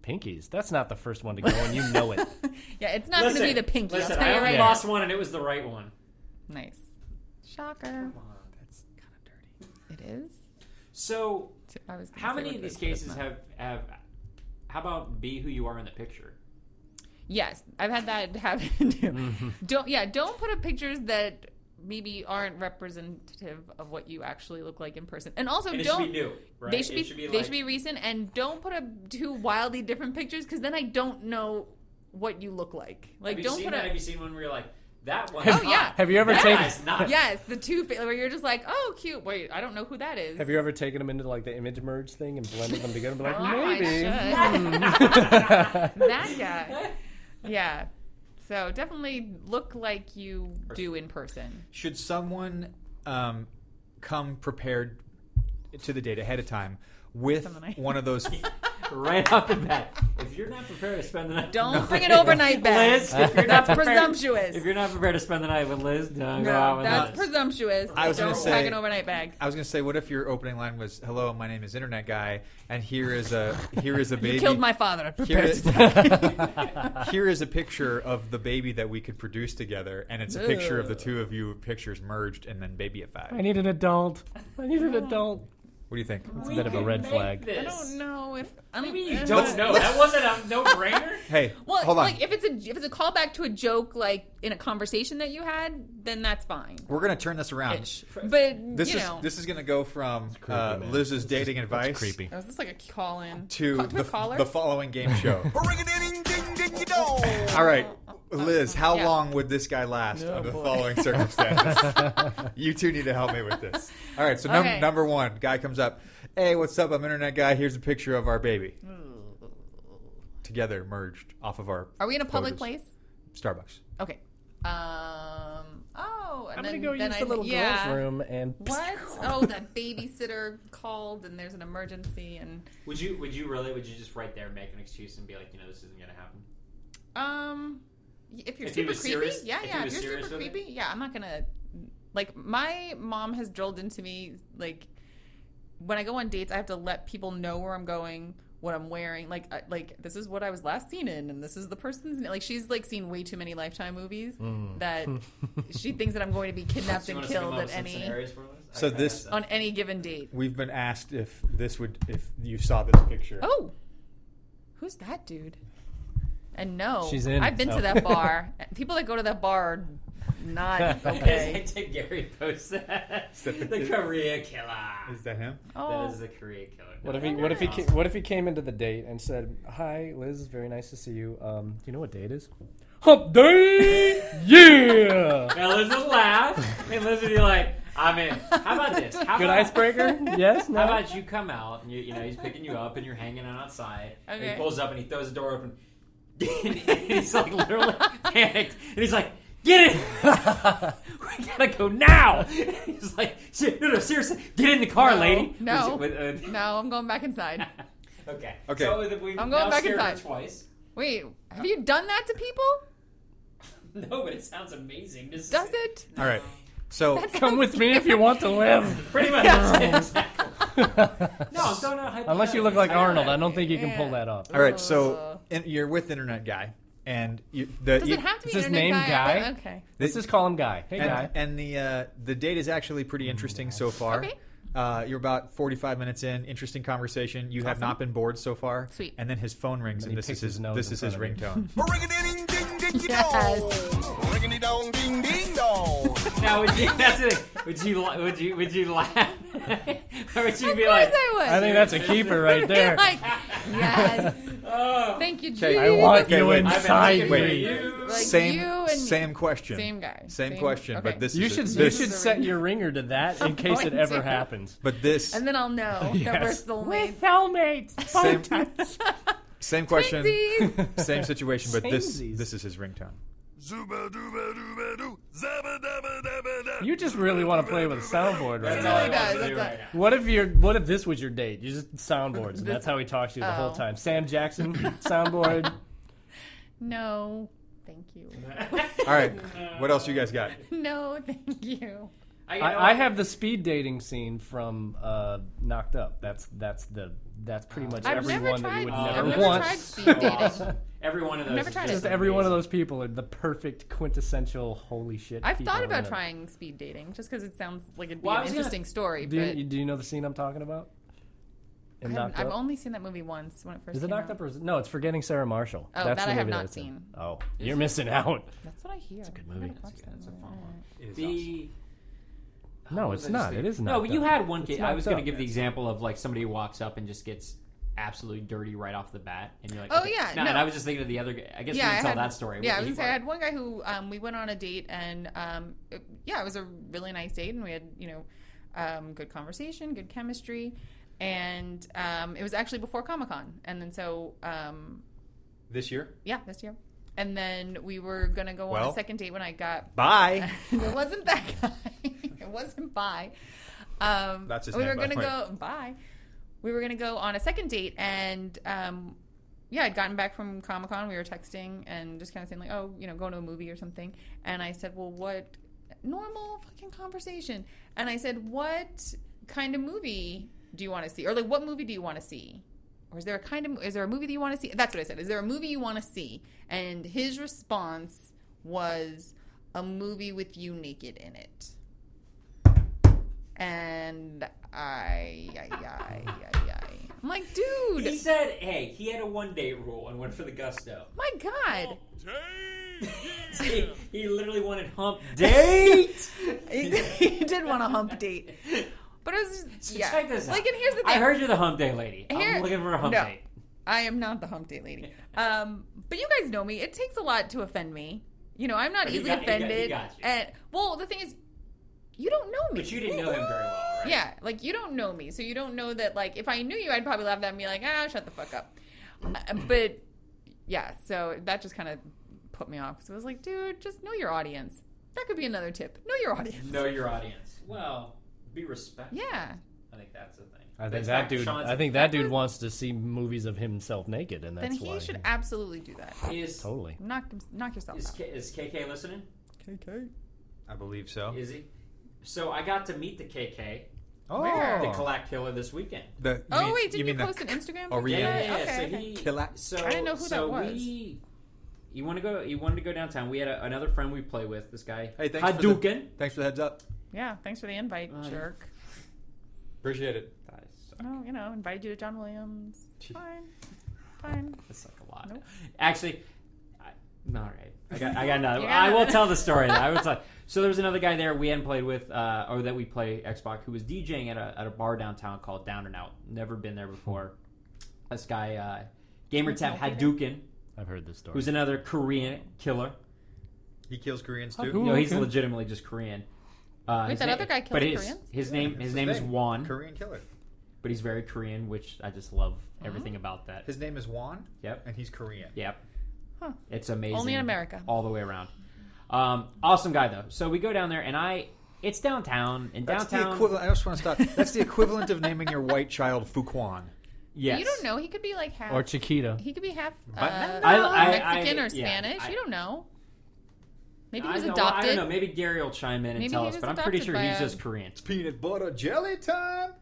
S6: Pinkies. That's not the first one to go, and you know it.
S3: Yeah, it's not going to be the pinky.
S5: Listen,
S3: I'll tell
S5: I
S3: you
S5: only
S3: right now.
S5: lost one, and it was the right one.
S3: Nice. Shocker. It is.
S5: So,
S3: I was gonna
S5: how
S3: say
S5: many
S3: what
S5: of
S3: it
S5: these
S3: is, but it's
S5: cases
S3: not.
S5: have have? How about be who you are in the picture?
S3: Yes, I've had that happen. too.
S5: Mm-hmm.
S3: Don't yeah, don't put up pictures that maybe aren't representative of what you actually look like in person. And also
S5: And it
S3: don't
S5: should be new. Right?
S3: they should
S5: It
S3: be, they
S5: like-
S3: should be recent and don't put up two wildly different pictures cuz then I don't know what you look like. Like
S5: Have you
S3: don't
S5: seen
S3: put
S5: that?
S3: up
S5: Have you seen one where you're like that one?
S3: Oh, yeah.
S6: Have you ever
S5: that
S6: taken?
S5: guy's not.
S3: Yes, the two fa- where you're just like, "Oh, cute. Wait, I don't know who that is."
S6: Have you ever taken them into like the image merge thing and blended them together? and be
S3: Oh,
S6: Like
S3: I
S6: maybe.
S3: should. that guy. Yeah. So definitely look like you do in person.
S4: Should someone um, come prepared to the date ahead of time with
S3: Someone I-
S4: one of those?
S5: right off the bat. If you're not prepared to spend the night,
S3: Don't bring an overnight bag.
S5: Liz, if you're not
S3: That's
S5: prepared,
S3: presumptuous.
S5: If you're not prepared to spend the night with Liz, don't go out
S3: No,
S5: with
S3: that's
S5: us.
S3: presumptuous.
S4: I was
S3: Don't
S4: gonna say-
S3: pack an overnight bag.
S4: I was gonna say, what if your opening line was, "Hello, my name is Internet Guy, and here is a here is a baby."
S3: Killed my father.
S4: Here
S3: Prepared
S4: is,
S3: to-
S4: here is a picture of the baby that we could produce together, and it's a picture of the two of you pictures merged and then babyified.
S6: I need an adult. I need an adult.
S4: What do you think?
S5: It's
S6: a bit of a red flag.
S3: I don't know if I don't,
S5: Maybe you
S3: uh,
S5: don't know. That wasn't a no-brainer.
S4: Hey,
S3: Well,
S4: hold on.
S3: like if it's a if it's a callback to a joke, like in a conversation that you had, then that's fine.
S4: We're gonna turn this around.
S3: But
S4: This
S3: you
S4: is
S3: know,
S4: this is gonna go from
S6: creepy,
S4: uh,
S6: man.
S4: Liz's dating advice
S6: creepy.
S3: Oh, is this like a call in
S4: to
S3: call,
S4: the,
S3: a caller?
S4: the following game show.
S7: Ring-a-ding, ding, ding, dong.
S4: All right, Liz, how
S3: Yeah.
S4: long would this guy last
S6: Oh,
S4: under the
S6: boy.
S4: following circumstances? you two need to help me with this. All right, so num-
S3: Okay.
S4: number one, guy comes up. Hey, what's up? I'm internet guy. Here's a picture of our baby. Together, merged off of our.
S3: Are we in a public place?
S4: photos. Starbucks.
S3: Okay. Um. Oh, and
S6: I'm
S3: then,
S6: gonna go
S3: then
S6: use
S3: I,
S6: the little
S3: yeah.
S6: girls' room and.
S3: What? Oh, that babysitter called, and there's an emergency, and
S5: Would you? Would you really? Would you just right there make an excuse and be like, you know, this isn't gonna happen?
S3: Um, y- if you're
S5: If he
S3: super
S5: was
S3: creepy,
S5: serious-
S3: yeah,
S5: if he
S3: yeah. If
S5: was
S3: you're
S5: serious
S3: super
S5: with it?
S3: creepy, yeah, I'm not gonna. Like my mom has drilled into me, like when I go on dates, I have to let people know where I'm going, what I'm wearing, like I, like this is what I was last seen in, and this is the person's name. Like she's like seen way too many Lifetime movies that she thinks that I'm going to be kidnapped
S5: So you wanna
S3: and
S5: spin
S3: killed
S5: up
S3: at
S5: some
S3: any
S5: scenarios for us?
S4: So
S5: Okay,
S4: this-
S5: that's-
S3: on any given date.
S4: We've been asked if this would if you saw this picture.
S3: Oh, who's that dude? And no,
S6: She's in.
S3: I've been
S6: Oh.
S3: to that bar. People that go to that bar are not okay.
S5: Okay. Did Gary post that?
S4: that the-
S5: the Korea killer.
S4: Is that him?
S3: Oh,
S5: That is the Korea killer.
S6: What if he? What if he? Ca- what if he came into the date and said, "Hi, Liz. Very nice to see you. Um, do you know what day it is? Hump day. Yeah.
S5: Now Liz would laugh, and Liz would be like, "I'm in." How about this? How
S6: Good
S5: about,
S6: icebreaker. Yes.
S5: How
S6: No.
S5: about you come out and you, you know he's picking you up and you're hanging out outside. And he
S3: Okay.
S5: pulls up and he throws the door open. and he's like literally panicked, and he's like, Get it! we gotta go now! He's like, "Se- no, no, seriously, get in the car,
S3: No,
S5: lady.
S3: no.
S5: With- with- uh,
S3: No, I'm going back inside.
S5: okay.
S4: Okay.
S5: So we
S3: I'm going
S5: now
S3: back
S5: scared her
S3: inside.
S5: Twice.
S3: Wait, have you done that to people?
S5: No, but it sounds amazing. This is-
S3: Does it?
S4: All right. So
S6: Come with me if you want to live.
S5: Pretty much. exactly. no, I'm throwing out
S6: Unless you look like
S5: hypotheticals. I don't
S6: Arnold, I
S5: know.
S6: don't think you can pull
S3: Yeah.
S6: that off.
S4: all right. So and you're with internet guy, and you, the
S3: Does
S4: you-
S3: it have to be
S6: Is his
S3: internet
S6: name
S3: guy?
S6: Guy?
S3: Okay.
S6: Let's just call him Guy. Hey, Guy.
S4: and, and the uh, the date is actually pretty interesting so far.
S3: Okay.
S4: Uh, you're about 45 minutes in. Interesting conversation. You have not been bored so far.
S3: Sweet.
S4: And then his phone rings, and,
S6: he
S4: this is
S6: picks
S4: his,
S6: his nose
S4: this
S6: in
S4: is his
S6: front
S4: ringtone.
S7: Ring-a-ding, ding, ding, ding,
S3: Yes.
S7: dong. Ring-a-ding, ding, ding, dong.
S5: Now, would you, that's the thing. Would you, li- would you, would you laugh? or would you
S3: Of
S5: be
S3: course
S5: like,
S3: I would.
S6: I think that's a keeper right there.
S3: like, yes. Thank you, Jesus.
S6: I want
S4: Okay,
S6: you
S4: wait.
S5: I've been
S6: inside
S5: looking for
S4: Wait.
S6: me.
S5: you.
S3: Like
S4: same
S3: you and me.
S4: same question.
S3: Same guy.
S4: Same,
S3: Same-
S4: question,
S3: okay.
S4: but this
S6: You
S4: is
S6: should
S4: a,
S6: you
S4: this,
S6: should set your ringer to that in case it
S3: going
S6: ever
S3: to.
S6: happens.
S4: but this
S3: And then I'll know that we're
S6: Yes.
S3: still mates.
S6: Hellmates.
S4: same, same question,
S3: Twinsies.
S4: same situation, but this
S6: Samesies.
S4: this is his ringtone.
S7: Zuba-duba-duba-doo. Zabba-dabba-dabba-da.
S6: You just really want to play with a soundboard right
S3: It
S6: now.
S5: all I
S3: really does.
S5: want to do
S3: That's
S5: right
S3: it.
S6: What if your what if this was your date? You just soundboards. And that's how he talks to you the whole
S3: Oh.
S6: time. Sam Jackson soundboard.
S3: No, thank you.
S4: All right, what else you guys got?
S3: No, thank you.
S6: I, I have the speed dating scene from uh, Knocked Up. That's that's the that's pretty much
S3: I've never
S6: everyone that you
S3: tried.
S6: would
S5: Oh,
S3: I've
S6: never
S3: never
S6: want.
S3: tried speed dating.
S5: Every one of those.
S3: Never
S5: is
S3: tried
S5: just
S3: it.
S6: Just every one of
S5: amazing.
S6: those people are the perfect quintessential holy shit.
S3: I've
S6: people
S3: thought
S6: in
S3: about
S6: it.
S3: trying speed dating just because it sounds like it'd be
S5: Well, I
S3: an
S5: was gonna-
S3: interesting story.
S6: Do
S3: but
S6: you, do you know the scene I'm talking about?
S3: I
S6: In
S3: haven't-
S6: Knocked
S3: I've
S6: Up?
S3: only seen that movie once when it first
S6: Is it
S3: came
S6: Knocked
S3: out.
S6: Up or is it, no? It's Forgetting Sarah Marshall.
S3: Oh,
S6: that's
S3: that
S6: the
S3: I have
S6: movie
S3: not
S6: that's in.
S3: seen.
S6: Oh, you're missing out.
S3: That's what I hear. It's a good
S6: movie.
S5: That's a fun one.
S4: awesome.
S5: The Oh,
S6: No, it's not. It is not.
S5: No, but you
S6: though.
S5: had one kid.
S6: It's
S5: I was
S6: knocked
S5: going to
S6: up.
S5: give the example of like somebody who walks up and just gets absolutely dirty right off the bat, and you're like,
S3: Oh,
S5: okay.
S3: yeah,
S5: No, and
S3: no.
S5: I was just thinking of the other. guy. I guess we can
S3: I
S5: tell
S3: had-
S5: that story.
S3: Yeah, I
S5: What
S3: was
S5: did
S3: gonna say I
S5: you
S3: had one guy who um, we went on a date and um, it- yeah, it was a really nice date and we had you know um, good conversation, good chemistry, and um, it was actually before Comic Con, and then so um,
S4: This year,
S3: yeah, this year, and then we were gonna go on
S4: Well.
S3: a second date when I got
S4: bye.
S3: it wasn't that guy. it wasn't bi. Um,
S4: That's his
S3: we were
S4: name, by
S3: gonna
S4: the way.
S3: go bye. We were gonna go on a second date, and um, yeah, I'd gotten back from Comic Con. We were texting and just kind of saying like, oh, you know, going to a movie or something. And I said, well, what normal fucking conversation? And I said, what kind of movie do you want to see, or like, what movie do you want to see? Or is there a kind of is there a movie that you want to see? That's what I said. Is there a movie you want to see? And his response was a movie with you naked in it. And I, I, I, I, I. I'm like,
S5: bought. He
S3: dude,
S5: said, "Hey, he had a one day rule and went for the gusto.
S3: my God.
S5: he, he literally wanted hump date."
S3: he he did want a hump date. But it was just,
S5: So
S3: yeah.
S5: check this out.
S3: Like, and here's the thing.
S5: I heard you're the hump day lady.
S3: Here-
S5: I'm looking for a hump
S3: no.
S5: date.
S3: I am not the hump date lady. Um, but you guys know me. It takes a lot to offend me. You know, I'm not
S5: But he
S3: easily
S5: Oh, got- he got- he
S3: offended.
S5: got you.
S3: And well, the thing is, you don't know me.
S5: But you didn't know him very well, right?
S3: Yeah, like you don't know me, so you don't know that. Like, if I knew you, I'd probably laugh at that and be like, "Ah, shut the fuck up." Uh, but yeah, so that just kind of put me off because it was like, dude, just know your audience. That could be another tip. Know your audience.
S5: Know your audience. Well, be respectful.
S3: Yeah.
S5: I think that's the thing.
S6: I think
S5: That's
S6: that
S5: back-
S6: dude.
S5: Sean's-
S6: I think that dude wants to see movies of himself naked, and that's
S3: then he
S6: why.
S3: should absolutely do that.
S5: is
S6: Totally.
S3: Knock knock yourself
S5: is,
S3: out.
S5: K, is KK listening?
S4: I believe so.
S5: Is he? So I got to meet the KK,
S4: Oh,
S3: Where?
S5: the Collect Killer, this weekend.
S4: The- you
S3: Oh
S4: mean-
S3: wait, didn't you,
S4: mean the-
S3: post an Instagram?
S4: Oh,
S3: picture?
S4: yeah,
S5: Yeah, yeah.
S3: okay,
S5: so
S3: okay.
S5: he,
S4: Collect-
S5: so
S3: I didn't know who
S5: so
S3: that was.
S5: We, you want to go? You wanted to go downtown. We had a, another friend we play with. This guy,
S4: Hey, thanks for the-
S5: Hadouken.
S4: Thanks for the heads up.
S3: Yeah, thanks for the invite,
S5: Uh,
S3: jerk.
S4: Appreciate it.
S5: Guys, so-
S3: Oh, you know, invited you to John Williams. Fine, fine.
S5: It's like a lot.
S3: Nope.
S5: Actually, I, all right. I got, I got another.
S3: You got
S5: I will
S3: another.
S5: tell the story. Though. I will tell. So there was another guy there we hadn't played with, uh, or that we play Xbox, who was DJing at a, at a bar downtown called Down and Out. Never been there before. This guy, uh, gamer tap Hadouken,
S6: I've heard this story.
S5: who's another Korean killer.
S4: He kills Koreans
S6: Oh,
S4: too.
S6: cool.
S5: No, he's
S6: Okay.
S5: legitimately just Korean. Uh,
S3: Wait,
S5: his
S3: that
S5: na-
S3: other guy kills
S5: but his,
S3: Koreans?
S5: His name, his
S4: His
S5: name is Juan,
S4: Korean killer.
S5: but he's very Korean, which I just love
S3: Uh-huh.
S5: everything about that.
S4: His name is Juan,
S5: Yep.
S4: and he's Korean.
S5: Yep.
S3: Huh.
S5: It's amazing. Oh,
S3: Only in America.
S5: All the way around. Um, awesome guy though. So we go down there, and I it's downtown, and
S4: That's the
S5: downtown.
S4: equivalent. I just want to stop. That's the equivalent of naming your white child Fuquan.
S5: yes.
S3: You don't know. He could be like half.
S6: Or Chiquita.
S3: he could be half uh,
S4: But-
S5: I- I-
S3: Mexican
S5: I-
S3: or
S5: yeah,
S3: Spanish.
S5: I-
S3: you don't know. Maybe
S5: I
S3: he was
S5: know- I
S3: adopted.
S5: don't know. Maybe Gary will chime in and
S3: Maybe
S5: tell
S3: he
S5: us,
S3: was
S5: but I'm pretty
S3: adopted
S5: sure
S3: by
S5: he's
S3: a-
S5: just Korean.
S4: Peanut butter jelly time.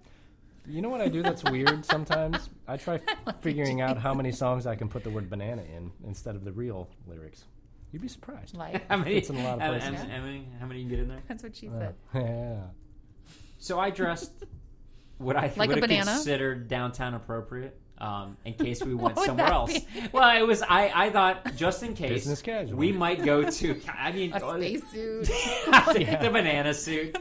S6: You know what I do that's weird sometimes? I try figuring out how many songs I can put the word banana in instead of the real lyrics. You'd be surprised.
S3: Like
S5: How many?
S6: Fits in a lot of
S5: how-
S6: places.
S5: how- how many- how many you get in there?
S3: that's what she said.
S6: yeah.
S5: So I dressed what I
S3: Like a
S5: would have
S3: banana?
S5: considered downtown appropriate. Um, in case we went
S3: would
S5: somewhere
S3: that
S5: else,
S3: be?
S5: well, it was I. I thought just in case
S6: Business casual.
S5: we might go to. I mean, oh,
S3: A spacesuit.
S5: the banana suit.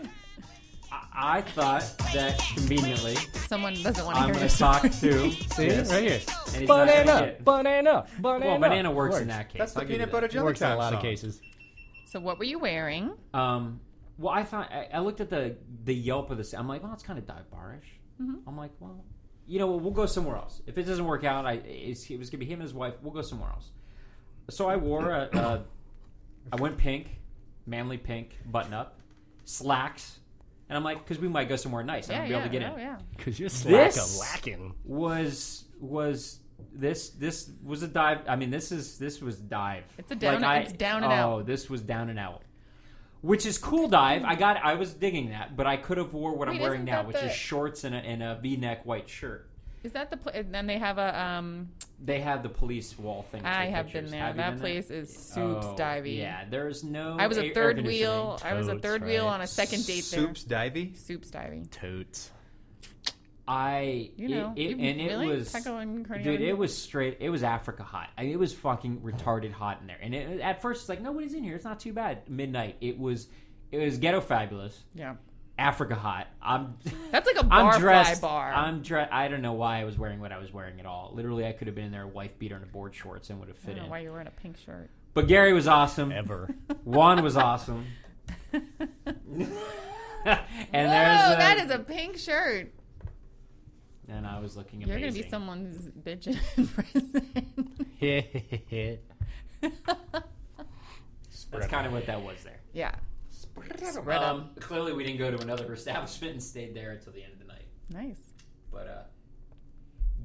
S5: I, I thought that conveniently
S3: Someone doesn't want to
S5: I'm
S3: hear
S5: going
S3: this.
S5: to talk to
S6: See?
S5: this,
S6: Right here.
S5: and he's not gonna
S6: Banana,
S5: get-
S6: banana, banana.
S5: Well, banana works, in that case.
S4: That's the
S5: I'll give you
S4: peanut
S5: that.
S4: butter jelly
S6: Works in
S4: time
S6: a lot
S4: song.
S6: of cases.
S3: So what were you wearing?
S5: Um, well, I thought I, I looked at the the Yelp of this. I'm like, well, it's kind of dive barish.
S3: Mm-hmm.
S5: I'm like, well, you know, we'll go somewhere else. If it doesn't work out, I it's, it was gonna be him and his wife. We'll go somewhere else. So I wore a, a I went pink, manly pink, button up, slacks, and I'm like, because we might go somewhere nice. I'm
S3: Yeah,
S5: gonna be
S3: yeah,
S5: able to get
S3: oh,
S5: in.
S3: yeah.
S6: Because you're
S5: This-
S6: slacking.
S5: Was was this this was a dive? I mean, this is this was dive.
S3: It's a down-
S5: I-
S3: it's down and
S5: oh,
S3: out.
S5: this was down and out. Which is cool dive. I got I was digging that, but I could have wore what I'm
S3: Wait,
S5: wearing
S3: isn't
S5: now,
S3: that
S5: which
S3: the-
S5: is shorts and a, and a V-neck white shirt.
S3: Is that the place? And then they have a. Um,
S5: They have the police wall thing. to
S3: I
S5: take
S3: have
S5: pictures.
S3: been there.
S5: Have you
S3: that
S5: been
S3: place is soups
S5: Oh,
S3: divey.
S5: Yeah, there's no.
S3: I was
S5: air-
S3: a
S5: air
S3: third
S5: conditioning.
S3: wheel. I was a
S6: Totes,
S3: third wheel
S6: right.
S3: on a second date there.
S4: Soups divey.
S3: Soups divey.
S6: Totes.
S5: I
S3: You know,
S5: it, it,
S3: you-
S5: and it
S3: really?
S5: was
S3: Taco and carne
S5: dude.
S3: on-
S5: It was straight. It was Africa hot. I mean, it was fucking retarded hot in there. And it, at first, it's like nobody's in here. It's not too bad. Midnight. It was. It was ghetto fabulous.
S3: Yeah,
S5: Africa hot. I'm.
S3: that's like a
S5: I'm
S3: bar
S5: dressed.
S3: fly bar.
S5: I'm dressed. I don't know why I was wearing what I was wearing at all. Literally, I could have been in there a wife beater and a board shorts and would have
S3: I
S5: fit
S3: don't know
S5: in.
S3: why you're wearing a pink shirt.
S5: But Gary was awesome.
S6: Ever.
S5: Juan was awesome. and
S3: Whoa,
S5: there's a,
S3: that is a pink shirt.
S5: and I was looking
S3: You're
S5: amazing.
S3: gonna be someone's bitch in prison.
S5: That's kind of what that was there.
S3: yeah.
S5: But um, clearly, we didn't go to another establishment and stayed there until the end of the night.
S3: Nice.
S5: But uh,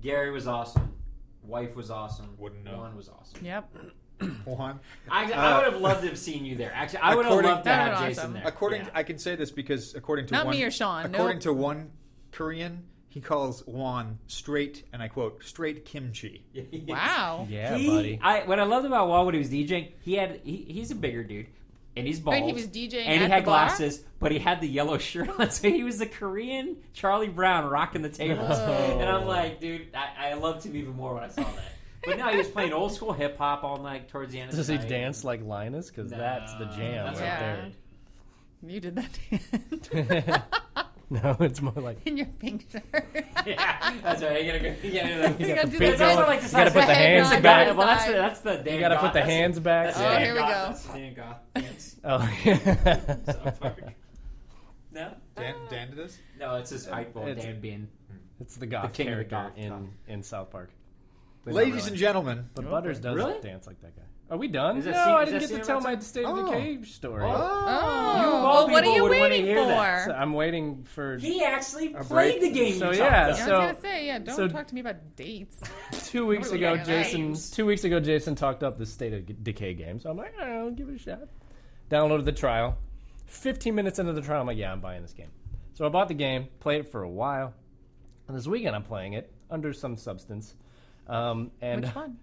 S5: Gary was awesome. Wife was awesome.
S4: Wouldn't know.
S5: Juan was awesome.
S3: Yep.
S4: Juan.
S5: I,
S4: Uh,
S5: I would have loved to have seen you there. Actually, I would have
S4: According-
S5: loved to
S3: That
S5: have
S3: would've been
S5: Jason
S3: awesome.
S5: there.
S4: According,
S5: Yeah.
S4: I can say this because according to
S3: Not
S4: one,
S3: me or Sean,
S4: According
S3: nope.
S4: to one Korean, he calls Juan straight, and I quote, straight kimchi.
S3: Wow.
S6: Yeah,
S5: He-
S6: buddy.
S5: I, what I loved about Wall when he was DJing, he had he, he's a bigger dude, and he's bald.
S3: Wait, he was DJing
S5: and he
S3: at
S5: had
S3: the bar?
S5: glasses, but he had the yellow shirt on, so he was the Korean Charlie Brown rocking the tables.
S6: Oh.
S5: And I'm like, dude, I, I loved him even more when I saw that. But no, he was playing old school hip hop all night towards the end. Of
S6: Does
S5: the
S6: he
S5: night.
S6: dance like Linus? Because
S5: No,
S6: that's the jam
S5: that's
S6: right
S3: Yeah.
S6: there.
S3: You did that.
S6: No, it's more like
S3: in your pink shirt.
S5: Yeah, that's right. You gotta go. You gotta,
S3: You gotta do that.
S6: big
S5: That's why I
S6: old-
S5: like to
S6: you gotta
S5: say-
S6: put the
S5: that's
S6: hands
S5: the-
S6: back.
S5: Well, that's the that's the Dan
S6: You gotta put
S5: Goth-
S6: the
S5: that's-
S6: hands back.
S5: That's
S3: Oh,
S5: Dan
S3: here we
S5: Goth-
S3: go.
S5: That's Dan Goth dance.
S6: Oh,
S5: So fuck. No,
S4: Dan, Dan did this.
S5: no, it's just I, well,
S6: It's-
S5: Dan being
S6: it's the goth
S5: king of the
S6: character
S5: goth,
S6: in
S5: goth.
S6: in South Park.
S4: Ladies and gentlemen,
S6: But Butters does
S5: Really?
S6: dance like that guy. Are we done?
S5: Is that
S6: No,
S5: scene-
S6: I
S5: is
S6: didn't
S5: that
S6: get
S5: scene
S6: to tell my
S5: about
S6: state of
S4: Oh.
S6: decay story.
S3: Oh,
S5: all
S3: well, what
S5: people
S3: are you
S5: would wanna
S3: waiting
S5: hear
S3: for?
S5: that.
S6: So I'm waiting for
S5: He actually
S4: break.
S5: played the game.
S6: So,
S5: you
S6: yeah,
S5: talked
S3: I
S5: about.
S3: was
S6: So-
S3: gonna say, yeah, don't
S6: so-
S3: talk to me about dates.
S6: two weeks
S3: Nobody
S6: ago.
S3: was getting
S6: Jason,
S5: names.
S6: two weeks ago, Jason talked up the state of G- decay game. So I'm like, I don't know, give it a shot. Downloaded the trial. 15 minutes into the trial, I'm like, yeah, I'm buying this game. So I bought the game, played it for a while, and this weekend I'm playing it under some substance. Um, and
S3: Which one?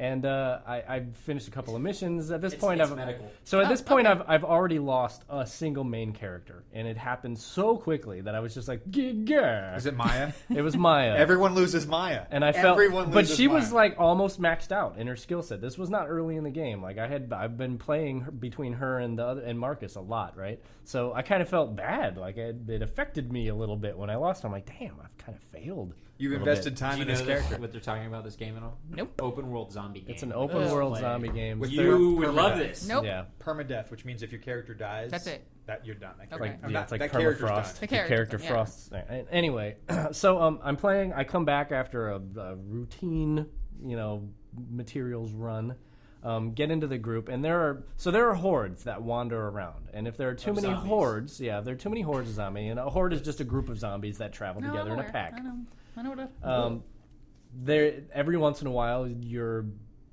S6: and uh, I, I finished a couple of missions. At this
S5: It's-
S6: point,
S5: it's
S6: I've
S5: medical.
S6: so at this point,
S3: Oh, okay.
S6: I've I've already lost a single main character, and it happened so quickly that I was just like, "Giga!"
S4: is it Maya?
S6: It was uh, Maya.
S4: Everyone loses Maya,
S6: And I felt,
S4: everyone
S6: but
S4: loses
S6: she was
S4: Maya.
S6: like almost maxed out in her skill set. This was not early in the game. Like I had, I've been playing her, between her and the other and Marcus a lot, right? So I kind of felt bad. Like it, it affected me a little bit when I lost. I'm like, damn, I've kind of failed.
S4: you've
S6: a little
S4: invested
S6: bit.
S4: time
S5: Do you
S4: in
S5: know
S4: this character.
S5: what they're talking about this game at all?
S3: Nope.
S5: Open world zombie game.
S6: It's an open
S3: Ugh.
S6: world
S5: Play.
S6: zombie game.
S4: With
S6: Third-
S5: You would
S4: Permadeath.
S5: love this.
S3: Nope.
S6: yeah,
S4: Permadeath, which means if your character dies,
S3: That's it.
S4: That you're done. That
S3: Okay.
S4: character-
S3: Like,
S4: I'm
S6: yeah,
S4: not-
S6: it's like
S4: that character's done.
S3: The
S6: permafrost. Your
S3: character,
S6: character
S3: yeah.
S6: frosts. A- Anyway, so um, I'm playing. I come back after a, a routine, you know, materials run, um, get into the group, and there are so there are hordes that wander around, and if there are too many
S5: zombies.
S6: hordes, yeah, if there are too many hordes of zombies, and a horde is just a group of zombies that travel
S3: No, I'm
S6: together in a
S3: aware.
S6: pack.
S3: I know. I know what a,
S6: Um, there, every once in a while, your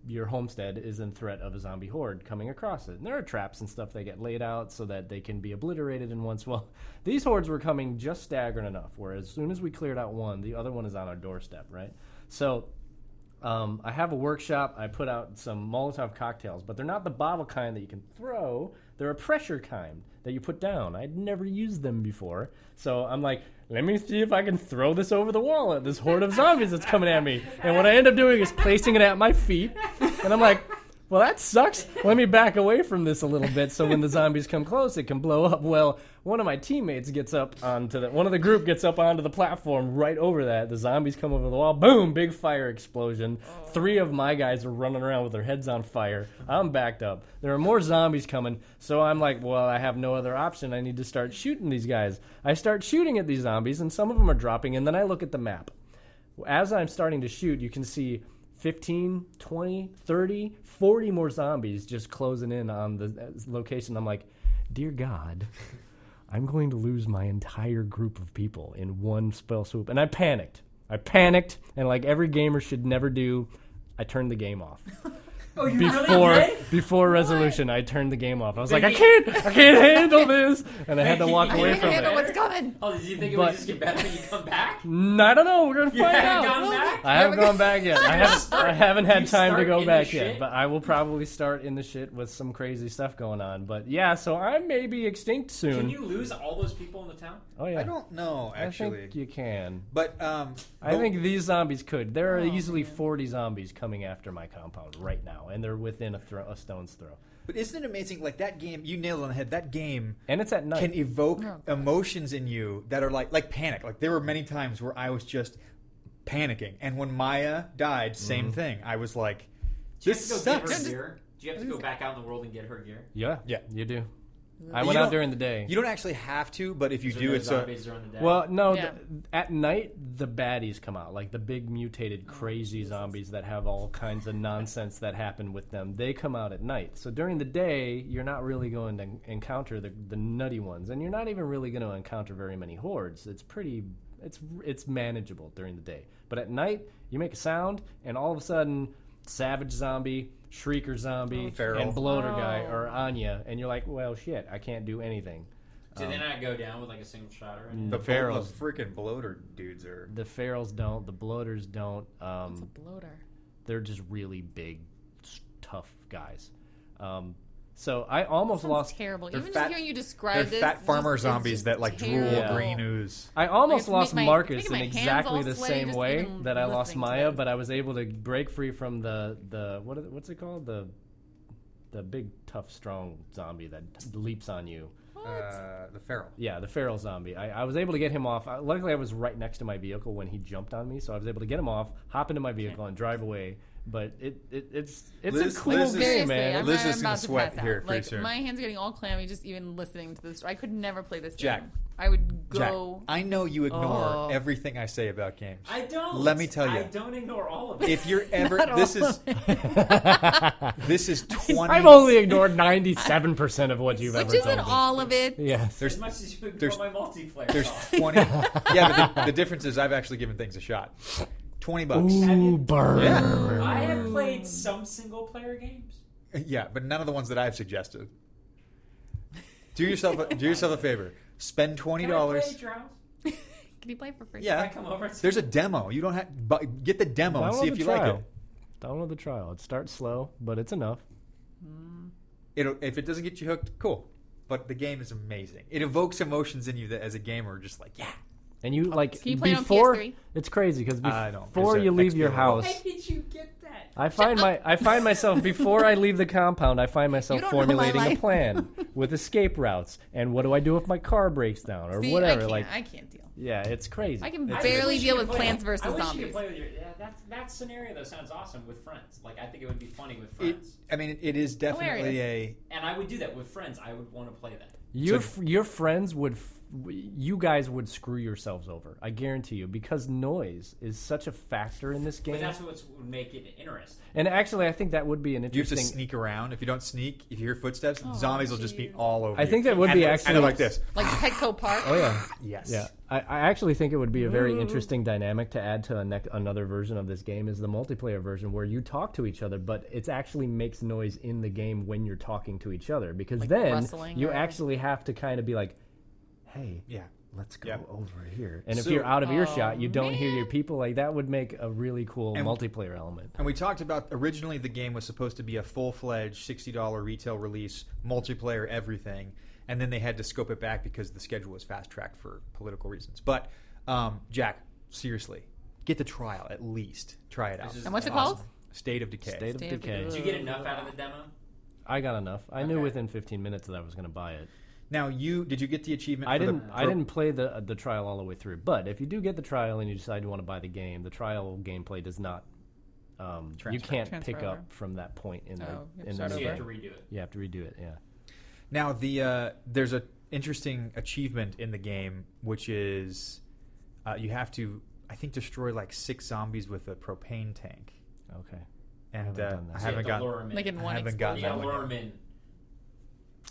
S6: your homestead is in threat of a zombie horde coming across it. And there are traps and stuff that get laid out so that they can be obliterated in once. Well, these hordes were coming just staggering enough. Where as soon as we cleared out one, the other one is on our doorstep, right? So. Um, I have a workshop. I put out some Molotov cocktails, but they're not the bottle kind that you can throw. They're a pressure kind that you put down. I'd never used them before. So I'm like, let me see if I can throw this over the wall at this horde of zombies that's coming at me. And what I end up doing is placing it at my feet. And I'm like, well, that sucks. Let me back away from this a little bit so when the zombies come close, it can blow up. Well, one of my teammates gets up onto the one of the group gets up onto the platform right over that. The zombies come over the wall. Boom! Big fire explosion. Three of my guys are running around with their heads on fire. I'm backed up. There are more zombies coming, so I'm like, well, I have no other option. I need to start shooting these guys. I start shooting at these zombies, and some of them are dropping. And then I look at the map as I'm starting to shoot, you can see 15, 20, 30, 40 more zombies just closing in on the uh, location. I'm like, dear God, I'm going to lose my entire group of people in one spell swoop. And I panicked. I panicked, and like every gamer should never do, I turned the game off.
S5: Oh, you
S6: Before before resolution, I turned the game off. I was like, I can't, I can't handle this, and I had to walk
S5: I
S6: away
S3: I
S6: from
S3: don't know
S6: it.
S3: what's coming.
S5: Oh, did you think it
S6: But-
S5: would just get better when you come back? You
S6: Mm, I don't know. We're gonna find
S5: haven't
S6: out.
S5: gone back?
S6: I haven't gone back yet. I haven't, I haven't had
S5: you
S6: time to
S5: start
S6: go
S5: in
S6: back
S5: the
S6: yet,
S5: shit?
S6: but I will probably start in the shit with some crazy stuff going on. But yeah, so I may be extinct soon.
S5: Can you lose all those people in the town?
S6: oh yeah,
S4: I don't know
S6: I
S4: actually,
S6: think you can.
S4: but um,
S6: I
S4: the-
S6: think these zombies could. There are
S5: Oh,
S6: easily forty zombies coming after my compound right now, and they're within a, throw, a stone's throw.
S4: But isn't it amazing? Like that game, you nailed it on the head. That game
S6: And it's at night.
S4: can evoke
S3: Oh,
S4: emotions in you that are like like panic. Like there were many times where I was just panicking, and when Maya died, same
S5: Mm-hmm.
S4: thing. I was like,
S5: Do you
S4: "This
S5: have to go
S4: sucks."
S5: Get her gear? Do you have to go back out in the world and get her gear?
S6: yeah,
S4: Yeah.
S6: you do. I
S4: You
S6: went out
S4: don't-
S6: during the day.
S4: You don't actually have to, but if you do, it's a
S5: zombies during the day.
S6: Well, no,
S3: Yeah.
S6: th- at night the baddies come out, like the big mutated
S3: Oh,
S6: crazy zombies that have all kinds of nonsense that happen with them. They come out at night. So during the day, you're not really going to en- encounter the the nutty ones, and you're not even really going to encounter very many hordes. It's pretty it's it's manageable during the day. But at night, you make a sound and all of a sudden savage zombie Shrieker zombie
S4: Feral.
S6: and bloater guy
S3: Oh.
S6: or Anya, and you're like, well, shit, I can't do anything.
S5: did they not go down with like a single shot or
S6: Mm.
S5: anything?
S4: the
S6: ferals.
S4: The freaking bloater dudes are.
S6: The ferals don't, the bloaters don't. Um,
S3: It's a bloater.
S6: they're just really big, s- tough guys. Um, so I almost
S3: Sounds
S6: lost.
S3: terrible.
S4: They're
S3: Even just
S4: fat-
S3: hearing you describe
S4: They're
S3: this,
S4: fat
S3: just-
S4: farmer
S3: it's
S4: zombies
S3: just
S4: that like drool
S3: terrible.
S4: green ooze.
S6: I almost
S3: it's make
S6: lost
S3: my-
S6: Marcus
S3: it's
S6: in
S3: making my hands
S6: exactly
S3: all
S6: the
S3: sweaty
S6: same
S3: just
S6: way
S3: even
S6: that I lost
S3: listening to
S6: Maya,
S3: this.
S6: but I was able to break free from the the what are the- what's it called the the big tough strong zombie that leaps on you.
S4: Uh, the feral.
S6: Yeah, the feral zombie. I, I was able to get him off. I, luckily, I was right next to my vehicle when he jumped on me, so I was able to get him off, hop into my vehicle, and drive away. But it, it it's it's
S4: Liz-
S6: a cool
S4: Liz is-
S6: game,
S3: Seriously,
S6: man.
S3: I'm,
S4: Liz
S3: I'm
S4: is gonna
S3: about to
S4: sweat
S3: pass out.
S4: here pretty
S3: like,
S4: soon.
S3: My hands are getting all clammy just even listening to this. I could never play this
S4: Jack.
S3: game. I would
S4: Jack,
S3: go.
S4: I know you ignore
S3: Oh.
S4: everything I say about games.
S5: I don't.
S4: Let me tell you.
S5: I don't ignore all of it.
S4: if you're ever this is this is 20
S6: I've only ignored ninety seven percent of what you've ever
S3: which isn't
S6: told me.
S3: all of it.
S6: Yes.
S5: as much as you
S4: there's-
S5: ignore my multiplayer.
S4: there's
S5: call.
S4: 20 yeah but the, the difference is i've actually given things a shot 20 bucks
S5: you-
S6: burn.
S4: yeah.
S5: I have played some single player games.
S4: yeah but none of the ones that i've suggested do yourself a, do yourself a favor spend $20
S5: Can I play Drow?
S3: Can you play for free?
S5: Can I
S4: yeah
S5: come over? and-
S4: there's a demo you don't have but get the demo and
S6: Download
S4: see if
S6: the
S4: you like
S6: trial.
S4: it
S6: Download the trial. It starts slow, but it's enough.
S4: It'll, if it doesn't get you hooked cool but the game is amazing it evokes emotions in you that as a gamer are just like yeah
S6: And you like
S3: Can Uh, you play it on
S6: before
S3: PS3?
S6: it's crazy because
S4: I don't.
S6: before
S4: It's a
S6: you leave your
S4: XP
S6: house,
S5: Why did you get that?
S6: I find my I find myself before I leave the compound, I find myself
S3: You don't know my
S6: formulating a
S3: life.
S6: plan with escape routes and what do I do if my car breaks down or
S3: See, I
S6: whatever.
S3: can't,
S6: Like,
S3: I can't deal.
S6: yeah, it's crazy.
S3: I can
S5: I
S3: barely
S5: wish you
S3: deal
S5: could
S3: with
S5: play-
S3: Plants
S5: I
S3: versus
S5: wish You
S3: Zombies.
S5: could play with your, yeah, that, that scenario though sounds awesome with friends. Like I think it would be funny with
S4: it,
S5: friends,
S4: i mean it is definitely
S3: Hilarious.
S4: a
S5: and I would do that with friends. I would want to play that.
S6: your f- your friends would f- w- you guys would screw yourselves over. I guarantee you because noise is such a factor in this game.
S5: But that's what would make it interesting.
S6: and actually, I think that would be an
S4: You have to
S6: interesting.
S4: sneak around. If you don't sneak, if you hear footsteps, zombies will just be
S3: jeez.
S4: all over.
S6: I
S4: you.
S6: think that would
S4: and
S6: be
S4: they're-
S6: actually-
S4: And they're like this.
S3: Like Petco Park.
S6: oh yeah.
S4: Yes.
S6: Yeah, I, I actually think it would be a very
S3: Mm.
S6: interesting dynamic to add to a nec- another version of this game is the multiplayer version where you talk to each other, but it actually makes noise in the game when you're talking to each other because then
S3: rustling
S6: you
S3: or-
S6: actually have to kind of be like, "Hey,
S4: Yeah.
S6: let's go
S4: Yeah.
S6: over here." And if
S4: So-
S6: you're out of earshot, you
S3: Oh,
S6: don't hear your
S3: man.
S6: people. Like that would make a really cool multiplayer element.
S4: And we talked about originally the game was supposed to be a full fledged sixty dollar retail release, multiplayer, everything, and then they had to scope it back because the schedule was fast tracked for political reasons. But um, Jack, seriously, get the trial at least. Try it out.
S5: is
S3: And what's it
S5: Awesome.
S3: called?
S4: State of Decay.
S6: State of
S3: State of
S6: Decay.
S5: Did you get enough out of the demo?
S6: I got enough. I knew within 15 minutes that I was going to buy it.
S4: now you did you get the achievement?
S6: I
S4: for the
S6: didn't. I
S4: pro-
S6: didn't play the uh, the trial all the way through. But if you do get the trial and you decide you want to buy the game, the trial gameplay does not. Um, you
S4: Transfer.
S6: can't
S3: Transfer
S6: pick
S3: over.
S6: up from that point in
S3: Oh, you have
S6: the
S3: to
S6: in the
S3: start
S5: So
S6: new
S5: you
S3: over.
S5: have
S6: game.
S5: to redo it.
S6: You have to redo it. Yeah.
S4: Now the uh, there's a interesting achievement in the game, which is uh, you have to I think destroy like six zombies with a propane tank.
S6: Okay.
S4: And
S6: haven't
S4: uh,
S6: done that.
S4: I
S5: So you have
S4: haven't
S5: to
S4: got
S5: lure 'em in.
S3: Like in
S4: I
S3: one
S4: haven't
S3: explosion.
S4: gotten
S5: You
S4: that
S5: gotta
S4: one
S5: lure
S4: yet.
S5: 'em in.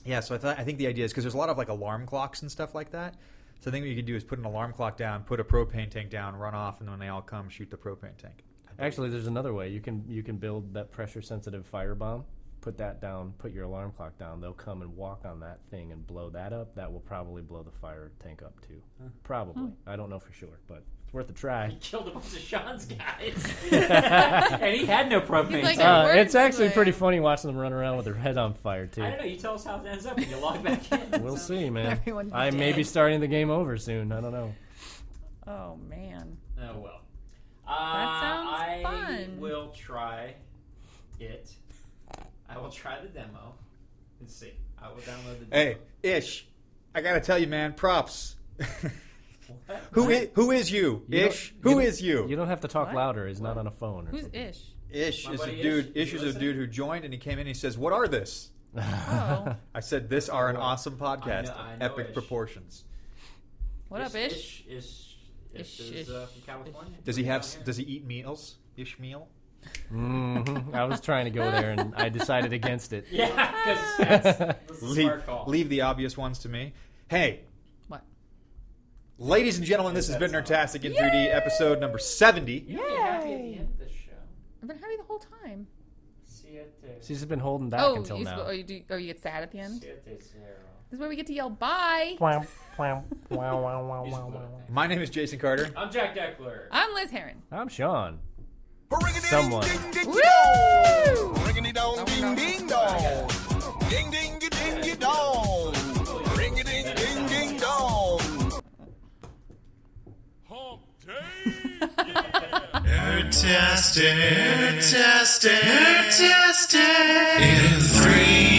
S4: Yeah, so I thought I think the idea is because there's a lot of like alarm clocks and stuff like that. So I think what you could do is put an alarm clock down, put a propane tank down, run off, and when they all come, shoot the propane tank.
S6: Actually, there's another way. You can you can build that pressure sensitive firebomb. Put that down. Put your alarm clock down. They'll come and walk on that thing and blow that up. That will probably blow the fire tank up too. Probably.
S3: Hmm.
S6: I don't know for sure, but it's worth a try.
S5: He killed a bunch of Sean's guys, and he had no propane.
S3: He's like,
S5: tank.
S3: Good
S6: Uh, it's
S3: wordplay.
S6: actually pretty funny watching them run around with their head on fire too.
S5: I don't know. You tell us how it ends up when you log back in.
S6: We'll see, man.
S3: Everyone's
S6: I may be
S3: dead.
S6: starting the game over soon. I don't know.
S3: Oh man.
S5: Oh well. Uh,
S3: sounds
S5: I
S3: fun.
S5: will try it. I will try the demo and see. I will download the demo.
S4: Hey, Ish, I gotta tell you, man, props.
S5: What?
S4: who is who is you,
S6: You don't-
S4: Ish?
S6: you
S4: Who
S6: don't-
S4: is you?
S6: You don't have to talk louder. It's not on a phone. Or
S3: Who's
S6: something.
S3: Ish?
S4: Ish
S5: My
S4: is
S5: buddy
S4: a
S5: Ish,
S4: dude.
S5: did
S4: Ish
S5: you
S4: is a
S5: listen?
S4: dude who joined and he came in. and He says, "What are this?"
S3: Oh,
S4: I said, "This are an
S5: Oh,
S4: awesome podcast,
S5: I know- I
S4: of
S5: know
S4: epic
S5: Ish.
S4: proportions."
S3: what up,
S5: Ish?
S3: Ish?
S5: Ish. Ish,
S3: Ish,
S5: is, uh,
S3: Ish,
S5: from California.
S4: Does he have?
S5: Down here.
S4: Does he eat meals? Ish meal?
S6: Mhm. I was trying to go there, and I decided against it.
S5: Yeah, because that's, that's a
S4: Leave,
S5: smart call.
S4: leave the obvious ones to me. Hey,
S3: What?
S4: Ladies and gentlemen, this has been Nertastic in 3D episode number 70.
S5: You'll be happy at the end of the show.
S3: I've been happy the whole time.
S5: See you at the-
S6: She's just been holding back
S3: Oh,
S6: until
S3: you, sp-
S6: now.
S3: oh, you do, oh, you get sad at the end.
S5: see you at the zero.
S3: This is where we get to yell bye.
S6: Wow, wow, wow, wow, wow,
S5: Use the
S6: wow,
S5: blue,
S6: wow.
S5: I think.
S4: My name is Jason Carter.
S5: I'm Jack Deckler.
S3: I'm Liz Heron.
S6: I'm Sean.
S7: Someone.
S6: Someone.
S7: Ding ding
S3: Woo!
S7: Ringing dong, ding ding dong. Ding ding ding ding dong. Ring a ding ding ding dong.
S2: Hump day. Yeah.
S8: Tested, tested, tested in 3D.